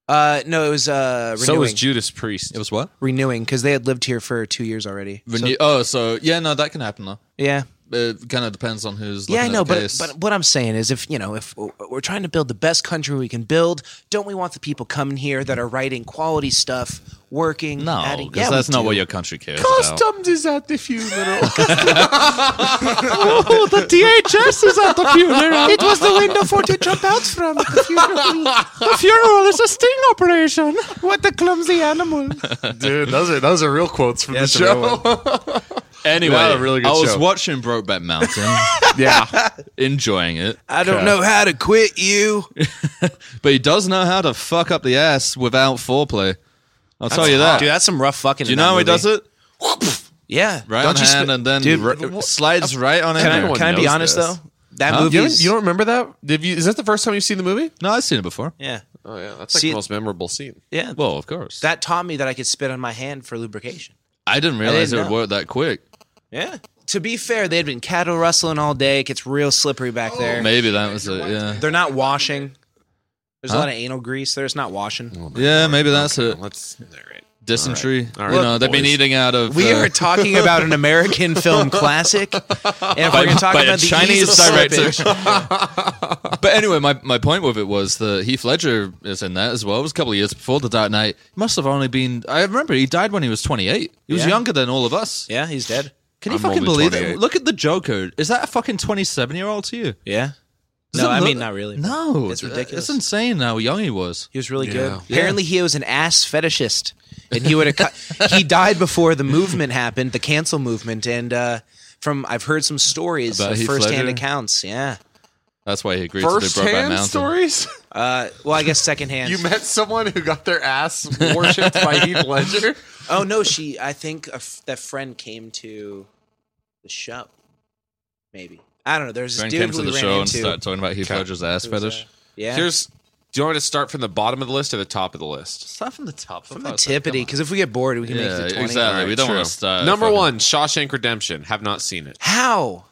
[SPEAKER 2] Uh, no, it was uh, renewing.
[SPEAKER 4] so was Judas Priest.
[SPEAKER 1] It was what?
[SPEAKER 2] renewing because they had lived here for two years already. So-
[SPEAKER 1] Renew- oh, so yeah, no, that can happen though.
[SPEAKER 2] yeah,
[SPEAKER 1] It kind of depends on who's.
[SPEAKER 2] yeah, I
[SPEAKER 1] looking at
[SPEAKER 2] know.
[SPEAKER 1] the
[SPEAKER 2] But
[SPEAKER 1] case.
[SPEAKER 2] but what I'm saying is, if you know, if we're trying to build the best country we can build, don't we want the people coming here that are writing quality stuff, working?
[SPEAKER 1] no,
[SPEAKER 2] adding-
[SPEAKER 1] because
[SPEAKER 2] Yeah, we
[SPEAKER 1] that's not
[SPEAKER 2] do.
[SPEAKER 1] what your country cares about.
[SPEAKER 4] Customs is at the funeral.
[SPEAKER 1] Oh, the DHS is at the funeral.
[SPEAKER 2] It was the window for to jump out from.
[SPEAKER 1] the funeral is a sting operation.
[SPEAKER 2] what a clumsy animal!
[SPEAKER 4] Dude, those are those are real quotes from the show.
[SPEAKER 1] Anyway,
[SPEAKER 4] Yeah, a really good
[SPEAKER 1] I was
[SPEAKER 4] show.
[SPEAKER 1] watching Brokeback Mountain,
[SPEAKER 4] yeah,
[SPEAKER 1] enjoying it,
[SPEAKER 2] I don't know how to quit you.
[SPEAKER 1] but he does know how to fuck up the ass without foreplay. I'll tell you that.
[SPEAKER 2] Dude, that's some rough fucking.
[SPEAKER 1] Do you know how he does it?
[SPEAKER 2] Yeah.
[SPEAKER 1] Right on
[SPEAKER 2] Don't you
[SPEAKER 1] hand
[SPEAKER 2] sp-
[SPEAKER 1] and then
[SPEAKER 2] Dude,
[SPEAKER 1] r- slides right on in
[SPEAKER 2] can
[SPEAKER 1] there.
[SPEAKER 2] I,
[SPEAKER 4] Everyone
[SPEAKER 2] can I be
[SPEAKER 4] knows
[SPEAKER 2] honest
[SPEAKER 4] this.
[SPEAKER 2] though? That
[SPEAKER 1] Huh?
[SPEAKER 2] movie.
[SPEAKER 4] you don't, you don't remember that? Did you, is that the first time you've seen the movie?
[SPEAKER 1] No, I've seen it before.
[SPEAKER 2] Yeah.
[SPEAKER 4] Oh yeah, that's
[SPEAKER 2] like See- the
[SPEAKER 4] most memorable scene.
[SPEAKER 2] Yeah.
[SPEAKER 1] Well, of course.
[SPEAKER 2] that taught me that I could spit on my hand for lubrication.
[SPEAKER 1] I didn't realize
[SPEAKER 2] didn't
[SPEAKER 1] it
[SPEAKER 2] know.
[SPEAKER 1] would work that quick.
[SPEAKER 2] Yeah. To be fair, they had been cattle rustling all day. It gets real slippery
[SPEAKER 1] Oh,
[SPEAKER 2] back there.
[SPEAKER 1] Maybe that was it. Yeah,
[SPEAKER 2] They're not washing. There's a
[SPEAKER 1] Huh?
[SPEAKER 2] lot of anal grease. They're just not washing.
[SPEAKER 1] yeah, maybe that's it.
[SPEAKER 4] Let's. All right.
[SPEAKER 1] Dysentery.
[SPEAKER 4] All right.
[SPEAKER 1] You know, they've been
[SPEAKER 4] Boys.
[SPEAKER 1] eating out of.
[SPEAKER 2] We
[SPEAKER 1] uh,
[SPEAKER 2] are talking about an American film classic, and if we're
[SPEAKER 1] by,
[SPEAKER 2] going to talk
[SPEAKER 1] by
[SPEAKER 2] about
[SPEAKER 1] a
[SPEAKER 2] the
[SPEAKER 1] Chinese
[SPEAKER 2] ease of
[SPEAKER 1] director.
[SPEAKER 2] slippage-
[SPEAKER 1] but anyway, my, my point with it was that Heath Ledger is in that as well. It was a couple of years before The Dark Knight. He must have only been. I remember he died when he was 28. He was
[SPEAKER 2] Yeah.
[SPEAKER 1] younger than all of us.
[SPEAKER 2] Yeah, he's dead.
[SPEAKER 1] Can you
[SPEAKER 4] I'm
[SPEAKER 1] fucking
[SPEAKER 4] only
[SPEAKER 1] believe it?
[SPEAKER 4] 28.
[SPEAKER 1] Look at the Joker. Is that a fucking 27 year old to you?
[SPEAKER 2] Yeah.
[SPEAKER 1] Does
[SPEAKER 2] no,
[SPEAKER 1] it
[SPEAKER 2] I
[SPEAKER 1] look-
[SPEAKER 2] mean not really. but
[SPEAKER 1] No.
[SPEAKER 2] it's ridiculous.
[SPEAKER 1] It's insane how young he was.
[SPEAKER 2] He was really good.
[SPEAKER 4] Yeah.
[SPEAKER 2] Apparently, he was an ass fetishist, and he would have. cut he died before the movement happened, the cancel movement, and uh, from I've heard some stories,
[SPEAKER 1] About
[SPEAKER 2] of
[SPEAKER 1] Heath
[SPEAKER 2] firsthand
[SPEAKER 1] Ledger?
[SPEAKER 2] accounts. Yeah.
[SPEAKER 1] That's why he agreed
[SPEAKER 4] First
[SPEAKER 1] to do Brokeback
[SPEAKER 4] hand
[SPEAKER 1] Mountain.
[SPEAKER 4] stories.
[SPEAKER 2] Uh, well, I guess secondhand.
[SPEAKER 4] You met someone who got their ass worshipped by Heath Ledger.
[SPEAKER 2] oh no, she. I think a f- that friend came to the show. Maybe I don't know. There's this
[SPEAKER 1] Friend
[SPEAKER 2] dude
[SPEAKER 1] came
[SPEAKER 2] who
[SPEAKER 1] to the
[SPEAKER 2] we ran
[SPEAKER 1] show and
[SPEAKER 2] into.
[SPEAKER 1] started talking about Heath
[SPEAKER 4] Okay.
[SPEAKER 1] Ledger's ass
[SPEAKER 2] who was, uh,
[SPEAKER 1] fetish.
[SPEAKER 2] yeah.
[SPEAKER 4] Here's. Do you want me to start from the bottom of the list or the top of the list?
[SPEAKER 1] Start from the top.
[SPEAKER 2] from the tippity because if we get bored, we can make
[SPEAKER 1] Yeah,
[SPEAKER 2] it to twenty.
[SPEAKER 1] exactly. we don't
[SPEAKER 4] True.
[SPEAKER 1] want to start.
[SPEAKER 4] Number
[SPEAKER 1] fucking-
[SPEAKER 4] one, Shawshank Redemption. Have not seen it.
[SPEAKER 2] How?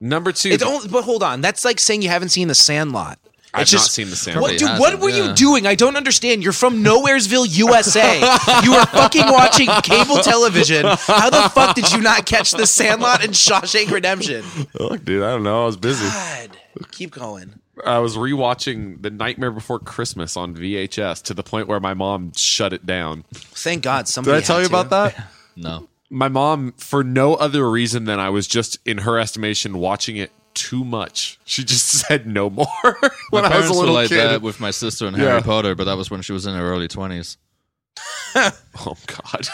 [SPEAKER 4] Number two,
[SPEAKER 2] It only, but hold on. That's like saying you haven't seen The Sandlot.
[SPEAKER 4] I've
[SPEAKER 2] It's
[SPEAKER 4] not
[SPEAKER 2] just,
[SPEAKER 4] seen The Sandlot.
[SPEAKER 2] What, dude,
[SPEAKER 1] Probably
[SPEAKER 2] what
[SPEAKER 1] hasn't,
[SPEAKER 2] were
[SPEAKER 1] yeah.
[SPEAKER 2] you doing? I don't understand. You're from Nowheresville, USA. you were fucking watching cable television. How the fuck did you not catch The Sandlot and Shawshank Redemption?
[SPEAKER 4] Look, dude, I don't know. I was busy.
[SPEAKER 2] God, keep going.
[SPEAKER 4] I was rewatching The Nightmare Before Christmas on VHS to the point where my mom shut it down.
[SPEAKER 2] Thank God
[SPEAKER 3] Did
[SPEAKER 2] somebody.
[SPEAKER 3] I tell you about that?
[SPEAKER 1] No.
[SPEAKER 4] My mom, for no other reason than I was just, in her estimation, watching it too much. She just said no more when
[SPEAKER 1] My
[SPEAKER 4] I was
[SPEAKER 1] parents
[SPEAKER 4] a
[SPEAKER 1] were
[SPEAKER 4] little
[SPEAKER 1] like
[SPEAKER 4] kid.
[SPEAKER 1] that with my sister and
[SPEAKER 4] Yeah.
[SPEAKER 1] Harry Potter, but that was when she was in her early 20s.
[SPEAKER 4] Oh God!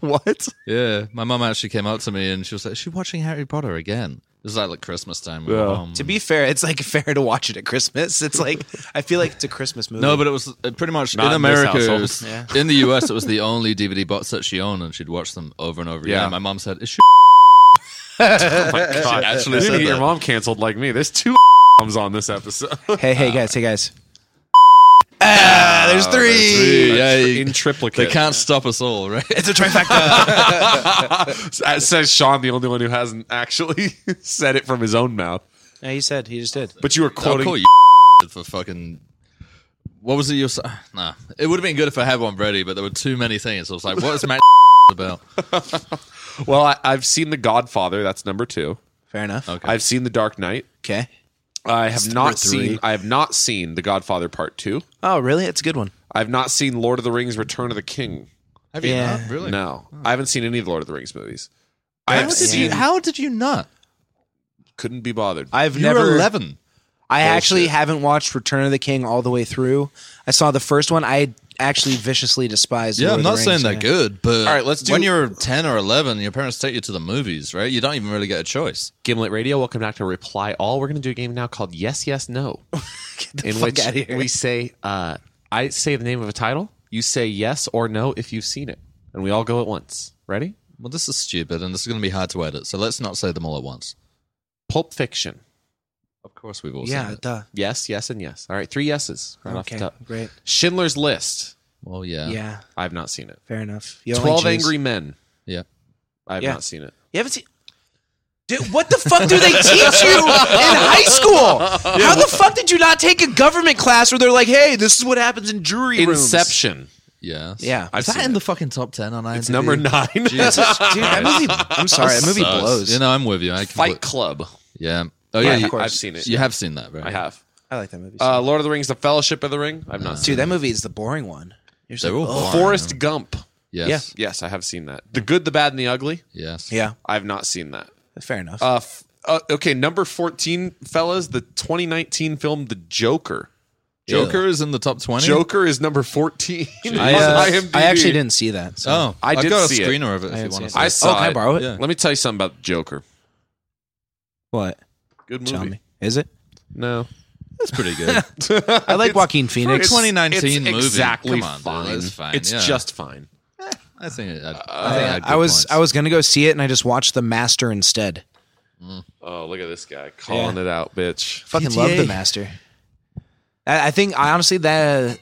[SPEAKER 4] what?
[SPEAKER 1] Yeah, my mum actually came up to me and she was like, "Is she watching Harry Potter again?" It was like, like Christmas time. with my
[SPEAKER 4] Yeah.
[SPEAKER 1] mum.
[SPEAKER 2] To be fair, it's like fair to watch it at Christmas. It's like I feel like it's a Christmas movie.
[SPEAKER 1] no, but it was uh, pretty much
[SPEAKER 4] Not
[SPEAKER 1] in
[SPEAKER 4] in this
[SPEAKER 1] America. it
[SPEAKER 4] household.
[SPEAKER 1] was-
[SPEAKER 2] Yeah.
[SPEAKER 1] In the US, it was the only DVD box set she owned, and she'd watch them over and over
[SPEAKER 4] Yeah.
[SPEAKER 1] again. My mom said, "Is she?"
[SPEAKER 4] Oh my God!
[SPEAKER 1] actually
[SPEAKER 4] Actually, you
[SPEAKER 1] said
[SPEAKER 4] get your
[SPEAKER 1] that.
[SPEAKER 4] mom canceled like me. There's two moms on this episode.
[SPEAKER 2] hey, hey guys, hey guys. Ah, there's three.
[SPEAKER 1] yeah, you-
[SPEAKER 4] in
[SPEAKER 1] They
[SPEAKER 4] triplicate.
[SPEAKER 1] can't stop us all, right?
[SPEAKER 2] It's a trifecta.
[SPEAKER 4] Uh, Says Sean, the only one who hasn't actually said it from his own mouth.
[SPEAKER 2] yeah, he said he just did.
[SPEAKER 4] But you were
[SPEAKER 1] I'll
[SPEAKER 4] quoting.
[SPEAKER 1] call you for fucking. What was it you? were s- Nah, it would have been good if I had one ready, but there were too many things. I was like, "What is Matt about?"
[SPEAKER 4] Well, I, I've seen The Godfather. That's number two.
[SPEAKER 2] Fair enough. Okay.
[SPEAKER 4] I've seen The Dark Knight. I have
[SPEAKER 2] That's number
[SPEAKER 4] not
[SPEAKER 2] three.
[SPEAKER 4] seen. I have not seen The Godfather Part Two.
[SPEAKER 2] Oh, really? It's a good one.
[SPEAKER 4] I've not seen Lord of the Rings: Return of the King.
[SPEAKER 1] Have you
[SPEAKER 2] Yeah.
[SPEAKER 1] not really?
[SPEAKER 4] No, I haven't seen any of the Lord of the Rings movies. I
[SPEAKER 1] How
[SPEAKER 4] have
[SPEAKER 1] did
[SPEAKER 4] seen.
[SPEAKER 1] you? How did you not?
[SPEAKER 4] couldn't be bothered.
[SPEAKER 2] I've
[SPEAKER 1] You
[SPEAKER 2] never.
[SPEAKER 1] were eleven.
[SPEAKER 2] I actually
[SPEAKER 4] Bullshit.
[SPEAKER 2] haven't watched Return of the King all the way through. I saw the first one. I actually viciously despised.
[SPEAKER 1] Yeah,
[SPEAKER 2] Lord
[SPEAKER 1] I'm
[SPEAKER 2] of the
[SPEAKER 1] not saying
[SPEAKER 2] Rings,
[SPEAKER 1] they're
[SPEAKER 2] yeah.
[SPEAKER 1] good, but
[SPEAKER 4] All right, let's do-
[SPEAKER 1] when you're 10 or 11, your parents take you to the movies, right? You don't even really get a choice.
[SPEAKER 4] Gimlet Radio, welcome back to Reply All. We're going to do a game now called Yes, Yes, No, in
[SPEAKER 2] fuck
[SPEAKER 4] which
[SPEAKER 2] outta here.
[SPEAKER 4] we say, uh, I say the name of a title, you say yes or no if you've seen it, and we all go at once. Ready?
[SPEAKER 1] Well, this is stupid, and this is going to be hard to edit, so let's not say them all at once.
[SPEAKER 4] Pulp Fiction.
[SPEAKER 1] Of course, we've all
[SPEAKER 2] Yeah,
[SPEAKER 1] seen it.
[SPEAKER 2] duh.
[SPEAKER 4] Yes, yes, and yes. All right, three yeses right off the
[SPEAKER 2] Okay,
[SPEAKER 4] top.
[SPEAKER 2] great.
[SPEAKER 4] Schindler's List.
[SPEAKER 1] Well, yeah.
[SPEAKER 2] Yeah,
[SPEAKER 4] I've not seen it.
[SPEAKER 2] fair enough. You only
[SPEAKER 4] Twelve
[SPEAKER 2] Jews.
[SPEAKER 4] Angry Men.
[SPEAKER 1] Yeah.
[SPEAKER 4] I've
[SPEAKER 2] Yeah.
[SPEAKER 4] not seen it.
[SPEAKER 2] You haven't seen. Dude, what the fuck do they teach you in high school? How the fuck did you not take a government class where they're like, "Hey, this is what happens in jury rooms"?
[SPEAKER 4] Inception.
[SPEAKER 1] Yes.
[SPEAKER 2] Yeah.
[SPEAKER 1] Is
[SPEAKER 4] I've
[SPEAKER 1] that
[SPEAKER 4] seen
[SPEAKER 1] in
[SPEAKER 4] it.
[SPEAKER 1] the fucking top 10 on IMDb?
[SPEAKER 4] It's number nine.
[SPEAKER 1] Jesus.
[SPEAKER 2] Dude, that movie. I'm sorry, that movie
[SPEAKER 1] Sucks.
[SPEAKER 2] blows.
[SPEAKER 1] You know, I'm with you. I
[SPEAKER 4] Fight
[SPEAKER 1] compl-
[SPEAKER 4] Club.
[SPEAKER 1] Yeah. Oh,
[SPEAKER 2] Yeah,
[SPEAKER 1] yeah.
[SPEAKER 2] of
[SPEAKER 1] you,
[SPEAKER 2] course.
[SPEAKER 4] I've seen it.
[SPEAKER 1] you have seen that, right?
[SPEAKER 4] I have.
[SPEAKER 2] I like that movie.
[SPEAKER 4] Uh, Lord of the Rings: The Fellowship of the Ring. I've not seen.
[SPEAKER 2] Dude, that movie is the boring one. You're
[SPEAKER 1] They're
[SPEAKER 2] so, oh,
[SPEAKER 1] all boring.
[SPEAKER 4] Forrest Gump.
[SPEAKER 1] Yes.
[SPEAKER 4] Yes, I have seen that. The Good, the Bad, and the Ugly.
[SPEAKER 1] Yes.
[SPEAKER 2] yeah,
[SPEAKER 4] I've not seen that.
[SPEAKER 2] fair enough.
[SPEAKER 4] Uh, f- uh, okay, number 14, fellas, the 2019 film The Joker.
[SPEAKER 1] Joker is in the top 20.
[SPEAKER 4] Joker is number 14
[SPEAKER 2] I,
[SPEAKER 4] on
[SPEAKER 2] uh,
[SPEAKER 4] IMDb.
[SPEAKER 2] I actually didn't see that. So.
[SPEAKER 1] Oh,
[SPEAKER 4] I
[SPEAKER 1] I
[SPEAKER 4] did
[SPEAKER 1] have got a
[SPEAKER 4] see it.
[SPEAKER 1] screener of it if you
[SPEAKER 2] haven't
[SPEAKER 1] want to
[SPEAKER 2] seen
[SPEAKER 1] see
[SPEAKER 4] I
[SPEAKER 1] it.
[SPEAKER 4] saw
[SPEAKER 2] oh, can I
[SPEAKER 4] it.
[SPEAKER 2] borrow it?
[SPEAKER 1] Yeah.
[SPEAKER 4] Let me tell you something about Joker.
[SPEAKER 2] What?
[SPEAKER 4] Good movie.
[SPEAKER 2] Tell me. Is it?
[SPEAKER 4] No.
[SPEAKER 1] That's pretty good.
[SPEAKER 2] I like Joaquin Phoenix.
[SPEAKER 1] It's- 2019
[SPEAKER 4] it's
[SPEAKER 1] movie.
[SPEAKER 4] Exactly
[SPEAKER 1] Come on, dude,
[SPEAKER 4] fine.
[SPEAKER 1] it's fine,
[SPEAKER 4] It's
[SPEAKER 1] yeah.
[SPEAKER 4] just fine.
[SPEAKER 1] I think it, I,
[SPEAKER 2] Uh,
[SPEAKER 1] think it had
[SPEAKER 2] I
[SPEAKER 1] good
[SPEAKER 2] was
[SPEAKER 1] points.
[SPEAKER 2] I was gonna go see it, and I just watched The Master instead.
[SPEAKER 4] Oh, look at this guy calling it out, bitch.
[SPEAKER 2] Fucking
[SPEAKER 1] PTA.
[SPEAKER 2] love The Master. I, I think I honestly the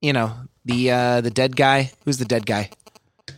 [SPEAKER 2] you know the uh the dead guy who's the dead guy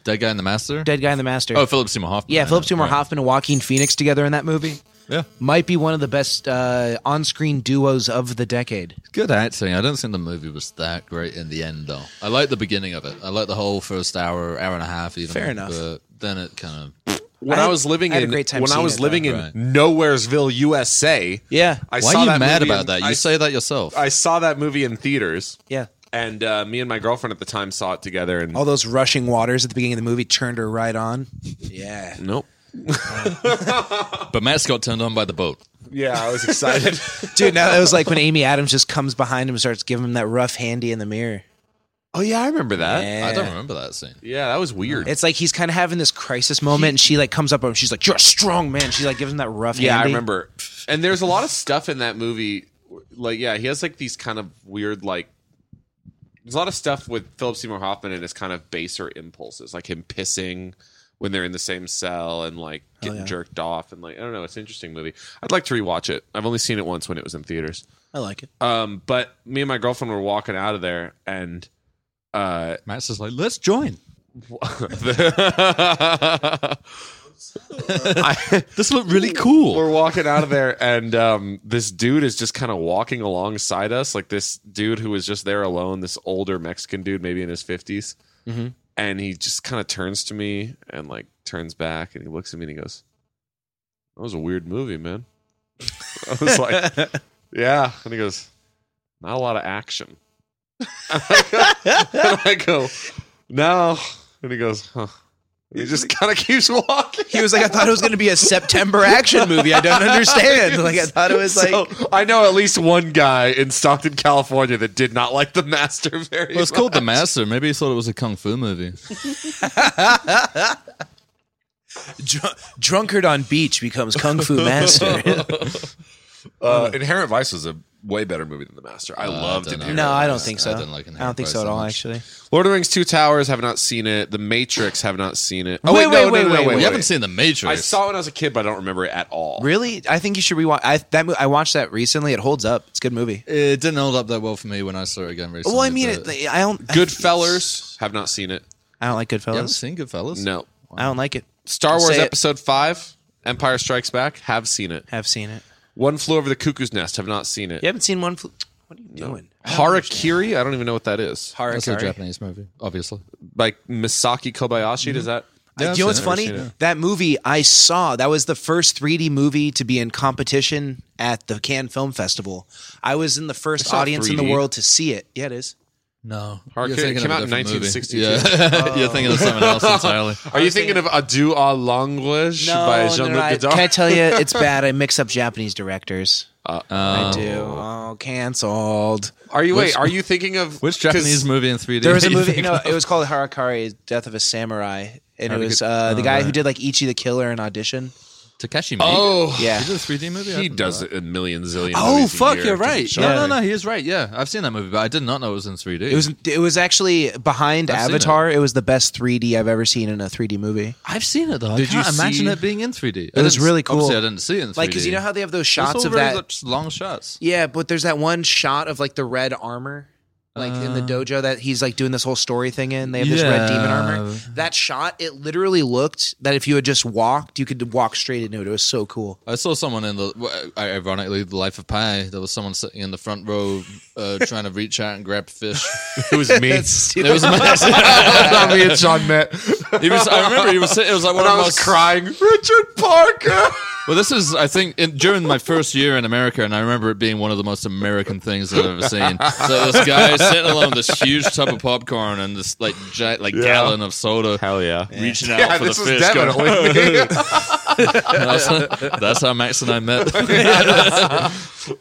[SPEAKER 1] Dead Guy and the Master?
[SPEAKER 2] dead guy and the Master.
[SPEAKER 1] Oh, Philip Seymour Hoffman.
[SPEAKER 2] yeah,
[SPEAKER 1] I
[SPEAKER 2] Philip
[SPEAKER 1] know,
[SPEAKER 2] Seymour
[SPEAKER 1] right.
[SPEAKER 2] Hoffman and Joaquin Phoenix together in that movie
[SPEAKER 1] Yeah.
[SPEAKER 2] might be one of the best uh, on-screen duos of the decade.
[SPEAKER 1] Good acting. I don't think the movie was that great in the end, though. I like the beginning of it. I like the whole first hour, hour and a half, even.
[SPEAKER 2] Fair enough.
[SPEAKER 1] But then it kind of.
[SPEAKER 4] When
[SPEAKER 2] I
[SPEAKER 4] I,
[SPEAKER 2] had-
[SPEAKER 4] was living
[SPEAKER 2] I had a
[SPEAKER 4] in
[SPEAKER 2] great time
[SPEAKER 4] when I
[SPEAKER 2] seeing
[SPEAKER 4] was
[SPEAKER 2] it,
[SPEAKER 4] living
[SPEAKER 1] though.
[SPEAKER 4] in
[SPEAKER 1] Right.
[SPEAKER 4] Nowheresville, USA,
[SPEAKER 2] Yeah,
[SPEAKER 1] Why
[SPEAKER 4] I saw
[SPEAKER 1] are you
[SPEAKER 4] that
[SPEAKER 1] mad
[SPEAKER 4] movie
[SPEAKER 1] about
[SPEAKER 4] in-
[SPEAKER 1] that? You
[SPEAKER 4] I,
[SPEAKER 1] say that yourself.
[SPEAKER 4] I saw that movie in theaters.
[SPEAKER 2] yeah.
[SPEAKER 4] and uh, me and my girlfriend at the time saw it together and
[SPEAKER 2] All those rushing waters at the beginning of the movie turned her right on. Yeah.
[SPEAKER 4] nope
[SPEAKER 1] but Matt Scott turned on by the boat.
[SPEAKER 4] yeah i was excited
[SPEAKER 2] Dude, now that was like when Amy Adams just comes behind him and starts giving him that rough handy in the mirror.
[SPEAKER 4] oh yeah i remember that yeah,
[SPEAKER 2] Yeah.
[SPEAKER 1] I don't remember that scene.
[SPEAKER 4] that was weird
[SPEAKER 2] It's like he's kind of having this crisis moment, and she like comes up to him. She's like, "You're a strong man." She like gives him that rough.
[SPEAKER 4] yeah i
[SPEAKER 2] handy.
[SPEAKER 4] remember and there's a lot of stuff in that movie like yeah he has like these kind of weird like there's a lot of stuff with philip seymour hoffman and his kind of baser impulses like him pissing when they're in the same cell and like getting jerked off and like i don't know it's an interesting movie i'd like to rewatch it i've only seen it once when it was in theaters
[SPEAKER 2] I like it.
[SPEAKER 4] um but me and my girlfriend were walking out of there and uh
[SPEAKER 1] Matt's just like, let's join.
[SPEAKER 4] I,
[SPEAKER 1] This looked really cool.
[SPEAKER 4] we're walking out of there, and um, this dude is just kind of walking alongside us, like this dude who was just there alone, this older Mexican dude, maybe in his 50s And he just kind of turns to me and like turns back and he looks at me and he goes, That was a weird movie, man. I was like, Yeah. And he goes, Not a lot of action. and I go, No. And he goes, Huh. And he just kind of keeps walking.
[SPEAKER 2] He was like, I thought it was going to be a September action movie. I don't understand. Like, I thought it was like.
[SPEAKER 4] So I know at least one guy in Stockton, California that did not like The Master very
[SPEAKER 1] Well, it's
[SPEAKER 4] much.
[SPEAKER 1] called The Master. Maybe he thought it was a kung fu movie.
[SPEAKER 2] Dr- drunkard on beach becomes kung fu master.
[SPEAKER 4] Uh, Inherent Vice was a way better movie than The Master. Uh, I loved
[SPEAKER 1] don't know.
[SPEAKER 4] Inherent
[SPEAKER 2] no, I don't think so.
[SPEAKER 1] I didn't like Inherent
[SPEAKER 2] I don't think
[SPEAKER 1] Vice
[SPEAKER 2] so at
[SPEAKER 1] that
[SPEAKER 2] all.
[SPEAKER 1] much.
[SPEAKER 2] Actually,
[SPEAKER 4] Lord of the Rings Two Towers have not seen it. The Matrix have not seen it. Oh
[SPEAKER 2] Wait,
[SPEAKER 4] no,
[SPEAKER 2] wait,
[SPEAKER 4] no,
[SPEAKER 2] wait,
[SPEAKER 4] no, no,
[SPEAKER 2] wait,
[SPEAKER 1] You
[SPEAKER 2] wait.
[SPEAKER 1] haven't seen The Matrix.
[SPEAKER 4] I saw it when I was a kid, but I don't remember it at all.
[SPEAKER 2] really, I think you should rewatch. I that mo- I watched that recently. It holds up. It's a good movie.
[SPEAKER 1] It didn't hold up that well for me when I saw it again recently.
[SPEAKER 2] well, I mean,
[SPEAKER 1] but-
[SPEAKER 2] it, I don't.
[SPEAKER 4] Goodfellas have not seen it.
[SPEAKER 2] I don't like
[SPEAKER 1] you haven't
[SPEAKER 2] Goodfellas.
[SPEAKER 1] seen Goodfellas?
[SPEAKER 4] No.
[SPEAKER 2] I don't like it.
[SPEAKER 4] Star Wars
[SPEAKER 2] Say it.
[SPEAKER 4] Episode Five, Empire Strikes Back, have seen it.
[SPEAKER 2] Have seen it.
[SPEAKER 4] One Flew Over the Cuckoo's Nest, have not seen it.
[SPEAKER 2] You haven't seen one. Fl- what are you doing?
[SPEAKER 4] Harakiri, I don't even know what that is.
[SPEAKER 1] That's a
[SPEAKER 2] Harakiri.
[SPEAKER 1] Japanese movie, obviously.
[SPEAKER 4] By Misaki Kobayashi,
[SPEAKER 2] Mm-hmm.
[SPEAKER 4] does that?
[SPEAKER 1] Yeah,
[SPEAKER 2] Do you know what's
[SPEAKER 1] I've seen it.
[SPEAKER 2] funny?
[SPEAKER 4] Never seen
[SPEAKER 2] That movie I saw, that was the first 3D movie to be in competition at the Cannes Film Festival. I was in the first
[SPEAKER 4] It's not
[SPEAKER 2] audience in the
[SPEAKER 4] 3D.
[SPEAKER 2] world to see it. Yeah, it is.
[SPEAKER 1] No.
[SPEAKER 4] Hard
[SPEAKER 1] You're
[SPEAKER 4] Kick. It
[SPEAKER 1] thinking
[SPEAKER 4] came
[SPEAKER 1] of a
[SPEAKER 4] out in
[SPEAKER 1] different movie.
[SPEAKER 4] 1962.
[SPEAKER 1] Yeah. You're thinking of something else entirely.
[SPEAKER 4] Are you thinking of Adieu à l'Anglais by Jean Luc
[SPEAKER 2] I,
[SPEAKER 4] Godard?
[SPEAKER 2] can I tell you, it's bad. I mix up Japanese directors.
[SPEAKER 1] Um,
[SPEAKER 2] I do. Oh, canceled.
[SPEAKER 4] Are you wait?
[SPEAKER 1] Which-
[SPEAKER 4] Are you thinking of
[SPEAKER 1] Which
[SPEAKER 4] 'cause
[SPEAKER 1] Japanese movie in 3D?
[SPEAKER 2] There was a
[SPEAKER 1] do you
[SPEAKER 2] movie.
[SPEAKER 1] think
[SPEAKER 2] No,
[SPEAKER 1] of?
[SPEAKER 2] it was called Harakari: Death of a Samurai, and it
[SPEAKER 4] Harakiri-
[SPEAKER 2] was uh, the guy who did like Ichi the Killer in Audition.
[SPEAKER 1] Takeshi
[SPEAKER 4] Oh,
[SPEAKER 2] Yeah,
[SPEAKER 1] Miike? He did a 3D movie? I
[SPEAKER 4] He
[SPEAKER 1] didn't know
[SPEAKER 4] does
[SPEAKER 1] that.
[SPEAKER 4] it a million zillion.
[SPEAKER 1] Oh,
[SPEAKER 4] movies a
[SPEAKER 1] fuck,
[SPEAKER 4] year,
[SPEAKER 1] you're
[SPEAKER 4] different
[SPEAKER 1] right.
[SPEAKER 4] genres.
[SPEAKER 1] No, no, no, he is right. Yeah. I've seen that movie, but I did not know it was in 3D.
[SPEAKER 2] it was. It was actually behind
[SPEAKER 1] I've seen
[SPEAKER 2] Avatar. It. was the best 3D I've ever seen in a 3D movie.
[SPEAKER 1] I've seen it, though. I
[SPEAKER 4] Did you
[SPEAKER 1] can't imagine
[SPEAKER 4] see-
[SPEAKER 1] it being in 3D.
[SPEAKER 2] It was really cool.
[SPEAKER 1] Obviously, I didn't see it in 3D.
[SPEAKER 2] Like, because you know how they have those
[SPEAKER 1] It's
[SPEAKER 2] shots
[SPEAKER 1] all
[SPEAKER 2] of
[SPEAKER 1] very
[SPEAKER 2] that.
[SPEAKER 1] much long shots.
[SPEAKER 2] Yeah, but there's that one shot of like the red armor, like in the dojo that he's like doing this whole story thing in. They have this red demon armor.
[SPEAKER 1] Yeah.
[SPEAKER 2] That shot, it literally looked that if you had just walked, you could walk straight into it. It was so cool.
[SPEAKER 1] I saw someone in the, w- ironically, the Life of Pi. There was someone sitting in the front row, uh, trying to reach out and grab fish.
[SPEAKER 4] It was me.
[SPEAKER 1] It was amazing.
[SPEAKER 4] Not me and John met.
[SPEAKER 1] He was, I remember he was sitting. It was like one
[SPEAKER 4] And I
[SPEAKER 1] of
[SPEAKER 4] was
[SPEAKER 1] those.
[SPEAKER 4] crying. Richard Parker.
[SPEAKER 1] well, this is, I think, in, during my first year in America, and I remember it being one of the most American things I've ever seen. So this guy is sitting alone with this huge tub of popcorn and this like giant, like gallon of soda,
[SPEAKER 4] Hell yeah.
[SPEAKER 1] reaching out
[SPEAKER 4] Yeah,
[SPEAKER 1] for
[SPEAKER 4] this
[SPEAKER 1] the
[SPEAKER 4] was
[SPEAKER 1] fish. going,
[SPEAKER 4] definitely me.
[SPEAKER 1] that's, that's how Max and I met.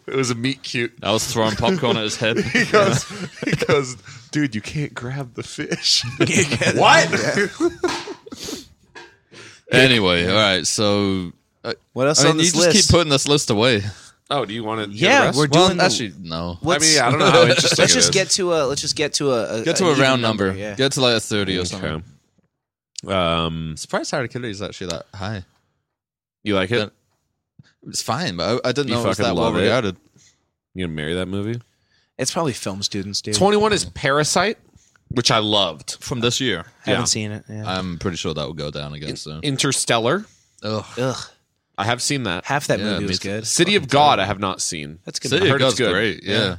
[SPEAKER 4] It was a meet cute.
[SPEAKER 1] I was throwing popcorn at his head.
[SPEAKER 4] He goes, he goes, dude, you can't grab the fish. what?
[SPEAKER 1] Anyway, all right. So
[SPEAKER 2] What else
[SPEAKER 1] I mean,
[SPEAKER 2] on
[SPEAKER 1] you
[SPEAKER 2] this
[SPEAKER 1] just
[SPEAKER 2] list?
[SPEAKER 1] keep putting this list away.
[SPEAKER 4] Oh, do you want to?
[SPEAKER 2] Yeah, we're
[SPEAKER 1] Well,
[SPEAKER 2] doing the-
[SPEAKER 1] actually no.
[SPEAKER 4] I
[SPEAKER 2] Let's-
[SPEAKER 4] mean, I don't know how interesting
[SPEAKER 2] let's
[SPEAKER 4] it is.
[SPEAKER 2] just get to a let's just get to a,
[SPEAKER 1] Get to a
[SPEAKER 2] uh, even
[SPEAKER 1] round number.
[SPEAKER 2] yeah.
[SPEAKER 1] Get to like a thirty or something.
[SPEAKER 4] Okay. Um,
[SPEAKER 1] Surprised Harakiri is actually that high.
[SPEAKER 4] you like it?
[SPEAKER 1] It's fine, but I, I didn't
[SPEAKER 4] You
[SPEAKER 1] know it was
[SPEAKER 4] fucking
[SPEAKER 1] that well
[SPEAKER 4] love it.
[SPEAKER 1] regarded.
[SPEAKER 4] You gonna marry that movie?
[SPEAKER 2] it's probably film students, dude.
[SPEAKER 4] Twenty one is Parasite, which I loved.
[SPEAKER 1] From this year,
[SPEAKER 2] Haven't
[SPEAKER 4] yeah.
[SPEAKER 2] seen it. Yeah.
[SPEAKER 1] I'm pretty sure that will go down again soon.
[SPEAKER 4] Interstellar,
[SPEAKER 1] Ugh.
[SPEAKER 2] Ugh,
[SPEAKER 4] I have seen that.
[SPEAKER 2] half that
[SPEAKER 1] Yeah,
[SPEAKER 2] movie
[SPEAKER 1] me
[SPEAKER 2] was
[SPEAKER 1] too.
[SPEAKER 2] good.
[SPEAKER 4] City of God, I have not seen.
[SPEAKER 2] That's good.
[SPEAKER 1] City
[SPEAKER 4] I
[SPEAKER 1] of
[SPEAKER 4] heard it's
[SPEAKER 1] God's
[SPEAKER 4] good.
[SPEAKER 1] great. Yeah.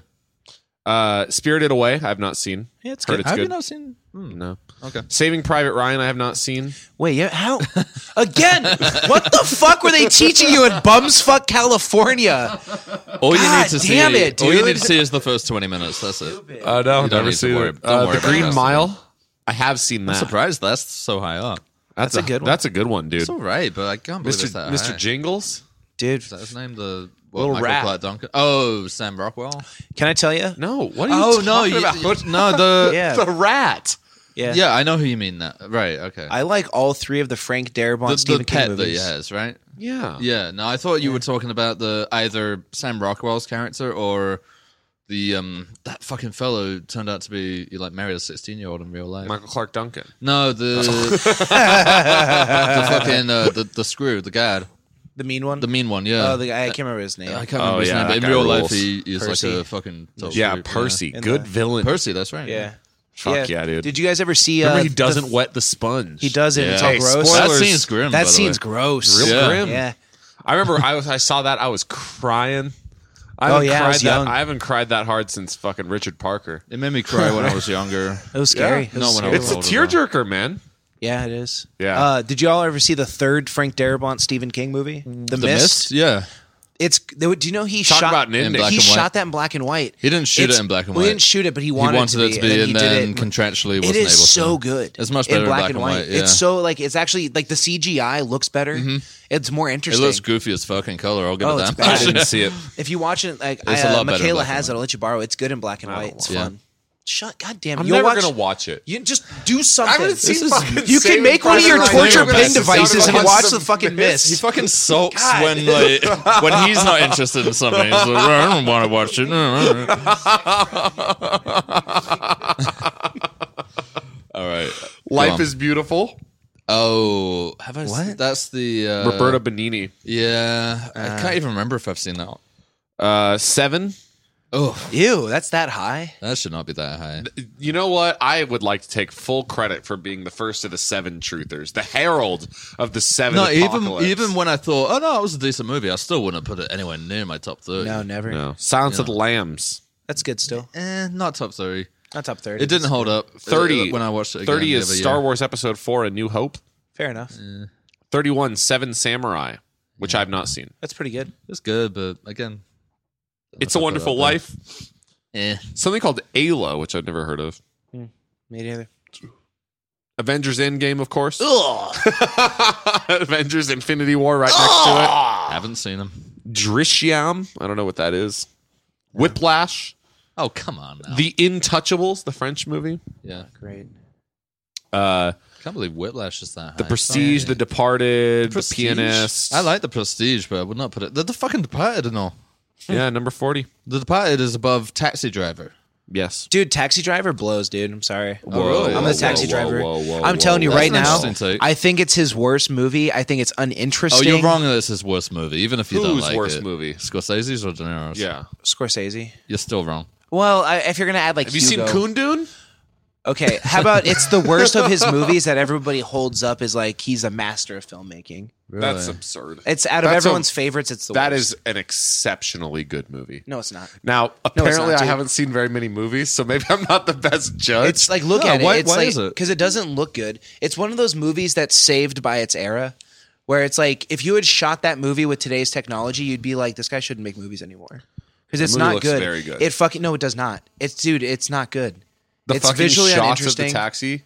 [SPEAKER 4] Uh, Spirited Away, I have not seen.
[SPEAKER 2] Yeah, it's
[SPEAKER 4] Heard
[SPEAKER 2] good.
[SPEAKER 4] it's
[SPEAKER 1] Have
[SPEAKER 4] good.
[SPEAKER 1] you not seen? Hmm.
[SPEAKER 4] no.
[SPEAKER 1] Okay.
[SPEAKER 4] Saving Private Ryan, I have not seen.
[SPEAKER 2] Wait, yeah, how? Again, what the fuck were they teaching you in bumsfuck California?
[SPEAKER 1] All you
[SPEAKER 2] God
[SPEAKER 1] need to
[SPEAKER 2] damn
[SPEAKER 1] see,
[SPEAKER 2] it,
[SPEAKER 1] all you
[SPEAKER 2] dude.
[SPEAKER 1] need to see is the first twenty minutes. That's it.
[SPEAKER 4] Uh, no,
[SPEAKER 1] don't never need to seen worry- it. don't Uh, worry The
[SPEAKER 4] the
[SPEAKER 1] about Green
[SPEAKER 4] Green
[SPEAKER 1] that.
[SPEAKER 4] Mile, I have seen that.
[SPEAKER 1] Surprised that's so high up.
[SPEAKER 4] That's,
[SPEAKER 2] That's a good one.
[SPEAKER 4] That's a good one, dude.
[SPEAKER 1] It's all right, but I can't believe
[SPEAKER 4] Mr.
[SPEAKER 1] it's that high.
[SPEAKER 4] Mr. Jingles.
[SPEAKER 2] Dude,
[SPEAKER 1] Is that his name? The what,
[SPEAKER 4] Little
[SPEAKER 1] Michael
[SPEAKER 4] rat.
[SPEAKER 1] Clark Duncan. Oh, Sam Rockwell.
[SPEAKER 2] can I tell you?
[SPEAKER 4] No, what are you
[SPEAKER 1] Oh no,
[SPEAKER 4] talking
[SPEAKER 1] you,
[SPEAKER 4] about?
[SPEAKER 1] you- no the
[SPEAKER 2] Yeah.
[SPEAKER 4] The rat.
[SPEAKER 2] Yeah.
[SPEAKER 1] yeah. I know who you mean. That right? Okay.
[SPEAKER 2] I like all three of the Frank Darabont
[SPEAKER 1] the,
[SPEAKER 2] Stephen
[SPEAKER 1] the
[SPEAKER 2] King
[SPEAKER 1] pet that he
[SPEAKER 2] movies. Oh.
[SPEAKER 1] has, right?
[SPEAKER 4] Yeah.
[SPEAKER 1] Yeah. No, I thought you were talking about the either Sam Rockwell's character or the um that fucking fellow who turned out to be you like married a sixteen year old in real life.
[SPEAKER 4] Michael Clark Duncan.
[SPEAKER 1] no, the the fucking uh, the the screw, the guard,
[SPEAKER 2] The mean one.
[SPEAKER 1] the mean one. Yeah.
[SPEAKER 2] oh, the guy I can't remember his name.
[SPEAKER 1] I can't remember
[SPEAKER 4] Oh,
[SPEAKER 1] his
[SPEAKER 4] yeah,
[SPEAKER 1] name,
[SPEAKER 4] that
[SPEAKER 1] but in
[SPEAKER 4] guy
[SPEAKER 1] real life
[SPEAKER 4] rules.
[SPEAKER 1] he is like
[SPEAKER 2] Percy.
[SPEAKER 1] a fucking total
[SPEAKER 4] Yeah,
[SPEAKER 1] creep,
[SPEAKER 4] Percy.
[SPEAKER 2] In
[SPEAKER 4] Good
[SPEAKER 2] the-
[SPEAKER 4] villain.
[SPEAKER 1] Percy, that's right.
[SPEAKER 2] yeah.
[SPEAKER 4] Fuck yeah, dude.
[SPEAKER 2] Did you guys ever see? Uh,
[SPEAKER 4] Remember he
[SPEAKER 2] the-
[SPEAKER 4] doesn't wet the sponge.
[SPEAKER 2] he doesn't. It's
[SPEAKER 1] Yeah.
[SPEAKER 2] all
[SPEAKER 1] Hey,
[SPEAKER 2] gross.
[SPEAKER 1] That
[SPEAKER 4] Spoilers.
[SPEAKER 1] scene's grim. by
[SPEAKER 2] That
[SPEAKER 1] the
[SPEAKER 2] scene's
[SPEAKER 1] way.
[SPEAKER 2] gross.
[SPEAKER 4] Real
[SPEAKER 1] Yeah.
[SPEAKER 4] grim.
[SPEAKER 2] Yeah.
[SPEAKER 4] I remember I was I saw that I was crying. I
[SPEAKER 2] Oh,
[SPEAKER 4] haven't
[SPEAKER 2] yeah, I
[SPEAKER 4] cried
[SPEAKER 2] was
[SPEAKER 4] that,
[SPEAKER 2] young.
[SPEAKER 4] I haven't cried that hard since fucking Richard Parker.
[SPEAKER 1] It made me cry when I was younger.
[SPEAKER 2] It was scary.
[SPEAKER 4] Yeah.
[SPEAKER 2] It was
[SPEAKER 1] No, when I
[SPEAKER 2] scary.
[SPEAKER 1] was
[SPEAKER 4] It's a
[SPEAKER 1] older, though.
[SPEAKER 4] tearjerker, man.
[SPEAKER 2] Yeah, it is.
[SPEAKER 4] Yeah.
[SPEAKER 1] Mm,
[SPEAKER 2] Uh, did you all ever see the third Frank Darabont Stephen King movie, The,
[SPEAKER 1] The Mist? Yeah.
[SPEAKER 2] It's do you know he
[SPEAKER 4] Talk
[SPEAKER 2] shot
[SPEAKER 4] about an
[SPEAKER 2] he
[SPEAKER 4] ending.
[SPEAKER 1] black and white.
[SPEAKER 2] shot that in black and white.
[SPEAKER 1] He didn't shoot
[SPEAKER 2] It's-
[SPEAKER 1] it in black and
[SPEAKER 2] well,
[SPEAKER 1] white.
[SPEAKER 2] He didn't shoot it, but he
[SPEAKER 1] He
[SPEAKER 2] wanted,
[SPEAKER 1] wanted it to be, and then,
[SPEAKER 2] he did it.
[SPEAKER 1] contractually
[SPEAKER 2] It
[SPEAKER 1] wasn't able
[SPEAKER 2] is
[SPEAKER 1] to.
[SPEAKER 2] so good.
[SPEAKER 1] It's much better in black and white, yeah.
[SPEAKER 2] It's so like it's actually like the CGI looks better. It's more
[SPEAKER 1] It
[SPEAKER 2] interesting.
[SPEAKER 1] looks goofy as fuck in color. I'll give
[SPEAKER 2] Oh,
[SPEAKER 1] it
[SPEAKER 2] it's
[SPEAKER 1] that.
[SPEAKER 4] I
[SPEAKER 1] much.
[SPEAKER 2] bad.
[SPEAKER 4] didn't see it.
[SPEAKER 2] If you watch it, like
[SPEAKER 1] It's a
[SPEAKER 2] I, uh,
[SPEAKER 1] lot better in
[SPEAKER 2] Michaela
[SPEAKER 1] black and
[SPEAKER 2] has it.
[SPEAKER 1] white.
[SPEAKER 2] I'll let you borrow. it. It's good in black and
[SPEAKER 4] don't
[SPEAKER 2] white. It's
[SPEAKER 1] want it.
[SPEAKER 2] fun. Shut. God damn. it.
[SPEAKER 4] I'm
[SPEAKER 2] You'll
[SPEAKER 4] never
[SPEAKER 2] watch,
[SPEAKER 4] gonna watch it.
[SPEAKER 2] You just do something.
[SPEAKER 1] seen is- fucking
[SPEAKER 2] You can make one of your
[SPEAKER 1] Private
[SPEAKER 2] torture
[SPEAKER 1] Ryan.
[SPEAKER 2] pen
[SPEAKER 1] It's just
[SPEAKER 2] devices
[SPEAKER 1] out of
[SPEAKER 2] and
[SPEAKER 1] a
[SPEAKER 2] watch
[SPEAKER 1] box
[SPEAKER 2] the fucking
[SPEAKER 1] He
[SPEAKER 2] mist.
[SPEAKER 1] fucking sulks
[SPEAKER 2] God.
[SPEAKER 1] when like when he's not interested in something. He's like, I don't want to watch it. All right. Go
[SPEAKER 4] Life
[SPEAKER 1] on.
[SPEAKER 4] is Beautiful.
[SPEAKER 1] Oh, have I? What? that's the uh,
[SPEAKER 4] Roberta Benini.
[SPEAKER 1] Yeah,
[SPEAKER 2] Uh.
[SPEAKER 1] I can't even remember if I've seen that. one.
[SPEAKER 4] Uh, seven.
[SPEAKER 1] Oh,
[SPEAKER 2] Ew, that's that high.
[SPEAKER 1] that should not be that high.
[SPEAKER 4] You know what? I would like to take full credit for being the first of the seven truthers, the herald of the seven.
[SPEAKER 1] No, even
[SPEAKER 4] apocalypse.
[SPEAKER 1] even when I thought, oh no, it was a decent movie, I still wouldn't have put it anywhere near my top thirty.
[SPEAKER 2] No, never.
[SPEAKER 4] no. Silence of the Lambs.
[SPEAKER 2] That's good still.
[SPEAKER 1] Eh, not top thirty.
[SPEAKER 2] Not top thirty.
[SPEAKER 1] It didn't hold up.
[SPEAKER 4] Thirty
[SPEAKER 1] uh, when I watched it. Again
[SPEAKER 4] Thirty
[SPEAKER 1] the
[SPEAKER 4] is
[SPEAKER 1] other year. Eh,
[SPEAKER 4] Star Wars Episode Four: A New Hope.
[SPEAKER 2] Fair enough.
[SPEAKER 4] Thirty-one, Seven Samurai, which I've not seen.
[SPEAKER 2] That's pretty good.
[SPEAKER 1] It's good, but again,
[SPEAKER 4] It's a Wonderful
[SPEAKER 1] that.
[SPEAKER 4] Life.
[SPEAKER 1] eh.
[SPEAKER 4] Something called ALA, which I've never heard of.
[SPEAKER 2] Me neither.
[SPEAKER 4] Avengers Endgame, of course. Avengers Infinity War right next
[SPEAKER 1] haven't seen them.
[SPEAKER 4] to it. Drishyam. I don't know what that is. Whiplash.
[SPEAKER 1] Oh come on now.
[SPEAKER 4] The Intouchables, the French movie.
[SPEAKER 1] yeah,
[SPEAKER 2] Great.
[SPEAKER 4] Uh,
[SPEAKER 1] can't believe Whiplash is that.
[SPEAKER 4] the
[SPEAKER 1] high.
[SPEAKER 4] Prestige,
[SPEAKER 1] Sorry.
[SPEAKER 4] The Departed, The
[SPEAKER 1] Prestige?
[SPEAKER 4] Pianist.
[SPEAKER 1] I like the Prestige, but I would not put it. The, the fucking Departed and all.
[SPEAKER 4] Yeah, number 40.
[SPEAKER 1] The Departed is above Taxi Driver.
[SPEAKER 4] Yes.
[SPEAKER 2] Dude, taxi driver blows, dude. I'm sorry.
[SPEAKER 1] Oh, really?
[SPEAKER 2] I'm
[SPEAKER 1] Whoa,
[SPEAKER 2] a taxi
[SPEAKER 1] whoa,
[SPEAKER 2] driver. I'm telling you
[SPEAKER 1] That's
[SPEAKER 2] right
[SPEAKER 1] an
[SPEAKER 2] now,
[SPEAKER 1] interesting take.
[SPEAKER 2] I think it's his worst movie. I think it's uninteresting.
[SPEAKER 1] Oh, you're wrong. that It's his worst movie, even if you don't
[SPEAKER 4] Whose
[SPEAKER 1] like
[SPEAKER 4] worst
[SPEAKER 1] it.
[SPEAKER 4] movie?
[SPEAKER 1] Scorsese's or De Niro's?
[SPEAKER 4] Yeah.
[SPEAKER 2] Scorsese.
[SPEAKER 1] you're still wrong.
[SPEAKER 2] Well, I, if you're gonna add like,
[SPEAKER 4] Have you seen
[SPEAKER 2] Hugo-
[SPEAKER 4] Kundun?
[SPEAKER 2] Okay, how about it's the worst of his movies that everybody holds up as like he's a master of filmmaking.
[SPEAKER 4] That's
[SPEAKER 1] Really?
[SPEAKER 4] absurd.
[SPEAKER 2] It's out of
[SPEAKER 4] That's a-
[SPEAKER 2] everyone's favorites. It's the
[SPEAKER 4] That
[SPEAKER 2] worst.
[SPEAKER 4] is an exceptionally good movie.
[SPEAKER 2] no, it's not.
[SPEAKER 4] Now, apparently,
[SPEAKER 2] not,
[SPEAKER 4] I
[SPEAKER 2] dude.
[SPEAKER 4] haven't seen very many movies, so maybe I'm not the best judge.
[SPEAKER 2] It's like look
[SPEAKER 1] No,
[SPEAKER 2] at it.
[SPEAKER 1] why-
[SPEAKER 2] it's
[SPEAKER 1] why
[SPEAKER 2] like
[SPEAKER 1] is it?
[SPEAKER 2] because it doesn't look good. It's one of those movies that's saved by its era, where it's like if you had shot that movie with today's technology, you'd be like, this guy shouldn't make movies anymore because it's
[SPEAKER 4] movie
[SPEAKER 2] not
[SPEAKER 4] looks
[SPEAKER 2] good.
[SPEAKER 4] very good.
[SPEAKER 2] It fucking no, it does not. It's dude, it's not good.
[SPEAKER 4] the
[SPEAKER 2] it's
[SPEAKER 4] fucking
[SPEAKER 2] visually
[SPEAKER 4] shots of the
[SPEAKER 2] uninteresting.
[SPEAKER 4] taxi.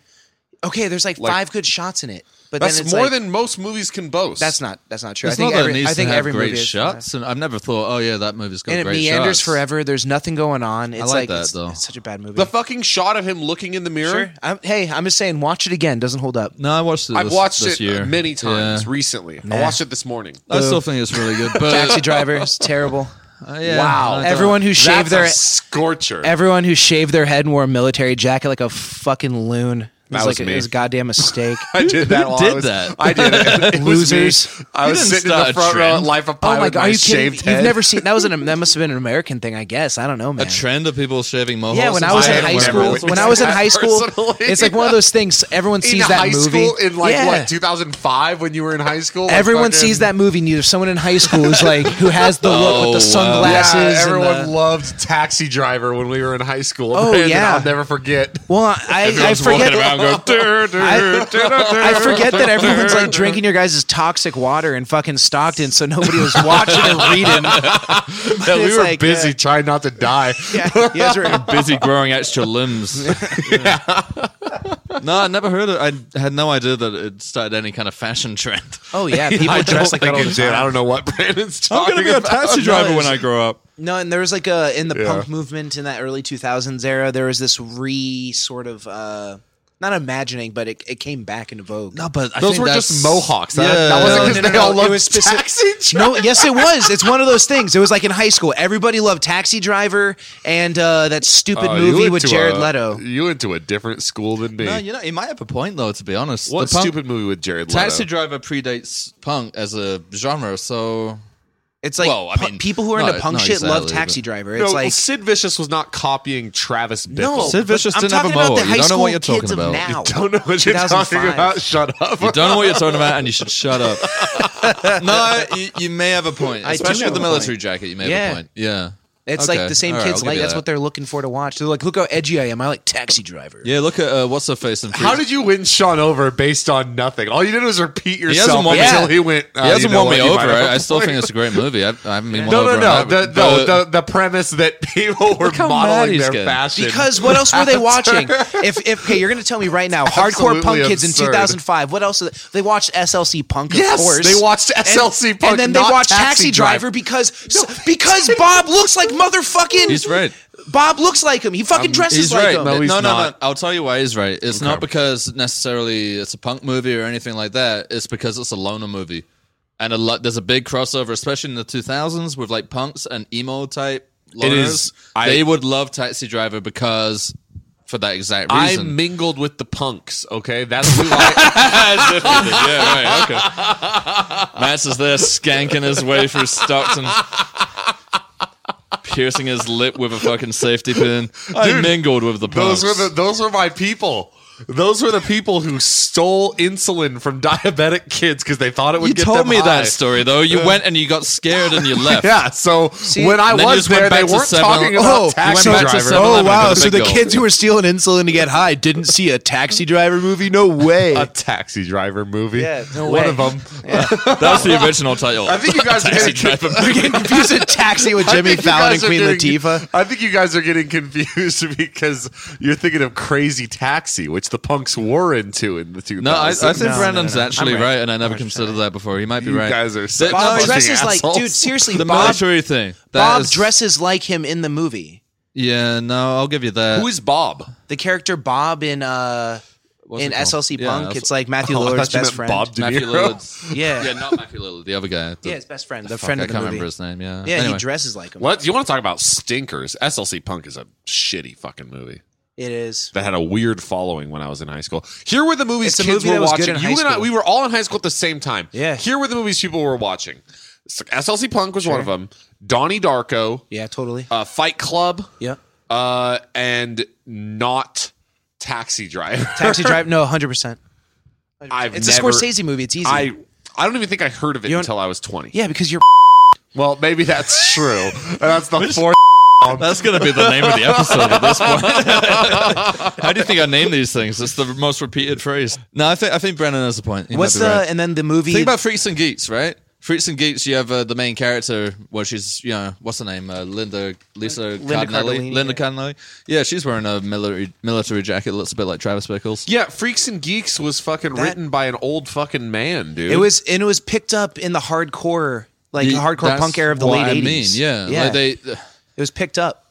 [SPEAKER 2] Okay, there's like,
[SPEAKER 4] Like-
[SPEAKER 2] five good shots in it, but
[SPEAKER 4] That's
[SPEAKER 2] then it's
[SPEAKER 4] more
[SPEAKER 2] like,
[SPEAKER 4] than most movies can boast.
[SPEAKER 2] that's not that's not true.
[SPEAKER 1] It's
[SPEAKER 2] I think
[SPEAKER 1] not that
[SPEAKER 2] every
[SPEAKER 1] it needs
[SPEAKER 2] I think
[SPEAKER 1] to have
[SPEAKER 2] every
[SPEAKER 1] great
[SPEAKER 2] movie is- uh,
[SPEAKER 1] shots, and I've never thought, oh yeah, that movie's got
[SPEAKER 2] and it
[SPEAKER 1] great
[SPEAKER 2] meanders
[SPEAKER 1] shots.
[SPEAKER 2] forever. There's nothing going on. It's
[SPEAKER 1] like that,
[SPEAKER 2] it's,
[SPEAKER 1] though.
[SPEAKER 2] it's such a bad movie.
[SPEAKER 4] the fucking shot of him looking in the mirror.
[SPEAKER 2] sure. I'm, hey, I'm just saying, watch it again. Doesn't hold up.
[SPEAKER 1] No, I watched it.
[SPEAKER 4] I've
[SPEAKER 1] this-
[SPEAKER 4] watched
[SPEAKER 1] this
[SPEAKER 4] it
[SPEAKER 1] year.
[SPEAKER 4] many times
[SPEAKER 1] Yeah.
[SPEAKER 4] recently. I watched it this morning.
[SPEAKER 1] I still think it's really good. But
[SPEAKER 2] Taxi driver is terrible.
[SPEAKER 1] uh, yeah,
[SPEAKER 4] Wow.
[SPEAKER 1] I don't-
[SPEAKER 2] Everyone who
[SPEAKER 4] That's
[SPEAKER 2] shaved their
[SPEAKER 4] a scorcher.
[SPEAKER 2] everyone who shaved their head and wore a military jacket like a fucking loon. It
[SPEAKER 4] That was
[SPEAKER 2] like
[SPEAKER 4] me.
[SPEAKER 2] a, it was a goddamn mistake.
[SPEAKER 4] I did that. while
[SPEAKER 1] did
[SPEAKER 4] I was,
[SPEAKER 1] that?
[SPEAKER 4] I did. It. It was me.
[SPEAKER 2] Losers.
[SPEAKER 4] I
[SPEAKER 1] You
[SPEAKER 4] was
[SPEAKER 1] didn't
[SPEAKER 4] sitting in the
[SPEAKER 1] start a
[SPEAKER 4] front row at
[SPEAKER 1] trend.
[SPEAKER 4] Life of Pi
[SPEAKER 2] oh my
[SPEAKER 4] with
[SPEAKER 2] god,
[SPEAKER 4] my
[SPEAKER 2] are you kidding?
[SPEAKER 4] shaved
[SPEAKER 2] me?
[SPEAKER 4] head.
[SPEAKER 2] You've never seen that was an that must have been an American thing, I guess. I don't know, man.
[SPEAKER 1] a trend of people shaving mohawks.
[SPEAKER 2] yeah, when
[SPEAKER 1] and
[SPEAKER 2] I was
[SPEAKER 1] shit.
[SPEAKER 2] in
[SPEAKER 4] I
[SPEAKER 2] high
[SPEAKER 4] never
[SPEAKER 2] school,
[SPEAKER 4] witnessed
[SPEAKER 2] when I was in
[SPEAKER 4] that
[SPEAKER 2] high school,
[SPEAKER 4] personally.
[SPEAKER 2] it's like one of those things. Everyone
[SPEAKER 4] in
[SPEAKER 2] sees that
[SPEAKER 4] high
[SPEAKER 2] movie
[SPEAKER 4] school in like
[SPEAKER 2] Yeah.
[SPEAKER 4] what 2005 when you were in high school. Like,
[SPEAKER 2] Everyone
[SPEAKER 4] fucking-
[SPEAKER 2] sees that movie. and Either someone in high school is like who has the look with
[SPEAKER 1] wow.
[SPEAKER 2] the sunglasses.
[SPEAKER 4] Oh, Yeah,
[SPEAKER 2] and
[SPEAKER 4] everyone
[SPEAKER 2] the-
[SPEAKER 4] loved Taxi Driver when we were in high school.
[SPEAKER 2] Oh,
[SPEAKER 4] Brandon,
[SPEAKER 2] yeah.
[SPEAKER 4] I'll never forget.
[SPEAKER 2] well, I, I
[SPEAKER 1] Everyone's
[SPEAKER 2] forget.
[SPEAKER 1] walking around
[SPEAKER 2] That,
[SPEAKER 1] going, "Durr, durr,
[SPEAKER 2] I, I forget that everyone's like drinking your guys' toxic water in fucking Stockton, so nobody was watching or reading.
[SPEAKER 4] Yeah, we
[SPEAKER 2] It's
[SPEAKER 4] were
[SPEAKER 2] like,
[SPEAKER 4] busy
[SPEAKER 2] uh,
[SPEAKER 4] trying not to die.
[SPEAKER 2] yeah, you guys were-
[SPEAKER 1] busy growing extra limbs. no, I never heard it. I had no idea that it started any kind of fashion trend.
[SPEAKER 2] oh yeah, people
[SPEAKER 4] I don't
[SPEAKER 2] dress like that
[SPEAKER 4] think
[SPEAKER 2] all
[SPEAKER 4] it
[SPEAKER 2] the
[SPEAKER 4] did. I
[SPEAKER 2] time.
[SPEAKER 4] don't know what Brandon's talking about.
[SPEAKER 1] taxi
[SPEAKER 2] driver when I
[SPEAKER 1] grow up.
[SPEAKER 2] No, and there was like a in the
[SPEAKER 4] Yeah.
[SPEAKER 2] punk movement in that early two thousands era. There was this re sort of uh, not imagining, but it, it came back into vogue.
[SPEAKER 1] No, but I
[SPEAKER 4] Those
[SPEAKER 1] think
[SPEAKER 4] were
[SPEAKER 1] that's-
[SPEAKER 4] just mohawks. That,
[SPEAKER 1] Yeah.
[SPEAKER 4] that wasn't
[SPEAKER 1] No,
[SPEAKER 4] because
[SPEAKER 2] no,
[SPEAKER 4] they
[SPEAKER 2] no,
[SPEAKER 4] all
[SPEAKER 2] it
[SPEAKER 4] loved
[SPEAKER 2] was speci-
[SPEAKER 4] Taxi Driver.
[SPEAKER 2] No, yes, it was. It's one of those things. It was like in high school. Everybody loved Taxi Driver and uh, that stupid
[SPEAKER 4] Oh, you
[SPEAKER 2] movie
[SPEAKER 4] went
[SPEAKER 2] with
[SPEAKER 4] to
[SPEAKER 2] Jared
[SPEAKER 4] a-
[SPEAKER 2] Leto.
[SPEAKER 4] You went to a different school than me.
[SPEAKER 1] No, you know, he might have a point though. To be honest,
[SPEAKER 4] what
[SPEAKER 1] The punk-
[SPEAKER 4] stupid movie with Jared Leto?
[SPEAKER 1] Taxi Driver predates punk as a genre, so
[SPEAKER 2] It's like
[SPEAKER 1] Well, I
[SPEAKER 2] pu-
[SPEAKER 1] mean,
[SPEAKER 2] people who are into
[SPEAKER 1] not-
[SPEAKER 2] punk
[SPEAKER 1] not
[SPEAKER 2] shit love
[SPEAKER 1] exactly,
[SPEAKER 2] Taxi
[SPEAKER 1] but-
[SPEAKER 2] Driver.
[SPEAKER 4] No,
[SPEAKER 2] It's like
[SPEAKER 4] Sid Vicious was not copying Travis Bickle.
[SPEAKER 2] no,
[SPEAKER 1] Sid
[SPEAKER 2] but
[SPEAKER 1] Vicious
[SPEAKER 2] I'm
[SPEAKER 1] didn't have a
[SPEAKER 2] talking about the
[SPEAKER 1] mohawk.
[SPEAKER 2] high
[SPEAKER 1] You don't know
[SPEAKER 2] school
[SPEAKER 1] what you're talking
[SPEAKER 2] kids of
[SPEAKER 1] about.
[SPEAKER 2] Now.
[SPEAKER 4] Don't know what you're talking
[SPEAKER 2] 2005.
[SPEAKER 4] about. Shut up.
[SPEAKER 1] you don't know what you're talking about, and you should shut up. no, you, you may have a point,
[SPEAKER 2] do
[SPEAKER 1] especially
[SPEAKER 2] have
[SPEAKER 1] with the
[SPEAKER 2] a point.
[SPEAKER 1] military jacket. You may
[SPEAKER 2] Yeah.
[SPEAKER 1] have a point. Yeah,
[SPEAKER 2] It's
[SPEAKER 1] Okay.
[SPEAKER 2] like the same
[SPEAKER 1] All right, I'll
[SPEAKER 2] kids
[SPEAKER 1] give
[SPEAKER 2] like
[SPEAKER 1] you
[SPEAKER 2] that's
[SPEAKER 1] that.
[SPEAKER 2] what they're looking for to watch. They're like, look how edgy I am. I like Taxi Driver.
[SPEAKER 1] Yeah, look at uh, what's her face in.
[SPEAKER 4] How did you win Sean over based on nothing? All you did was repeat
[SPEAKER 1] hasn't
[SPEAKER 4] yourself
[SPEAKER 1] won me-
[SPEAKER 4] until
[SPEAKER 1] Yeah.
[SPEAKER 4] he went. uh,
[SPEAKER 1] He hasn't
[SPEAKER 4] you know
[SPEAKER 1] won me
[SPEAKER 4] what, you
[SPEAKER 1] over.
[SPEAKER 4] might have
[SPEAKER 1] I, I
[SPEAKER 4] won.
[SPEAKER 1] still think it's a great movie. I, I haven't been won
[SPEAKER 4] No,
[SPEAKER 1] over.
[SPEAKER 4] no,
[SPEAKER 1] on that,
[SPEAKER 4] no. The,
[SPEAKER 1] but-
[SPEAKER 4] no the, the premise that people were
[SPEAKER 1] Look how mad
[SPEAKER 4] modeling
[SPEAKER 1] he's
[SPEAKER 4] their
[SPEAKER 1] getting.
[SPEAKER 4] fashion.
[SPEAKER 2] Because what else were they watching? If, if okay, you're gonna tell me right now, hardcore
[SPEAKER 4] Absolutely
[SPEAKER 2] punk kids in
[SPEAKER 4] absurd.
[SPEAKER 2] 2005. What else? They, they watched SLC Punk, of
[SPEAKER 4] Yes,
[SPEAKER 2] course.
[SPEAKER 4] they watched
[SPEAKER 2] And-
[SPEAKER 4] SLC Punk,
[SPEAKER 2] and then they
[SPEAKER 4] not
[SPEAKER 2] watched
[SPEAKER 4] Taxi
[SPEAKER 2] Taxi, Driver,
[SPEAKER 4] Driver.
[SPEAKER 2] because because Bob looks like motherfucking.
[SPEAKER 1] He's right. Um,
[SPEAKER 2] Bob looks like him. He fucking dresses
[SPEAKER 1] He's
[SPEAKER 2] like
[SPEAKER 1] right.
[SPEAKER 2] him.
[SPEAKER 1] No,
[SPEAKER 4] he's
[SPEAKER 1] no, no,
[SPEAKER 4] not.
[SPEAKER 1] I'll tell you why he's right. It's not because necessarily it's a punk movie or anything like that. It's because it's a loner movie, and a lot there's a big crossover, especially in the 2000s, with like punks and emo type. Loners.
[SPEAKER 4] is- I-
[SPEAKER 1] they would love Taxi Driver because for that exact
[SPEAKER 4] I
[SPEAKER 1] reason.
[SPEAKER 4] mingled with the punks. Okay, that's who I.
[SPEAKER 1] That's different. yeah, right. Okay. Matt's is there skanking his way through Stockton, piercing his lip with a fucking safety pin. I mingled with the punks.
[SPEAKER 4] those were the. Those were my people. Those were the people who stole insulin from diabetic kids because they thought it would
[SPEAKER 1] you
[SPEAKER 4] get
[SPEAKER 1] told
[SPEAKER 4] them
[SPEAKER 1] me
[SPEAKER 4] high.
[SPEAKER 1] that story though. You went and you got scared and you left.
[SPEAKER 4] Yeah, so when I
[SPEAKER 1] Then you
[SPEAKER 4] was
[SPEAKER 1] just went
[SPEAKER 4] there, they
[SPEAKER 1] back to
[SPEAKER 4] weren't
[SPEAKER 1] 7-Eleven.
[SPEAKER 4] talking
[SPEAKER 1] Oh,
[SPEAKER 4] about
[SPEAKER 1] you
[SPEAKER 4] taxi
[SPEAKER 1] went back to
[SPEAKER 4] driver.
[SPEAKER 1] 7-Eleven.
[SPEAKER 3] Oh wow!
[SPEAKER 1] with a
[SPEAKER 3] So
[SPEAKER 1] big
[SPEAKER 3] the
[SPEAKER 1] goal.
[SPEAKER 3] kids who were stealing insulin to get high didn't see a Taxi Driver movie? No way.
[SPEAKER 4] a taxi driver movie.
[SPEAKER 2] Yeah, no
[SPEAKER 4] one
[SPEAKER 2] way.
[SPEAKER 4] of them.
[SPEAKER 1] That's the original title.
[SPEAKER 4] I think you guys are
[SPEAKER 1] Taxi
[SPEAKER 4] getting confused.
[SPEAKER 3] Getting confused with Taxi with
[SPEAKER 4] I
[SPEAKER 3] Jimmy
[SPEAKER 4] think you
[SPEAKER 3] Fallon and
[SPEAKER 4] guys are
[SPEAKER 3] Queen
[SPEAKER 4] getting-
[SPEAKER 3] Latifah.
[SPEAKER 4] I think you guys are getting confused because you're thinking of Crazy Taxi, which the punks were into in the 2000s.
[SPEAKER 1] No, I, I think
[SPEAKER 2] No, no,
[SPEAKER 1] Brandon's
[SPEAKER 2] no, no.
[SPEAKER 1] actually
[SPEAKER 2] I'm
[SPEAKER 1] right.
[SPEAKER 2] right.
[SPEAKER 1] and I never considered that before. He might be
[SPEAKER 4] You
[SPEAKER 1] right.
[SPEAKER 4] guys are
[SPEAKER 1] The-
[SPEAKER 4] so
[SPEAKER 1] no,
[SPEAKER 2] Bob
[SPEAKER 4] fucking
[SPEAKER 2] dresses like
[SPEAKER 4] assholes.
[SPEAKER 2] dude. Seriously,
[SPEAKER 1] the
[SPEAKER 2] Bob.
[SPEAKER 1] military thing. That
[SPEAKER 2] Bob
[SPEAKER 1] is-
[SPEAKER 2] dresses like him in the movie.
[SPEAKER 1] Yeah, no, I'll give you that.
[SPEAKER 4] Who is Bob?
[SPEAKER 2] The character Bob in uh
[SPEAKER 1] What's
[SPEAKER 2] in
[SPEAKER 1] it called?
[SPEAKER 2] SLC
[SPEAKER 1] Yeah,
[SPEAKER 2] Punk.
[SPEAKER 1] that's-
[SPEAKER 2] it's like Matthew
[SPEAKER 4] Oh, I
[SPEAKER 2] Lillard's
[SPEAKER 4] thought you meant
[SPEAKER 2] best friend.
[SPEAKER 4] Bob De
[SPEAKER 1] Matthew
[SPEAKER 4] Niro.
[SPEAKER 1] Lillard's.
[SPEAKER 2] Yeah.
[SPEAKER 1] yeah, not Matthew Lillard, the other guy. The-
[SPEAKER 2] yeah, his best friend, the
[SPEAKER 1] Fuck,
[SPEAKER 2] friend
[SPEAKER 1] I
[SPEAKER 2] of the
[SPEAKER 1] can't
[SPEAKER 2] movie.
[SPEAKER 1] remember his name. Yeah.
[SPEAKER 2] Yeah,
[SPEAKER 1] Anyway.
[SPEAKER 2] he dresses like him.
[SPEAKER 4] What you want to talk about stinkers? SLC Punk is a shitty fucking movie
[SPEAKER 2] It is.
[SPEAKER 4] that had a weird following when I was in high school. Here were the movies
[SPEAKER 2] It's a
[SPEAKER 4] kids
[SPEAKER 2] movie
[SPEAKER 4] were
[SPEAKER 2] that was good
[SPEAKER 4] watching.
[SPEAKER 2] in
[SPEAKER 4] You
[SPEAKER 2] high
[SPEAKER 4] and I,
[SPEAKER 2] school.
[SPEAKER 4] we were all in high school at the same time.
[SPEAKER 2] Yeah.
[SPEAKER 4] Here were the movies people were watching. It's like SLC Punk was one of them. Donnie Darko,
[SPEAKER 2] Yeah, totally.
[SPEAKER 4] uh, Fight Club,
[SPEAKER 2] Yeah.
[SPEAKER 4] uh, and not Taxi Driver.
[SPEAKER 2] Taxi Driver. No, hundred percent.
[SPEAKER 4] I've
[SPEAKER 2] It's
[SPEAKER 4] never,
[SPEAKER 2] a Scorsese movie. It's easy.
[SPEAKER 4] I I don't even think I heard of it
[SPEAKER 2] You don't-
[SPEAKER 4] until I was twenty.
[SPEAKER 2] yeah, because you're.
[SPEAKER 4] Well, maybe that's true. And that's the fourth.
[SPEAKER 1] That's going to be the name of the episode at this point. How do you think I name these things? It's the most repeated phrase. No, I think I think Brennan has a point. He
[SPEAKER 2] What's
[SPEAKER 1] might be
[SPEAKER 2] the?
[SPEAKER 1] right.
[SPEAKER 2] And then the movie.
[SPEAKER 1] Think about Freaks and Geeks, right? Freaks and Geeks, you have uh, the main character, well, she's, you know, what's her name? Uh, Linda, Lisa
[SPEAKER 2] Linda
[SPEAKER 1] Cardinelli.
[SPEAKER 2] Cardellini,
[SPEAKER 1] Linda
[SPEAKER 2] yeah.
[SPEAKER 1] Cardinelli. Yeah, she's wearing a military military jacket. Looks a bit like Travis Bickles.
[SPEAKER 4] Yeah, Freaks and Geeks was fucking written by an old fucking man, dude.
[SPEAKER 2] it was and it was picked up in the hardcore like
[SPEAKER 1] You-
[SPEAKER 2] hardcore
[SPEAKER 1] that's
[SPEAKER 2] punk era of the
[SPEAKER 1] what
[SPEAKER 2] late
[SPEAKER 1] I mean,
[SPEAKER 2] eighties.
[SPEAKER 1] yeah.
[SPEAKER 2] yeah.
[SPEAKER 1] Like they, uh,
[SPEAKER 2] it was picked up.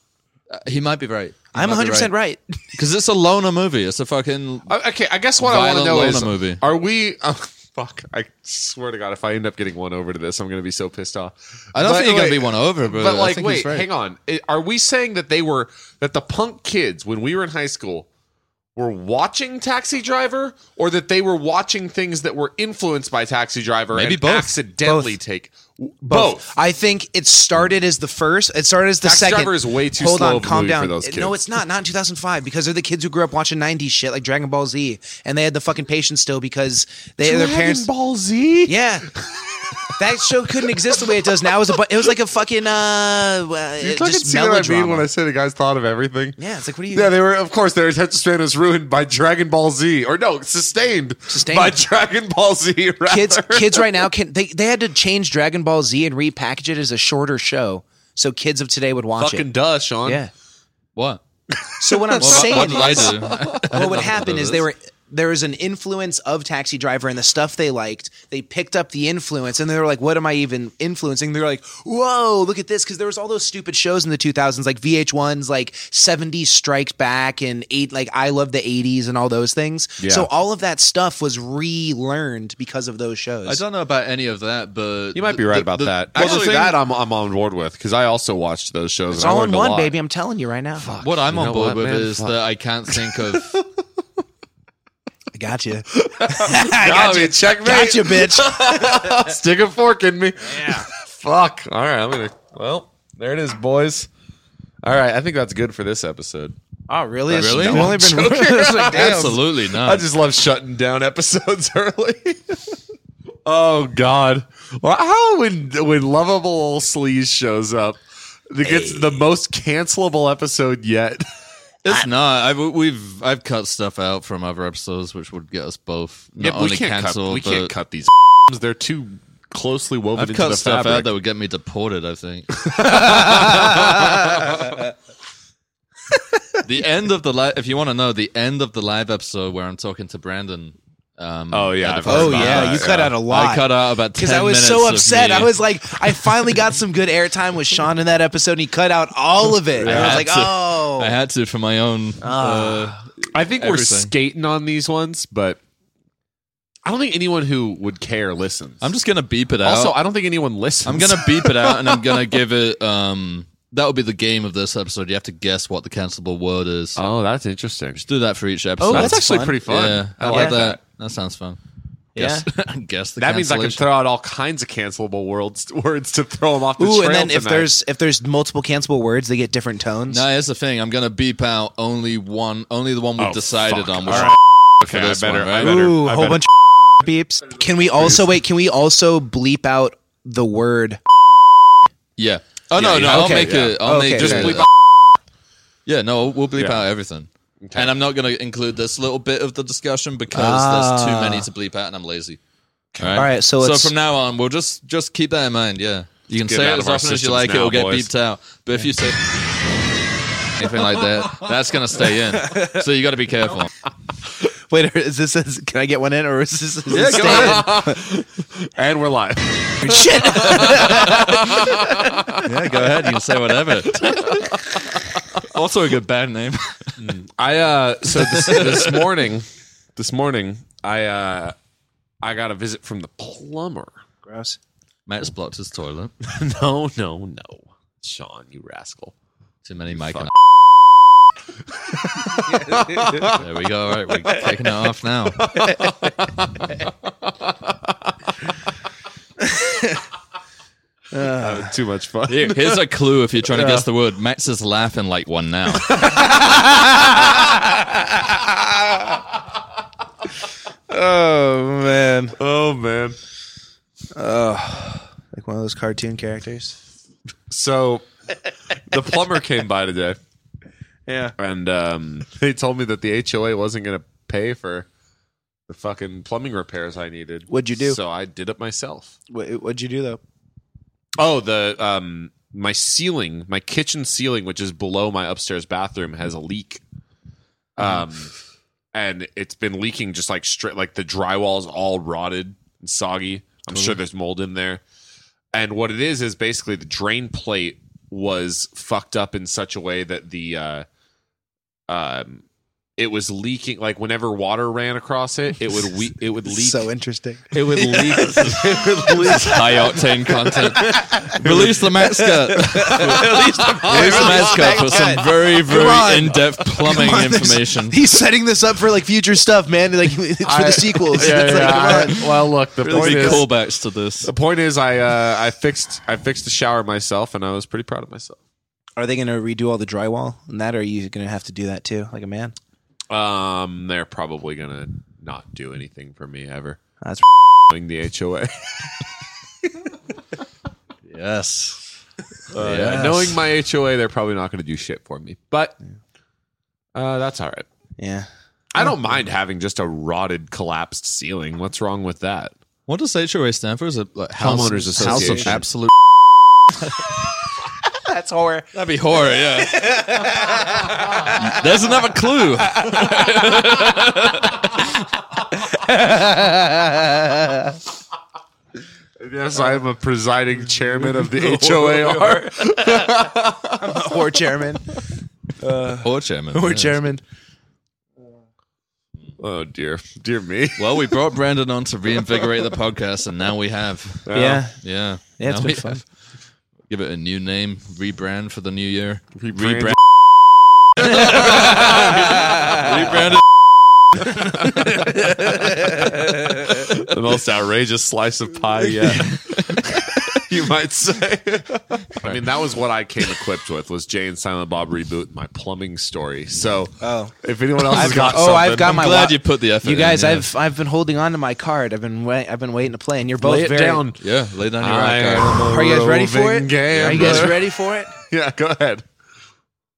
[SPEAKER 1] he might be right. He
[SPEAKER 2] I'm
[SPEAKER 1] might be
[SPEAKER 2] 100 percent right.
[SPEAKER 1] Because it's a loner movie. It's a fucking.
[SPEAKER 4] I- Uh, okay. I guess what I want to
[SPEAKER 1] Violent
[SPEAKER 4] know
[SPEAKER 1] Lona
[SPEAKER 4] is,
[SPEAKER 1] movie.
[SPEAKER 4] are we? Oh, fuck! I swear to God, if I end up getting one over to this, I'm gonna be so pissed off.
[SPEAKER 1] I don't
[SPEAKER 4] But
[SPEAKER 1] think you're going
[SPEAKER 4] wait,
[SPEAKER 1] to be won over, but,
[SPEAKER 4] But
[SPEAKER 1] I
[SPEAKER 4] like,
[SPEAKER 1] think
[SPEAKER 4] wait,
[SPEAKER 1] he's right.
[SPEAKER 4] hang on. I- Are we saying that they were that the punk kids when we were in high school were watching Taxi Driver, or that they were watching things that were influenced by Taxi Driver
[SPEAKER 1] Maybe
[SPEAKER 4] and
[SPEAKER 1] both.
[SPEAKER 4] accidentally
[SPEAKER 2] Both.
[SPEAKER 4] take w- both?
[SPEAKER 2] I think it started as the first. It started as the
[SPEAKER 4] Taxi
[SPEAKER 2] second.
[SPEAKER 4] Driver is way too
[SPEAKER 2] Hold
[SPEAKER 4] slow
[SPEAKER 2] on,
[SPEAKER 4] of a
[SPEAKER 2] calm
[SPEAKER 4] movie
[SPEAKER 2] down.
[SPEAKER 4] for those
[SPEAKER 2] No,
[SPEAKER 4] kids.
[SPEAKER 2] it's not. Not in 2005 because they're the kids who grew up watching 90s shit like Dragon Ball Z, and they had the fucking patience still because they their parents.
[SPEAKER 4] Ball Z.
[SPEAKER 2] Yeah. that show couldn't exist the way it does now. It was, a, bu- it was like a fucking uh, uh
[SPEAKER 4] You fucking
[SPEAKER 2] just
[SPEAKER 4] see what I
[SPEAKER 2] melodrama.
[SPEAKER 4] mean when I say the guys thought of everything.
[SPEAKER 2] yeah, it's like what are you?
[SPEAKER 4] Yeah, they were. Of course, their attention span was ruined by Dragon Ball Z, or no, sustained,
[SPEAKER 2] Sustained.
[SPEAKER 4] by Dragon Ball Z. Rather.
[SPEAKER 2] kids, kids right now can they? They had to change Dragon Ball Z and repackage it as a shorter show so kids of today would watch
[SPEAKER 4] fucking
[SPEAKER 2] it.
[SPEAKER 4] duh, Sean.
[SPEAKER 2] Yeah.
[SPEAKER 1] What?
[SPEAKER 2] So what I'm
[SPEAKER 1] What,
[SPEAKER 2] saying
[SPEAKER 1] what did I
[SPEAKER 2] is-
[SPEAKER 1] do?
[SPEAKER 2] well, what happened is they were there was an influence of Taxi Driver and the stuff they liked. They picked up the influence and they were like, "What am I even influencing?" They're like, "Whoa, look at this!" Because there was all those stupid shows in the 2000s, like VH1's like 70s Strikes Back and eight like I Love the 80s and all those things. So all of that stuff was relearned because of those shows.
[SPEAKER 1] I don't know about any of that, but
[SPEAKER 4] You might be right
[SPEAKER 1] the-
[SPEAKER 4] about
[SPEAKER 1] the-
[SPEAKER 4] that.
[SPEAKER 1] well, the
[SPEAKER 4] Actually,
[SPEAKER 1] thing-
[SPEAKER 4] that I'm, I'm on board with because I also watched those shows.
[SPEAKER 2] it's
[SPEAKER 4] and I
[SPEAKER 2] all in
[SPEAKER 4] learned a
[SPEAKER 2] one,
[SPEAKER 4] lot.
[SPEAKER 2] baby. I'm telling you right now.
[SPEAKER 1] what I'm
[SPEAKER 4] You
[SPEAKER 1] on
[SPEAKER 4] know
[SPEAKER 1] board
[SPEAKER 4] what,
[SPEAKER 1] with
[SPEAKER 4] man?
[SPEAKER 1] is
[SPEAKER 4] Fuck.
[SPEAKER 1] that I can't think of.
[SPEAKER 2] I got you.
[SPEAKER 4] Got me, checkmate.
[SPEAKER 2] Got you, bitch.
[SPEAKER 4] Stick a fork in me. Yeah. Fuck. All right. I'm gonna. Well, there it is, boys. All right. I think that's good for this episode.
[SPEAKER 2] oh, really?
[SPEAKER 1] Really?
[SPEAKER 2] We've only been
[SPEAKER 1] Absolutely
[SPEAKER 4] I
[SPEAKER 1] not.
[SPEAKER 4] just love shutting down episodes early. oh God! Well, how when when lovable old sleaze shows up The, gets the most cancelable episode yet.
[SPEAKER 1] It's not. I've, we've I've cut stuff out from other episodes, which would get us both not only canceled,
[SPEAKER 4] cut, we
[SPEAKER 1] but
[SPEAKER 4] can't cut these. They're too closely woven
[SPEAKER 1] I've
[SPEAKER 4] into
[SPEAKER 1] cut
[SPEAKER 4] the
[SPEAKER 1] stuff
[SPEAKER 4] fabric.
[SPEAKER 1] out that would get me deported. I think. the end of the live. If you want to know the end of the live episode where I'm talking to Brandon. Um,
[SPEAKER 4] Oh,
[SPEAKER 1] at
[SPEAKER 4] yeah,
[SPEAKER 1] the
[SPEAKER 4] I've
[SPEAKER 1] very
[SPEAKER 2] Oh
[SPEAKER 4] heard
[SPEAKER 1] bottom,
[SPEAKER 2] yeah,
[SPEAKER 4] that,
[SPEAKER 2] you cut
[SPEAKER 4] yeah.
[SPEAKER 2] out a lot.
[SPEAKER 1] I cut out about
[SPEAKER 2] because
[SPEAKER 1] ten
[SPEAKER 2] I was
[SPEAKER 1] minutes
[SPEAKER 2] so
[SPEAKER 1] of
[SPEAKER 2] upset.
[SPEAKER 1] me.
[SPEAKER 2] I was like, I finally got some good airtime with Sean in that episode, and he cut out all of it. I,
[SPEAKER 1] had
[SPEAKER 2] was like,
[SPEAKER 1] to.
[SPEAKER 2] oh,
[SPEAKER 1] I had to for my own. uh,
[SPEAKER 2] Ah.
[SPEAKER 4] I think we're
[SPEAKER 1] Everything.
[SPEAKER 4] skating on these ones, but I don't think anyone who would care listens.
[SPEAKER 1] I'm just gonna beep it out.
[SPEAKER 4] also I don't think anyone listens.
[SPEAKER 1] I'm gonna beep it out, and I'm gonna give it. Um, that would be the game of this episode. You have to guess what the cancelable word is.
[SPEAKER 4] Oh, that's interesting.
[SPEAKER 1] Just do that for each episode.
[SPEAKER 2] Oh, that's
[SPEAKER 4] actually
[SPEAKER 2] fun.
[SPEAKER 4] pretty fun.
[SPEAKER 1] Yeah, I
[SPEAKER 4] I
[SPEAKER 1] like
[SPEAKER 4] like
[SPEAKER 1] that. That sounds fun.
[SPEAKER 2] yeah.
[SPEAKER 1] Guess, guess the
[SPEAKER 4] That means I can
[SPEAKER 1] cancellation.
[SPEAKER 4] throw out all kinds of cancelable words words to throw them off the
[SPEAKER 2] Ooh,
[SPEAKER 4] trail
[SPEAKER 2] and then if
[SPEAKER 4] tonight.
[SPEAKER 2] there's if there's multiple cancelable words, they get different tones.
[SPEAKER 1] No, here's the thing. I'm gonna beep out only one, only the one we've
[SPEAKER 4] Oh,
[SPEAKER 1] decided
[SPEAKER 4] fuck.
[SPEAKER 1] on. Which
[SPEAKER 4] All
[SPEAKER 1] is
[SPEAKER 4] okay,
[SPEAKER 1] for
[SPEAKER 4] I
[SPEAKER 1] this
[SPEAKER 4] better,
[SPEAKER 1] one,
[SPEAKER 4] I
[SPEAKER 1] right?
[SPEAKER 4] better,
[SPEAKER 2] Ooh,
[SPEAKER 4] I
[SPEAKER 2] a whole
[SPEAKER 4] better-
[SPEAKER 2] bunch of beeps. Can we also wait? Can we also bleep out the word?
[SPEAKER 1] yeah. Oh no, no.
[SPEAKER 4] Yeah, yeah,
[SPEAKER 1] I'll
[SPEAKER 2] okay,
[SPEAKER 1] make it. I'll
[SPEAKER 2] Okay,
[SPEAKER 1] make
[SPEAKER 2] Just
[SPEAKER 1] it.
[SPEAKER 4] bleep
[SPEAKER 1] uh,
[SPEAKER 4] out-
[SPEAKER 1] Yeah, no, we'll bleep
[SPEAKER 4] Yeah.
[SPEAKER 1] out everything.
[SPEAKER 4] Okay.
[SPEAKER 1] And I'm not going to include this little bit of the discussion because there's too
[SPEAKER 2] Ah.
[SPEAKER 1] many to bleep out, and I'm lazy.
[SPEAKER 2] All right, so it's-
[SPEAKER 1] from now on, we'll just just keep that in mind. Yeah, you can
[SPEAKER 4] get
[SPEAKER 1] say
[SPEAKER 4] it
[SPEAKER 1] it
[SPEAKER 4] out
[SPEAKER 1] as
[SPEAKER 4] of our
[SPEAKER 1] often as you
[SPEAKER 4] systems
[SPEAKER 1] like.
[SPEAKER 4] now,
[SPEAKER 1] it'll get
[SPEAKER 4] boys.
[SPEAKER 1] beeped out. But if you say anything like that, that's going to stay in. So you got to be careful.
[SPEAKER 2] Wait, is this? Is, can I get one in, or is this? Is this
[SPEAKER 4] go
[SPEAKER 2] staying?
[SPEAKER 4] and we're live.
[SPEAKER 2] Shit!
[SPEAKER 1] yeah, go ahead. You can say whatever. also, a good band name.
[SPEAKER 4] I uh so this, this morning, this morning I uh I got a visit from the plumber.
[SPEAKER 2] Gross.
[SPEAKER 1] Matt's blocked his toilet.
[SPEAKER 4] No, no, no, Sean, you rascal.
[SPEAKER 1] Too many mic. And there we go. All right, we're taking it off now.
[SPEAKER 4] Having Uh, too much fun.
[SPEAKER 1] Here- here's a clue if you're trying to guess the word. Max is laughing like one now.
[SPEAKER 2] Oh man,
[SPEAKER 4] Oh man.
[SPEAKER 2] like one of those cartoon characters.
[SPEAKER 4] So the plumber came by today,
[SPEAKER 2] Yeah.
[SPEAKER 4] and um, they told me that the HOA wasn't going to pay for the fucking plumbing repairs I needed.
[SPEAKER 2] What'd you do?
[SPEAKER 4] So I did it myself.
[SPEAKER 2] What, what'd you do though?
[SPEAKER 4] Oh, the um, my ceiling, my kitchen ceiling, which is below my upstairs bathroom, has a leak. Um, and it's been leaking just like straight, like the drywall's all rotted and soggy. I'm sure there's mold in there. And what it is is basically the drain plate was fucked up in such a way that the uh, um, it was leaking. Like whenever water ran across it, it would we- it would leak.
[SPEAKER 2] So interesting.
[SPEAKER 4] it would leak. it would leak.
[SPEAKER 1] High octane content. Release the Max cut. Release the Max cut for some very,
[SPEAKER 2] on.
[SPEAKER 1] very in depth plumbing
[SPEAKER 2] Come on, this-
[SPEAKER 1] information.
[SPEAKER 2] He's setting this up for like future stuff, man. Like it's for the sequels. It's like, come on.
[SPEAKER 4] well, look, the
[SPEAKER 1] There'll
[SPEAKER 4] point
[SPEAKER 1] be
[SPEAKER 4] is,
[SPEAKER 1] callbacks to this.
[SPEAKER 4] the point is, I uh, I fixed I fixed the shower myself, and I was pretty proud of myself.
[SPEAKER 2] Are they going to redo all the drywall and that? Or are you going to have to do that too, like a man?
[SPEAKER 4] Um, they're probably gonna not do anything for me ever.
[SPEAKER 2] That's
[SPEAKER 4] Doing the HOA,
[SPEAKER 1] Yes.
[SPEAKER 4] Uh,
[SPEAKER 1] Yes.
[SPEAKER 4] knowing my HOA, they're probably not gonna do shit for me. But uh, that's all right.
[SPEAKER 2] yeah.
[SPEAKER 4] I don't mind having just a rotted, collapsed ceiling. What's wrong with that?
[SPEAKER 1] What does HOA stand for? Is it like
[SPEAKER 4] Homeowners
[SPEAKER 1] house, House of
[SPEAKER 4] Association.
[SPEAKER 1] absolute.
[SPEAKER 2] That's horror.
[SPEAKER 1] That'd be horror, yeah. There's another clue.
[SPEAKER 4] Yes, I am a presiding chairman of the HOAR.
[SPEAKER 2] Horror chairman.
[SPEAKER 1] Or chairman.
[SPEAKER 2] Horror
[SPEAKER 1] yeah.
[SPEAKER 2] chairman.
[SPEAKER 4] Oh dear, dear me.
[SPEAKER 1] Well, we brought Brandon on to reinvigorate the podcast, and now we have.
[SPEAKER 2] Yeah.
[SPEAKER 1] Yeah.
[SPEAKER 2] Yeah,
[SPEAKER 1] Now
[SPEAKER 2] it's been
[SPEAKER 1] we
[SPEAKER 2] fun.
[SPEAKER 1] have- Give it a new name, rebrand for the new year.
[SPEAKER 4] Rebrand.
[SPEAKER 1] Rebrand
[SPEAKER 4] the most outrageous slice of pie yet. you might say. I mean, that was what I came equipped with was Jay and Silent Bob reboot and my plumbing story. So,
[SPEAKER 2] Oh.
[SPEAKER 4] if anyone else has
[SPEAKER 2] I've-
[SPEAKER 4] got,
[SPEAKER 2] oh,
[SPEAKER 4] something,
[SPEAKER 2] I've got
[SPEAKER 1] I'm
[SPEAKER 2] my
[SPEAKER 1] glad
[SPEAKER 2] wa-
[SPEAKER 1] you put the effort.
[SPEAKER 2] You guys,
[SPEAKER 1] in, yeah.
[SPEAKER 2] I've I've been holding on to my card. I've been wait, I've been waiting to play, and you're both
[SPEAKER 4] lay it
[SPEAKER 2] very.
[SPEAKER 4] down.
[SPEAKER 1] yeah. Lay down your
[SPEAKER 4] I
[SPEAKER 1] rock
[SPEAKER 4] am
[SPEAKER 1] card.
[SPEAKER 4] a
[SPEAKER 2] Are you guys ready for
[SPEAKER 4] roving
[SPEAKER 2] it? Are you guys
[SPEAKER 4] gambler.
[SPEAKER 2] ready for it?
[SPEAKER 4] yeah, go ahead.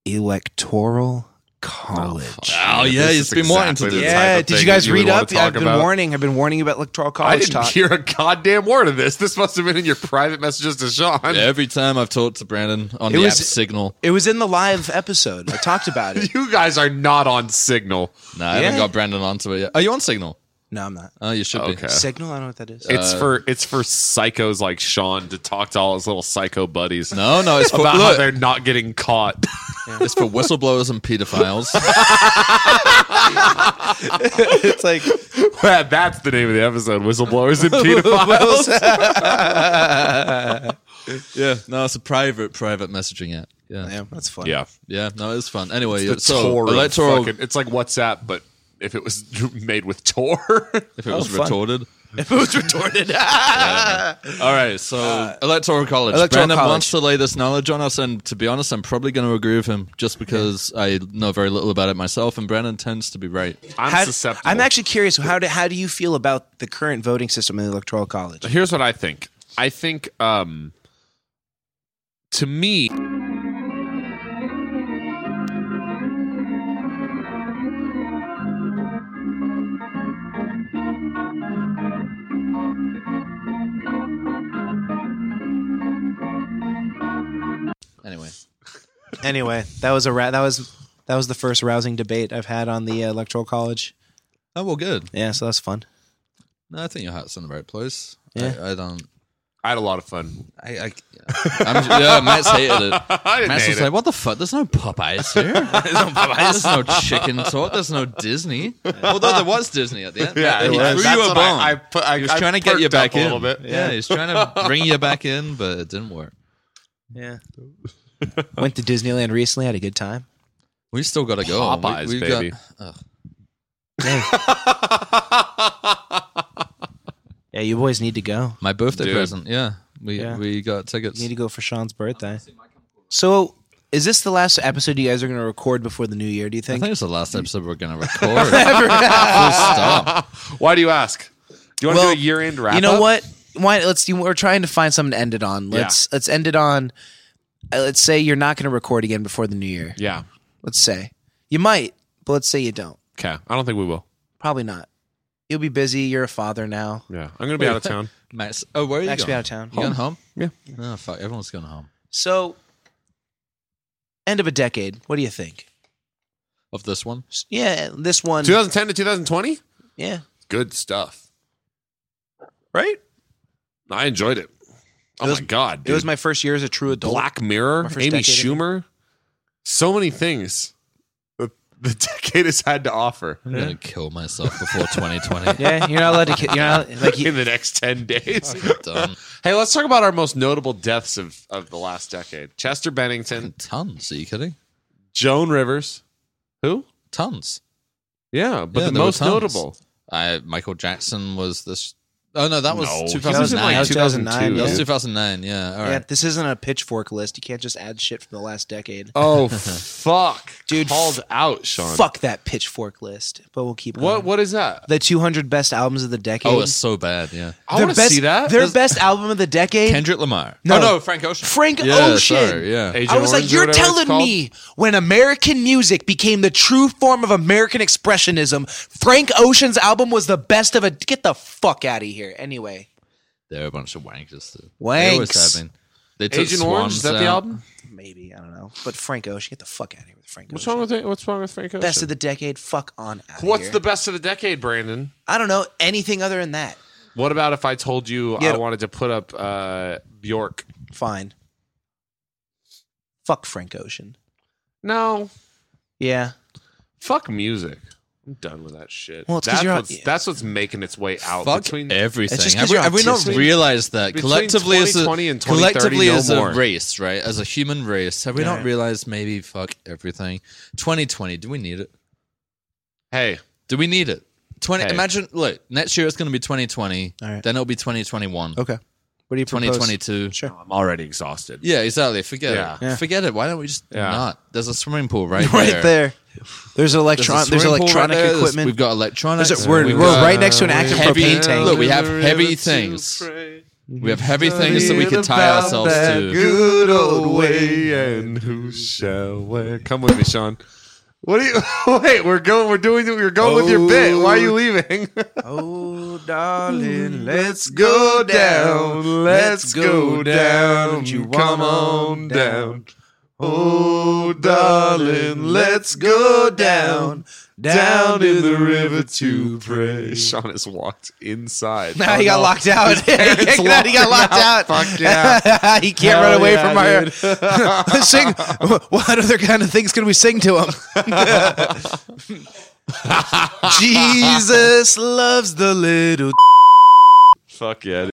[SPEAKER 2] Electoral College.
[SPEAKER 1] Oh, yeah,
[SPEAKER 4] This
[SPEAKER 1] he's
[SPEAKER 4] is
[SPEAKER 1] been wanting to
[SPEAKER 4] exactly
[SPEAKER 1] do
[SPEAKER 4] the
[SPEAKER 1] that.
[SPEAKER 4] type
[SPEAKER 2] yeah,
[SPEAKER 4] of
[SPEAKER 2] did
[SPEAKER 4] thing
[SPEAKER 2] you guys
[SPEAKER 4] that would
[SPEAKER 2] read
[SPEAKER 4] wanna
[SPEAKER 2] up?
[SPEAKER 4] talk
[SPEAKER 2] I've been
[SPEAKER 4] about.
[SPEAKER 2] warning. I've been warning about electoral
[SPEAKER 4] I
[SPEAKER 2] college
[SPEAKER 4] didn't
[SPEAKER 2] talk.
[SPEAKER 4] hear a goddamn word of this. This must have been in your private messages to Sean.
[SPEAKER 1] Every time I've talked to Brandon on
[SPEAKER 2] It
[SPEAKER 1] the
[SPEAKER 2] was-
[SPEAKER 1] app Signal,
[SPEAKER 2] It was in the live episode. I talked about it.
[SPEAKER 4] You guys are not on Signal.
[SPEAKER 1] no, I haven't
[SPEAKER 2] Yeah.
[SPEAKER 1] got Brandon onto it yet. Are you on Signal?
[SPEAKER 2] No, I'm not.
[SPEAKER 1] Oh, you should be.
[SPEAKER 4] Okay.
[SPEAKER 2] Signal. I don't know what that is.
[SPEAKER 1] Uh,
[SPEAKER 4] It's for it's for psychos like Sean to talk to all his little psycho buddies
[SPEAKER 1] No, no, it's for
[SPEAKER 4] about how
[SPEAKER 1] look,
[SPEAKER 4] they're not getting caught.
[SPEAKER 1] it's for whistleblowers and pedophiles.
[SPEAKER 2] it's like
[SPEAKER 4] Well, That's the name of the episode: whistleblowers and pedophiles.
[SPEAKER 1] yeah, no, it's a private private messaging app. Yeah, yeah,
[SPEAKER 2] yeah, that's fun.
[SPEAKER 4] yeah,
[SPEAKER 1] no, it's fun. Anyway,
[SPEAKER 4] the
[SPEAKER 1] so
[SPEAKER 4] Tor of
[SPEAKER 1] electoral.
[SPEAKER 4] fucking- it's like WhatsApp, but if it was made with Tor.
[SPEAKER 1] if it was
[SPEAKER 2] fun.
[SPEAKER 1] retorted.
[SPEAKER 2] it was retorted.
[SPEAKER 1] All right, so electoral college.
[SPEAKER 2] Electoral
[SPEAKER 1] Brandon
[SPEAKER 2] college.
[SPEAKER 1] wants to lay this knowledge on us, and to be honest, I'm probably going to agree with him just because I know very little about it myself, and Brandon tends to be right.
[SPEAKER 4] I'm
[SPEAKER 2] How-
[SPEAKER 4] susceptible.
[SPEAKER 2] I'm actually curious. How do how do you feel about the current voting system in the electoral college?
[SPEAKER 4] Here's what I think. I think um to me
[SPEAKER 1] Anyway,
[SPEAKER 2] Anyway, that was a ra- that was that was the first rousing debate I've had on the uh, electoral college.
[SPEAKER 1] oh well, good.
[SPEAKER 2] Yeah, so that's fun.
[SPEAKER 1] No, I think your heart's in the right place.
[SPEAKER 2] Yeah.
[SPEAKER 1] I, I don't.
[SPEAKER 4] I had a lot of fun.
[SPEAKER 1] I, I I'm, yeah, Matt's hated it.
[SPEAKER 4] I didn't
[SPEAKER 1] Matt's
[SPEAKER 4] hate
[SPEAKER 1] was
[SPEAKER 4] it.
[SPEAKER 1] like, "What the fuck? There's no Popeyes here. there's no Popeyes. There's no chicken talk. There's no Disney. Although there was Disney at the end.
[SPEAKER 4] Yeah,
[SPEAKER 1] Matt, he
[SPEAKER 4] it was.
[SPEAKER 1] threw
[SPEAKER 4] That's
[SPEAKER 1] you a
[SPEAKER 4] what
[SPEAKER 1] bone.
[SPEAKER 4] I- I put- I-
[SPEAKER 1] he was
[SPEAKER 4] I
[SPEAKER 1] trying to get you
[SPEAKER 4] perked up
[SPEAKER 1] back
[SPEAKER 4] a
[SPEAKER 1] in.
[SPEAKER 4] little bit.
[SPEAKER 1] Yeah, he was trying to bring you back in, but it didn't work.
[SPEAKER 2] Yeah. Went to Disneyland recently. Had a good time.
[SPEAKER 1] We still got to go.
[SPEAKER 4] Popeyes,
[SPEAKER 1] we, we've
[SPEAKER 4] baby.
[SPEAKER 1] Got,
[SPEAKER 2] Yeah, you boys need to go.
[SPEAKER 1] my birthday
[SPEAKER 4] Dude.
[SPEAKER 1] present. Yeah, we
[SPEAKER 2] Yeah.
[SPEAKER 1] we got tickets.
[SPEAKER 2] You need to go for Sean's birthday. So, is this the last episode you guys are going to record before the new year? Do you
[SPEAKER 1] I
[SPEAKER 2] think?
[SPEAKER 1] think it's the last episode we're gonna record. Full stop.
[SPEAKER 4] Why do you ask? Do you want to
[SPEAKER 2] Well,
[SPEAKER 4] do a year end wrap?
[SPEAKER 2] you know
[SPEAKER 4] up?
[SPEAKER 2] what? Why? Let's. You, we're trying to find something to end it on. Let's let's end it on. uh, Let's say you're not going to record again before the new year.
[SPEAKER 4] Yeah.
[SPEAKER 2] Let's say you might, but let's say you don't.
[SPEAKER 4] Okay. I don't think we will.
[SPEAKER 2] Probably not. You'll be busy. You're a father now.
[SPEAKER 4] Yeah. I'm gonna be out of town.
[SPEAKER 1] Max, oh, where are you
[SPEAKER 2] Max be
[SPEAKER 1] going?
[SPEAKER 2] out of town.
[SPEAKER 1] You going home?
[SPEAKER 4] Yeah.
[SPEAKER 1] Oh fuck, everyone's going home.
[SPEAKER 2] So, end of a decade. What do you think?
[SPEAKER 1] Of this one,
[SPEAKER 2] S- Yeah, this one.
[SPEAKER 4] 2010 to 2020.
[SPEAKER 2] Yeah,
[SPEAKER 4] Good stuff.
[SPEAKER 2] right.
[SPEAKER 4] I enjoyed it. Oh
[SPEAKER 2] was-
[SPEAKER 4] my god,
[SPEAKER 2] It was
[SPEAKER 4] dude.
[SPEAKER 2] my first year as a true adult.
[SPEAKER 4] Black Mirror,
[SPEAKER 2] My first
[SPEAKER 4] Amy
[SPEAKER 2] decade of-
[SPEAKER 4] Schumer, so many things that the decade has had to offer
[SPEAKER 1] I'm gonna kill myself before 2020.
[SPEAKER 2] Yeah, you're not allowed to. ki- You're not like. You,
[SPEAKER 4] in the next ten days.
[SPEAKER 1] Done.
[SPEAKER 4] hey, let's talk about our most notable deaths of of the last decade: Chester Bennington,
[SPEAKER 1] Tons. Are you kidding?
[SPEAKER 4] Joan Rivers, who?
[SPEAKER 1] Tons.
[SPEAKER 4] Yeah, but
[SPEAKER 1] Yeah,
[SPEAKER 4] the
[SPEAKER 1] there were
[SPEAKER 4] most
[SPEAKER 1] tons. Oh,
[SPEAKER 4] notable.
[SPEAKER 1] I Michael Jackson was this. Oh no, that was
[SPEAKER 4] No, he was in,
[SPEAKER 1] 2009.
[SPEAKER 2] like,
[SPEAKER 1] That was
[SPEAKER 2] 2009,
[SPEAKER 1] 2009. That was
[SPEAKER 2] yeah.
[SPEAKER 1] 2009. Yeah. All
[SPEAKER 2] yeah,
[SPEAKER 1] right.
[SPEAKER 2] this isn't a pitchfork list. You can't just add shit from the last decade.
[SPEAKER 4] Oh fuck,
[SPEAKER 2] Dude,
[SPEAKER 4] called out, Sean.
[SPEAKER 2] Fuck that pitchfork list. But we'll keep
[SPEAKER 4] What?
[SPEAKER 2] going.
[SPEAKER 4] What is that?
[SPEAKER 2] the 200 best albums of the decade.
[SPEAKER 1] Oh, it's so bad. Yeah.
[SPEAKER 4] I
[SPEAKER 2] Their
[SPEAKER 4] want to
[SPEAKER 2] best-
[SPEAKER 4] see that.
[SPEAKER 2] Their best album of the decade.
[SPEAKER 1] Kendrick Lamar.
[SPEAKER 2] No.
[SPEAKER 1] Oh no, Frank Ocean.
[SPEAKER 2] Frank
[SPEAKER 1] yeah,
[SPEAKER 2] Ocean.
[SPEAKER 1] Sorry, yeah.
[SPEAKER 4] Agent
[SPEAKER 2] I was
[SPEAKER 4] Orange
[SPEAKER 2] like,
[SPEAKER 4] or
[SPEAKER 2] you're
[SPEAKER 4] whatever it's
[SPEAKER 2] telling
[SPEAKER 4] called?
[SPEAKER 2] me when American music became the true form of American expressionism, Frank Ocean's album was the best of a. Get the fuck out of here. Anyway,
[SPEAKER 1] They're a bunch of wankers. Too.
[SPEAKER 2] Wanks.
[SPEAKER 1] They always have been. They took
[SPEAKER 4] Agent Orange. Is
[SPEAKER 1] Swans uh,
[SPEAKER 4] that the
[SPEAKER 1] out.
[SPEAKER 4] album?
[SPEAKER 2] maybe I don't know, but Frank Ocean, get the fuck out of here with Frank
[SPEAKER 4] What's
[SPEAKER 2] Ocean.
[SPEAKER 4] wrong with it? What's wrong with Frank Ocean?
[SPEAKER 2] best of the decade? Fuck on. Out
[SPEAKER 4] What's the best of the decade, Brandon?
[SPEAKER 2] I don't know anything other than that.
[SPEAKER 4] What about if I told you
[SPEAKER 2] Yeah.
[SPEAKER 4] I wanted to put up uh, Bjork?
[SPEAKER 2] Fine. Fuck Frank Ocean.
[SPEAKER 4] No,
[SPEAKER 2] Yeah.
[SPEAKER 4] fuck music. I'm done with that shit.
[SPEAKER 2] Well, it's 'cause
[SPEAKER 4] that's,
[SPEAKER 2] you're-
[SPEAKER 4] what's, that's what's making its way out.
[SPEAKER 1] Fuck
[SPEAKER 4] between
[SPEAKER 1] everything.
[SPEAKER 2] It's just 'cause
[SPEAKER 1] have we,
[SPEAKER 2] you're
[SPEAKER 1] have we not
[SPEAKER 2] autistic.
[SPEAKER 1] realized that
[SPEAKER 4] Between
[SPEAKER 1] collectively as a
[SPEAKER 4] 2020 and 2030,
[SPEAKER 1] collectively
[SPEAKER 4] no
[SPEAKER 1] as a
[SPEAKER 4] more.
[SPEAKER 1] race, right? As a human race, have we not realized maybe fuck everything? 2020. Do we need it?
[SPEAKER 4] hey,
[SPEAKER 1] Do we need it? Twenty.
[SPEAKER 4] Hey.
[SPEAKER 1] Imagine. Look, next year it's going to be 2020.
[SPEAKER 2] All right.
[SPEAKER 1] Then it'll be 2021.
[SPEAKER 2] Okay. What do you propose?
[SPEAKER 1] 2022.
[SPEAKER 2] Sure.
[SPEAKER 4] I'm already exhausted.
[SPEAKER 1] Yeah, exactly. Forget
[SPEAKER 4] Yeah.
[SPEAKER 1] it.
[SPEAKER 2] Yeah.
[SPEAKER 1] Forget it. Why don't we just
[SPEAKER 4] Yeah.
[SPEAKER 1] not? There's a swimming pool right,
[SPEAKER 2] Right there. There's
[SPEAKER 1] There's,
[SPEAKER 2] electron.
[SPEAKER 1] a
[SPEAKER 2] There's
[SPEAKER 1] swimming pool right
[SPEAKER 2] electronic
[SPEAKER 1] there. There's-
[SPEAKER 2] equipment.
[SPEAKER 1] We've got electronics.
[SPEAKER 2] There's a- we're
[SPEAKER 1] We've
[SPEAKER 2] we're
[SPEAKER 1] got-
[SPEAKER 2] right next to an active
[SPEAKER 1] heavy-
[SPEAKER 2] propane tank.
[SPEAKER 1] Look, we have heavy things. We have heavy things that we could tie ourselves to.
[SPEAKER 3] Good old way, and who shall wear? Come with me, Sean. What are you? Wait, we're going. We're doing. We're going with your bit. Why are you leaving?
[SPEAKER 2] Oh, darling,
[SPEAKER 3] Mm, Let's go down. Let's go down. You come on down. Oh, darling, let's go down. Down in the river to pray. Sean has walked inside.
[SPEAKER 2] Now he got locked out. he got he got locked out.
[SPEAKER 3] Fuck yeah.
[SPEAKER 2] he can't run away from our sing. What other kind of things can we sing to him? Jesus loves the little.
[SPEAKER 3] Fuck yeah,